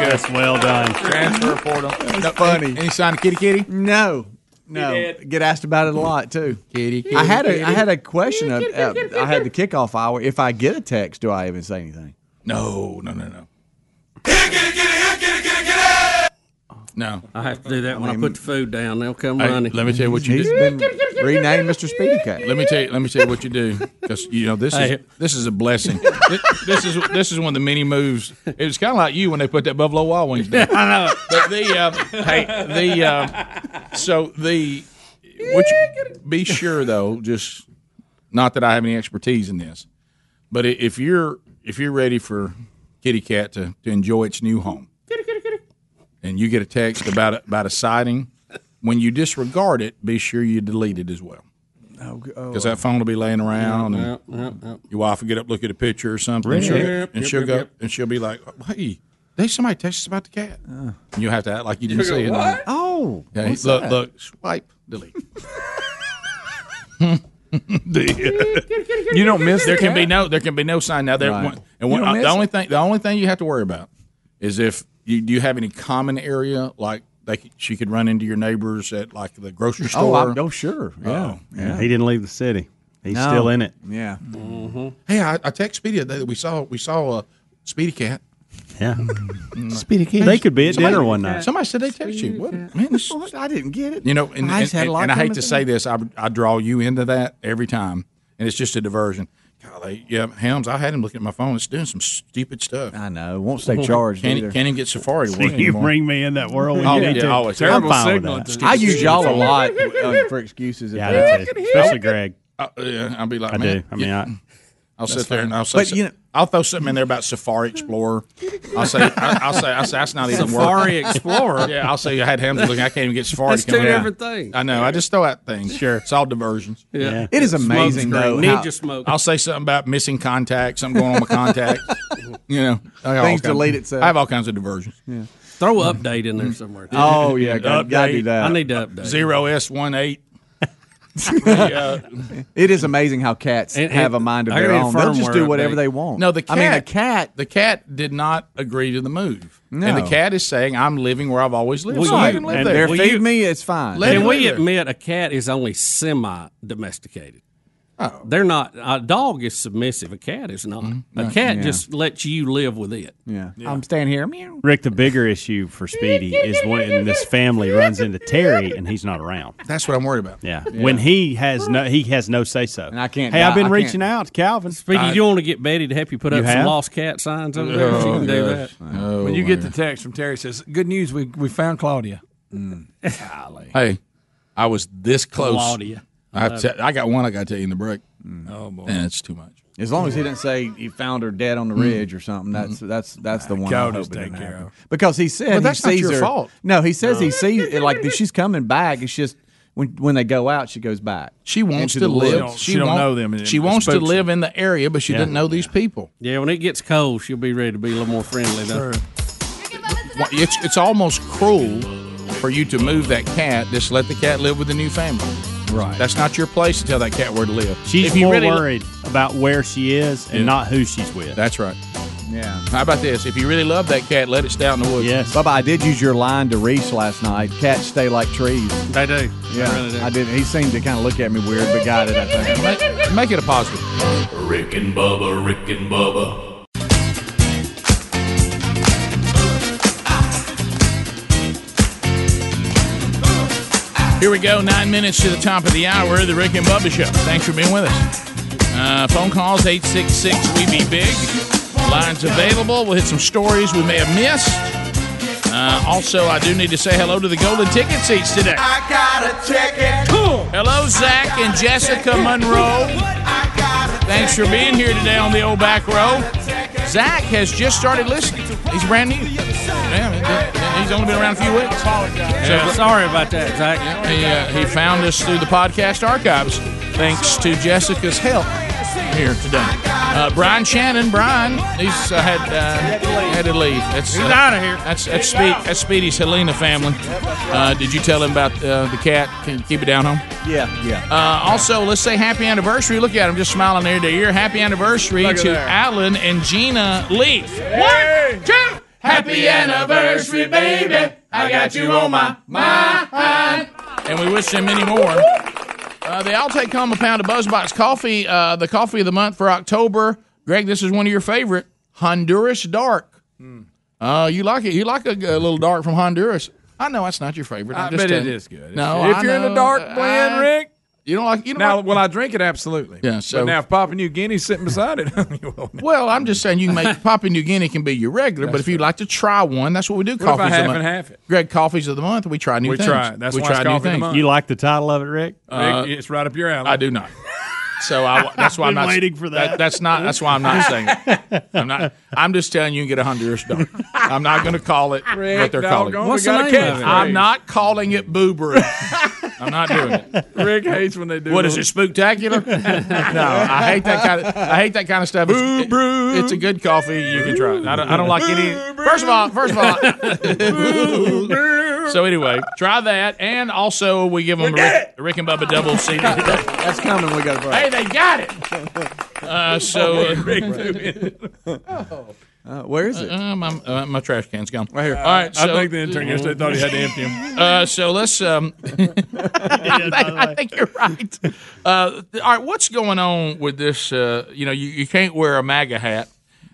Speaker 2: That's
Speaker 12: well done.
Speaker 2: Transfer portal. That's
Speaker 9: funny.
Speaker 2: Any sign of kitty kitty?
Speaker 9: No. No, get asked about it a lot too. Kitty, I had a I had a question. Of, uh, I had the kickoff hour. If I get a text, do I even say anything?
Speaker 2: No, no, no, no. No.
Speaker 3: I have to do that when I put the food down. They'll come
Speaker 2: Hey,
Speaker 3: running.
Speaker 2: let me tell you what you He's do. been
Speaker 9: renamed Mr. Speedy Cat.
Speaker 2: Let me tell you. Let me tell you what you do because you know this is
Speaker 3: Hey.
Speaker 2: this is a blessing. Thi- this is this is one of the many moves. It was kind of like you when they put that Buffalo Wild Wings down.
Speaker 3: I know.
Speaker 2: But the uh, hey the uh, so the what you, be sure though just not that I have any expertise in this, but i- if you're if you're ready for Kitty Cat to, to enjoy its new home, and you get a text about a, about a sighting, when you disregard it, be sure you delete it as well because that phone will be laying around, and
Speaker 3: Oh, Yep, yep, yep.
Speaker 2: your wife will get up, look at a picture or something, and she'll,
Speaker 3: Yep,
Speaker 2: and
Speaker 3: yep,
Speaker 2: she'll
Speaker 3: yep,
Speaker 2: go
Speaker 3: yep.
Speaker 2: and she'll be like, "Hey, they somebody texted us about the cat."
Speaker 10: Uh.
Speaker 2: And you have to act like you didn't
Speaker 9: You'll go,
Speaker 2: see it.
Speaker 9: "What? Oh,
Speaker 2: yeah,
Speaker 9: what's
Speaker 2: look,
Speaker 9: that?"
Speaker 2: look, swipe, delete. you
Speaker 11: don't miss
Speaker 2: There
Speaker 11: the
Speaker 2: can be
Speaker 11: cat?
Speaker 2: no. There can be no sign now. There
Speaker 11: Right.
Speaker 2: one- and one,
Speaker 11: You don't
Speaker 2: uh, the
Speaker 11: miss
Speaker 2: only thing. The only thing you have to worry about is if you do you have any common area like. They, c- she could run into your neighbors at like the grocery
Speaker 9: Oh,
Speaker 2: store.
Speaker 9: I'm, oh, sure. Yeah.
Speaker 2: Oh,
Speaker 12: Yeah, he didn't leave the city. He's
Speaker 2: No.
Speaker 12: still in it.
Speaker 9: Yeah.
Speaker 2: Hey, I, I text Speedy today that we saw we saw a Speedy Cat.
Speaker 12: Yeah.
Speaker 2: Speedy
Speaker 12: Cat. They could be at dinner one night.
Speaker 2: Somebody said they text you. What? Man, this-
Speaker 9: I didn't get it.
Speaker 2: you know, and,
Speaker 9: I just
Speaker 2: and,
Speaker 9: had a lot
Speaker 2: and I
Speaker 9: coming
Speaker 2: hate to
Speaker 9: through.
Speaker 2: say this, I, I draw you into that every time, and it's just a diversion. Golly, yeah, Helms, I had him looking at my phone. It's doing some stupid stuff.
Speaker 9: I know. Won't stay charged
Speaker 2: Can't,
Speaker 9: either.
Speaker 2: can't even get Safari. to
Speaker 9: See,
Speaker 2: work
Speaker 9: you
Speaker 2: anymore.
Speaker 12: bring me in that world when
Speaker 2: Oh,
Speaker 12: you
Speaker 2: yeah,
Speaker 12: need to.
Speaker 2: always.
Speaker 12: Terrible I'm fine with signal. that. Stupid,
Speaker 9: I use
Speaker 12: stupid
Speaker 9: y'all a
Speaker 12: phone.
Speaker 9: lot uh, for excuses. if
Speaker 12: Yeah,
Speaker 9: that-
Speaker 12: that's it. Especially Greg.
Speaker 2: Uh, yeah, I'll be like,
Speaker 12: I
Speaker 2: man,
Speaker 12: do. I mean, I,
Speaker 2: I'll
Speaker 12: That's
Speaker 2: sit there
Speaker 12: fine.
Speaker 2: and I'll say,
Speaker 12: But, you know-
Speaker 2: I'll throw something in there about Safari Explorer. I'll say, I, I'll say, I'll say, that's not even
Speaker 12: Safari
Speaker 2: working.
Speaker 12: Explorer?
Speaker 2: yeah, I'll say I had him looking. I can't even get Safari.
Speaker 3: That's
Speaker 2: to come
Speaker 3: two
Speaker 2: in.
Speaker 3: different things.
Speaker 2: I know. I just throw out things. Sure, it's all diversions.
Speaker 3: Yeah. Yeah.
Speaker 9: It is amazing, though, how-
Speaker 2: Ninja smoke. I'll say something about missing contact. Something going on with contact. you know, I got all kinds of-
Speaker 9: Things delete itself.
Speaker 2: I have all kinds of diversions.
Speaker 3: Throw an update in there somewhere. too.
Speaker 9: Oh, yeah, gotta- gotta do that.
Speaker 3: I need to update.
Speaker 2: Zero S one eight.
Speaker 9: it is amazing how cats
Speaker 2: And-
Speaker 9: have a
Speaker 2: and
Speaker 9: mind of
Speaker 2: I
Speaker 9: their
Speaker 2: gotta
Speaker 9: own. They'll just
Speaker 2: firmware
Speaker 9: do whatever
Speaker 2: update.
Speaker 9: they want.
Speaker 2: No, the cat.
Speaker 9: I mean, a cat.
Speaker 2: The cat did not agree to the move.
Speaker 9: No.
Speaker 2: And the cat is saying, "I'm living where I've always lived. so I can live
Speaker 9: and
Speaker 2: there."
Speaker 9: they're feed me, it's fine.
Speaker 2: Let
Speaker 3: and
Speaker 2: him
Speaker 3: we
Speaker 2: live
Speaker 3: admit a cat is only semi domesticated. Oh. They're not. A dog is submissive. A cat is not. A
Speaker 12: Right.
Speaker 3: cat
Speaker 12: Yeah.
Speaker 3: just lets you live with it.
Speaker 9: Yeah. I'm staying here. Meow.
Speaker 12: Rick, the bigger issue for Speedy is when this family runs into Terry and he's not around.
Speaker 2: That's what I'm worried about.
Speaker 12: Yeah. When he has no, he has no say so. And I
Speaker 9: can't.
Speaker 12: Hey, I've
Speaker 3: I
Speaker 12: been
Speaker 3: can't-
Speaker 12: reaching out, to Calvin.
Speaker 3: Speedy, you want to get Betty to help you put
Speaker 12: You
Speaker 3: up some
Speaker 12: have?
Speaker 3: lost cat signs over
Speaker 2: Oh,
Speaker 3: there? She can do that.
Speaker 11: when you get the text from Terry says, "Good news, we we found Claudia."
Speaker 2: Mm. Hey, I was this close.
Speaker 11: Claudia.
Speaker 2: I, te- I got one. I got to tell you in the break. Uh, Oh boy, that's too much.
Speaker 9: As long as he didn't say he found her dead on the
Speaker 2: Mm.
Speaker 9: ridge or something, that's
Speaker 2: Mm-hmm.
Speaker 9: that's that's the one. I
Speaker 2: Coyotes
Speaker 9: hope it
Speaker 2: take
Speaker 9: didn't
Speaker 2: care
Speaker 9: happen. Because he said
Speaker 2: But
Speaker 9: he
Speaker 2: that's not
Speaker 9: sees
Speaker 2: your
Speaker 9: her.
Speaker 2: fault.
Speaker 9: No, he says he sees it like that she's coming back. It's just when when they go out, she goes back.
Speaker 2: She wants to
Speaker 9: Into the
Speaker 2: live.
Speaker 9: woods.
Speaker 2: won't- She wants to live in the area, but she
Speaker 9: Yeah.
Speaker 2: doesn't know these people.
Speaker 3: Yeah, when it gets cold, she'll be ready to be a little more friendly. Though.
Speaker 2: Wha- It's it's almost cruel for you to move that cat. Just let the cat live with the new family.
Speaker 9: Right.
Speaker 2: That's not your place to tell that cat where to live.
Speaker 12: She's
Speaker 2: If you
Speaker 12: more
Speaker 2: really lo-
Speaker 12: worried about where she is and
Speaker 2: Yeah.
Speaker 12: not who she's with.
Speaker 2: That's right.
Speaker 9: Yeah.
Speaker 2: How about this? If you really love that cat, let it stay out in the woods.
Speaker 12: Yes.
Speaker 9: Bubba, I did use your line to Reese last night. Cats stay like trees.
Speaker 3: They do.
Speaker 9: Yeah,
Speaker 6: really do.
Speaker 9: I did. He seemed to kind of look at me weird, but got it. I think.
Speaker 2: Make, make it a positive.
Speaker 6: Rick and Bubba, Rick and Bubba,
Speaker 2: Here we go, nine minutes to the top of the hour, the Rick and Bubba Show. Thanks for being with us. Uh, phone calls, 866 We Be Big. Lines available. We'll hit some stories we may have missed. Uh, also, I do need to say hello to the Golden Ticket Seats today.
Speaker 7: gotta check it.
Speaker 2: Hello, Zach and Jessica Monroe. Thanks for being here today on the old back row. Zach has just started listening. He's brand new. Yeah, man, he's only been around a few weeks.
Speaker 3: Yeah, sorry about that, Zach.
Speaker 2: He, uh, he found us through the podcast archives thanks to Jessica's help. here today. Uh, Brian Shannon, Brian, he's uh, had uh, had to leave. That's, uh,
Speaker 11: He's outta here.
Speaker 2: That's that's, Speed, that's Speedy's Helena family. Uh, did you tell him about uh, the cat? Can you keep it down home?
Speaker 9: Yeah, yeah.
Speaker 2: Uh, also, let's say happy anniversary. Look at him just smiling ear to ear. Happy anniversary
Speaker 11: Look at
Speaker 2: to
Speaker 11: there.
Speaker 2: Alan and Gina Lee.
Speaker 11: One, two.
Speaker 2: Happy anniversary, baby. I got you on my mind. And we wish them many more. Uh, they all take home a pound of Buzzbox coffee, uh, the coffee of the month for October. Greg, this is one of your favorite Honduras Dark.
Speaker 11: Hmm.
Speaker 2: Uh, you like it. You like a, a little dark from Honduras. I know that's not your favorite. I'm
Speaker 11: I
Speaker 2: just
Speaker 11: bet it
Speaker 2: telling you.
Speaker 11: is good.
Speaker 2: No,
Speaker 11: if
Speaker 2: I
Speaker 11: you're in the
Speaker 2: know. Uh,
Speaker 11: dark
Speaker 2: I-
Speaker 11: blend, Rick.
Speaker 2: You don't like. You don't
Speaker 11: now,
Speaker 2: like-
Speaker 11: will I drink it? Absolutely.
Speaker 2: Yeah, so-
Speaker 11: but now if Papua New Guinea's sitting beside it, you won't.
Speaker 2: Well, I'm just saying you can make Papua New Guinea can be your regular, but
Speaker 11: That's
Speaker 2: if you'd like to try one, that's what we do.
Speaker 11: What if I
Speaker 2: Coffees of the
Speaker 11: half
Speaker 2: month.
Speaker 11: and half it?
Speaker 2: Greg, coffees of the month. We try new
Speaker 11: We
Speaker 2: things.
Speaker 11: try it. That's
Speaker 2: we
Speaker 11: why
Speaker 2: try
Speaker 11: it's
Speaker 2: new
Speaker 11: coffee of the
Speaker 2: things.
Speaker 11: month.
Speaker 12: You like the title of it, Rick?
Speaker 2: Uh,
Speaker 11: Rick, it's right up your alley.
Speaker 2: I do not. So I, that's why I'm
Speaker 12: Been
Speaker 2: not
Speaker 12: waiting for that.
Speaker 2: That's not. That's why I'm not saying it. I'm not. I'm just telling you, you can get a Honduras dark. I'm not going to call it what
Speaker 11: Rick,
Speaker 2: they're calling. it.
Speaker 11: doggone, we What's the got a name of it? catchphrase.
Speaker 2: I'm not calling it boo brew. I'm not doing it.
Speaker 11: Rick hates when they do.
Speaker 2: What is
Speaker 11: little-
Speaker 2: it? Spooktacular? no, I hate that kind of. I hate that kind of stuff. Boo it's, brew. it's a good coffee. You can try. it. I don't, I don't like any. First of all, first of all. so anyway, try that, and also we give them a Rick, Rick and Bubba double CD. That's coming. We got to Hey, they got it. Uh, so
Speaker 9: Uh, where is it?
Speaker 2: Uh, my, uh, my trash can's gone. Right
Speaker 11: here.
Speaker 2: All right.
Speaker 11: I
Speaker 2: so-
Speaker 11: think the intern yesterday thought he had to empty 'em.
Speaker 2: Uh, so let's. Um, I, think, I think you're right. Uh, th- all right. What's going on with this? Uh, you know, you, you can't wear a MAGA hat.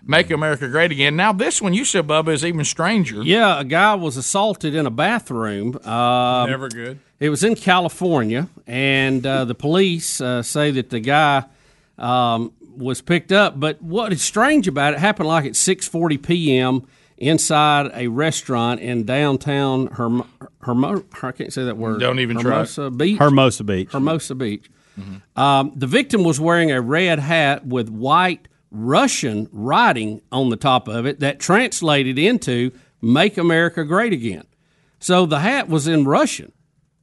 Speaker 2: Make America great again. Now this one you said, Bubba, is even stranger.
Speaker 3: Yeah, a guy was assaulted in a bathroom. Um,
Speaker 11: Never good.
Speaker 3: It was in California, and uh, the police uh, say that the guy um, was picked up. But what is strange about it happened like at 6:40 p.m. inside a restaurant in downtown Herm- Hermo- I can't say that word.
Speaker 2: Don't even try it.
Speaker 3: Hermosa Beach.
Speaker 12: Hermosa Beach.
Speaker 3: Hermosa Beach. Um, the victim was wearing a red hat with white Russian writing on the top of it that translated into "Make America Great Again." So the hat was in Russian.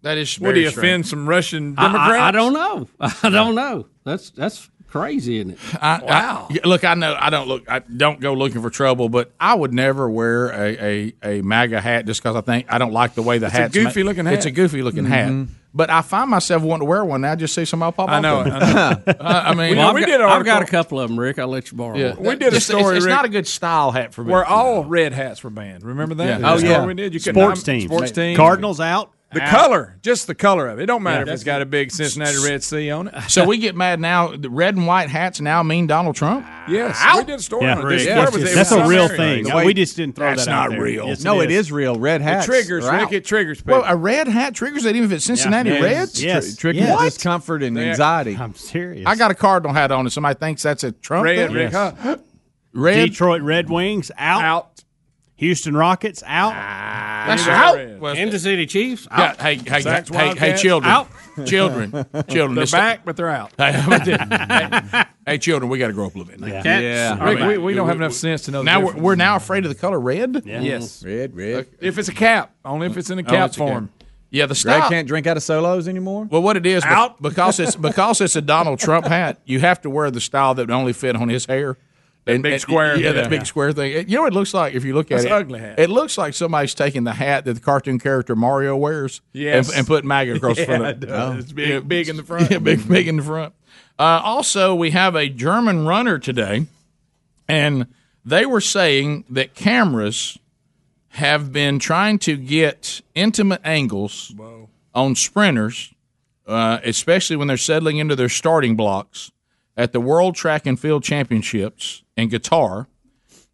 Speaker 2: That is.
Speaker 11: Would
Speaker 2: very
Speaker 11: he offend
Speaker 2: strange.
Speaker 11: some Russian
Speaker 3: I- I-
Speaker 11: Democrats?
Speaker 3: I, don't know. I don't know. That's that's crazy, isn't it?
Speaker 2: I, wow. look, I know I don't look. I don't go looking for trouble, but I would never wear a a, a MAGA hat just because I think I don't like the way the
Speaker 11: It's a
Speaker 2: hat's ma-
Speaker 11: goofy-looking hat.
Speaker 2: It's a goofy looking
Speaker 12: Mm-hmm.
Speaker 9: Mm-hmm.
Speaker 11: Mhm.
Speaker 2: hat. But I find myself wanting to wear one now. I just see somebody pop.
Speaker 11: I know.
Speaker 2: Off
Speaker 11: I,
Speaker 2: of it.
Speaker 11: know.
Speaker 2: Uh, I mean,
Speaker 11: Well, we
Speaker 3: I've,
Speaker 11: did an
Speaker 3: got, I've got a
Speaker 11: article-
Speaker 3: couple of them, Rick. I'll let you borrow.
Speaker 2: Yeah.
Speaker 3: one.
Speaker 11: We did a
Speaker 2: Just- it's-
Speaker 11: story.
Speaker 2: it's
Speaker 11: Rick,
Speaker 2: not a good style hat for me.
Speaker 11: Where all red hats were banned. Remember that?
Speaker 2: Yeah. Oh,
Speaker 11: That's
Speaker 2: yeah.
Speaker 11: what we did. You couldn't-
Speaker 12: Sports
Speaker 11: I'm-
Speaker 12: teams.
Speaker 11: Sports teams.
Speaker 12: Cardinals out.
Speaker 11: The
Speaker 12: Out.
Speaker 11: color, just the color of it. It don't matter
Speaker 12: Yeah.
Speaker 11: if it's got a big Cincinnati Red C on it.
Speaker 2: So we get mad now. The red and white hats now mean Donald Trump.
Speaker 11: Yes,
Speaker 2: Ah.
Speaker 11: we did a story
Speaker 12: Yeah,
Speaker 11: on it.
Speaker 12: Rick,
Speaker 11: This
Speaker 12: that's
Speaker 11: story
Speaker 12: just-
Speaker 11: was- it
Speaker 12: that's
Speaker 11: was
Speaker 12: a
Speaker 11: some
Speaker 12: real
Speaker 11: area.
Speaker 12: thing.
Speaker 11: The
Speaker 12: No,
Speaker 11: way-
Speaker 12: we just didn't throw
Speaker 11: That's
Speaker 12: that out
Speaker 11: not
Speaker 12: there.
Speaker 11: real.
Speaker 12: Yes,
Speaker 9: no, it is real. Red
Speaker 11: It
Speaker 9: hats.
Speaker 11: triggers,
Speaker 9: are
Speaker 11: Rick.
Speaker 9: out.
Speaker 11: It triggers people.
Speaker 2: Well, a red hat triggers it, even if it's Cincinnati
Speaker 9: Yeah.
Speaker 2: Reds.
Speaker 12: Yes.
Speaker 9: Tr- triggers
Speaker 12: Yes.
Speaker 9: discomfort and anxiety.
Speaker 12: I'm serious.
Speaker 2: I got a cardinal hat on, and somebody thinks that's a Trump.
Speaker 11: red,
Speaker 2: thing.
Speaker 11: Rick,
Speaker 12: Yes.
Speaker 11: huh?
Speaker 2: red.
Speaker 12: Detroit Red Wings out.
Speaker 11: Out.
Speaker 12: Houston Rockets out.
Speaker 2: That's
Speaker 11: Anyway,
Speaker 2: out.
Speaker 11: red.
Speaker 2: Well,
Speaker 3: Kansas City Chiefs.
Speaker 2: yeah,
Speaker 3: Out.
Speaker 2: hey, hey, hey,
Speaker 11: Saints,
Speaker 2: hey, hey,
Speaker 11: Wildcats,
Speaker 2: children,
Speaker 11: out.
Speaker 2: children, children.
Speaker 11: They're
Speaker 2: this-
Speaker 11: back, but they're out.
Speaker 2: hey, hey, children, we got to grow up a little bit. now.
Speaker 3: Cats
Speaker 9: Yeah.
Speaker 3: are
Speaker 11: Rick,
Speaker 3: back.
Speaker 11: we, we don't have enough sense to know. the
Speaker 2: Now we're,
Speaker 11: difference.
Speaker 2: we're now afraid of the color red.
Speaker 11: yes,
Speaker 9: Red, red.
Speaker 11: if it's a cap, only if it's in a
Speaker 2: Oh,
Speaker 11: cap
Speaker 2: it's okay.
Speaker 11: form.
Speaker 2: Yeah, the
Speaker 9: Greg
Speaker 2: style.
Speaker 9: can't drink out of solos anymore.
Speaker 2: Well, what it is, be-
Speaker 11: Out.
Speaker 2: because it's because it's a Donald Trump hat. You have to wear the style that would only fit on his hair. and,
Speaker 11: big
Speaker 2: and-
Speaker 11: square
Speaker 2: yeah, that
Speaker 11: thing.
Speaker 2: big square thing. It- you know what it looks like if you look
Speaker 11: That's
Speaker 2: at it.
Speaker 11: an ugly hat.
Speaker 2: It looks like somebody's taking the hat that the cartoon character Mario wears,
Speaker 11: Yes.
Speaker 2: and, and put MAGA across the front.
Speaker 11: Yeah,
Speaker 2: Of
Speaker 11: it
Speaker 2: it. Oh,
Speaker 11: does. It's big- big in the front.
Speaker 2: Yeah, big, big in the front. Uh, also, we have a German runner today, and they were saying that cameras have been trying to get intimate angles on sprinters, uh, especially when they're settling into their starting blocks at the World Track and Field Championships in Qatar.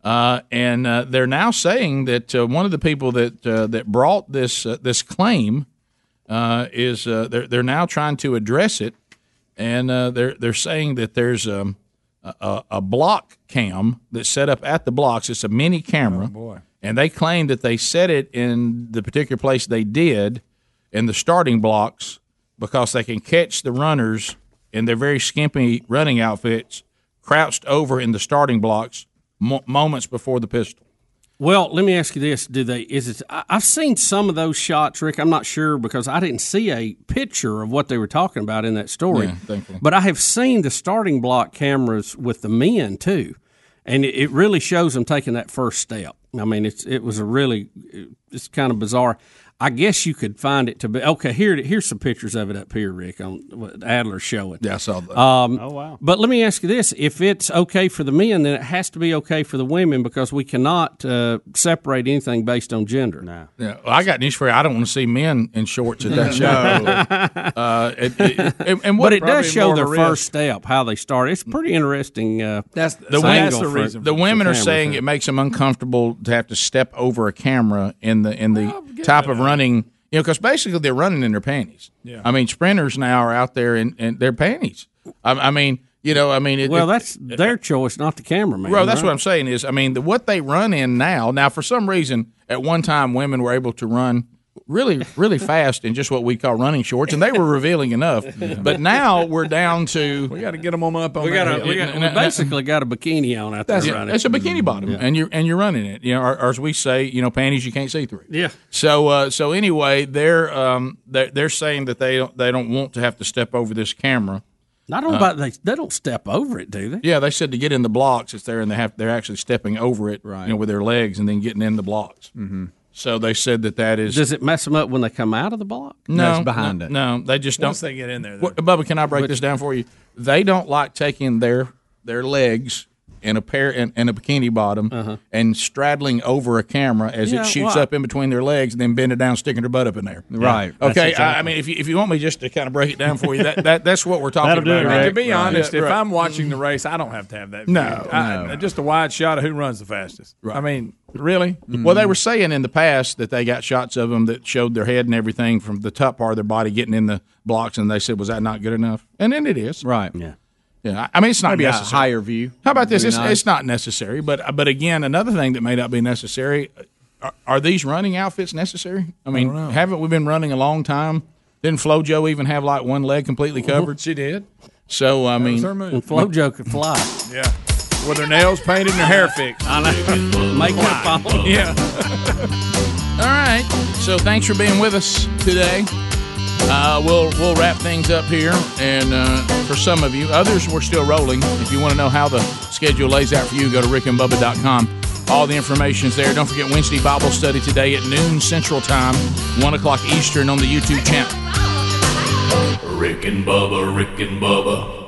Speaker 2: Uh, and uh, they're now saying that uh, one of the people that uh, that brought this uh, this claim uh, is uh, they're they're now trying to address it, and uh, they're they're saying that there's um, a- a, a block cam that's set up at the blocks. It's a mini camera,
Speaker 11: boy.
Speaker 2: and they claim that they set it in the particular place they did in the starting blocks because they can catch the runners in their very skimpy running outfits crouched over in the starting blocks mo- moments before the pistol.
Speaker 3: Well, let me ask you this: Do they? Is it? I- I've seen some of those shots, Rick. I'm not sure because I didn't see a picture of what they were talking about in that story.
Speaker 2: Yeah, thankfully.
Speaker 3: But I have seen the starting block cameras with the men too, and it, it really shows them taking that first step. I mean, it's it was a really it's kind of bizarre. I guess you could find it to be okay. Here, it- here's some pictures of it up here, Rick. On what Adler showing.
Speaker 2: Yeah, I saw that.
Speaker 3: Um,
Speaker 12: Oh, wow.
Speaker 3: But let me ask you this: If it's okay for the men, then it has to be okay for the women because we cannot uh, separate anything based on gender. No.
Speaker 2: Yeah, well, I got news for you. I don't want to see men in shorts at that show. Uh, it- it- and, and what
Speaker 3: but it does
Speaker 2: probably
Speaker 3: show
Speaker 2: more of
Speaker 3: their
Speaker 2: a risk-
Speaker 3: first step, how they start. It's pretty interesting. Uh,
Speaker 2: That's the,
Speaker 3: angle for-
Speaker 2: The
Speaker 3: for
Speaker 2: women are
Speaker 3: cameras
Speaker 2: saying
Speaker 3: there.
Speaker 2: it makes them uncomfortable to have to step over a camera in the in the type of running. You know, because basically they're running in their panties.
Speaker 11: Yeah.
Speaker 2: I mean, sprinters now are out there in, in their panties. I, I mean, you know, I mean, it,
Speaker 3: well,
Speaker 2: it-
Speaker 3: that's their choice, not the cameraman.
Speaker 2: well, that's
Speaker 3: right?
Speaker 2: what I'm saying is, I mean, the, what they run in now. Now, for some reason, at one time, women were able to run really, really fast in just what we call running shorts, and they were revealing enough. But now we're down to we
Speaker 11: got to get them up on.
Speaker 2: We
Speaker 11: that
Speaker 2: gotta-
Speaker 11: hill.
Speaker 2: we gotta- we
Speaker 3: basically got a bikini on out there.
Speaker 2: That's-
Speaker 3: running.
Speaker 2: it's a bikini bottom, and you're and you're running it. You know, or, or as we say, you know, panties you can't see through.
Speaker 3: Yeah.
Speaker 2: So uh, so anyway, they're um they're, they're saying that they don't they don't want to have to step over this camera.
Speaker 3: I don't
Speaker 2: Uh,
Speaker 3: know about they. They don't step over it, do they?
Speaker 2: Yeah, they said to get in the blocks, it's there, and they have they're actually stepping over it, right. you know, with their legs and then getting in the blocks. Mm-hmm. So they said that that is.
Speaker 3: Does it mess them up when they come out of the block?
Speaker 2: No, no, No, they just
Speaker 3: Once
Speaker 2: don't.
Speaker 3: they
Speaker 11: get in there,
Speaker 2: What, Bubba, can I break this down for you? They don't like taking their their legs in a pair in, in a bikini bottom
Speaker 11: Uh-huh.
Speaker 2: and straddling over a camera as
Speaker 11: Yeah,
Speaker 2: it shoots
Speaker 11: why?
Speaker 2: up in between their legs, and then bending down, sticking their butt up in there.
Speaker 11: Right. That's
Speaker 2: Okay. I, I
Speaker 11: exactly-
Speaker 2: mean, if you, if you want me just to kind of break it down for you, that, that that's what we're talking
Speaker 11: That'll do
Speaker 2: about.
Speaker 11: it,
Speaker 2: right?
Speaker 11: Rick. To be honest,
Speaker 2: Yeah,
Speaker 11: if
Speaker 2: right.
Speaker 11: I'm watching the race, I don't have to have that.
Speaker 2: No,
Speaker 11: view. I-
Speaker 2: no.
Speaker 11: just a wide shot of who runs the fastest. I mean,
Speaker 2: Really? Well, they were saying in the past that they got shots of them that showed their head and everything from the top part of their body getting in the blocks, and they said, "Was that not good enough?" And then it is.
Speaker 9: Right.
Speaker 3: Yeah.
Speaker 2: Yeah. I mean, it's not
Speaker 9: Maybe a
Speaker 2: necessary.
Speaker 9: higher view.
Speaker 2: How about this?
Speaker 9: Be
Speaker 2: It's,
Speaker 9: nice.
Speaker 2: it's not necessary, but but again, another thing that may not be necessary uh, are, are these running outfits necessary? I mean,
Speaker 11: don't know.
Speaker 2: haven't we been running a long time? Didn't FloJo even have like one leg completely covered? She did. So I mean,
Speaker 11: her move.
Speaker 2: And
Speaker 3: FloJo could fly.
Speaker 11: yeah, with their nails painted and their hair fixed.
Speaker 3: I know. Make
Speaker 11: Yeah.
Speaker 2: All right. So thanks for being with us today. Uh, we'll we'll wrap things up here, and uh, for some of you, others we're still rolling. If you want to know how the schedule lays out for you, go to rickandbubba.com. All the information's there. Don't forget Wednesday Bible study today at noon Central Time, one o'clock Eastern on the YouTube channel.
Speaker 6: Rick and Bubba, Rick and Bubba.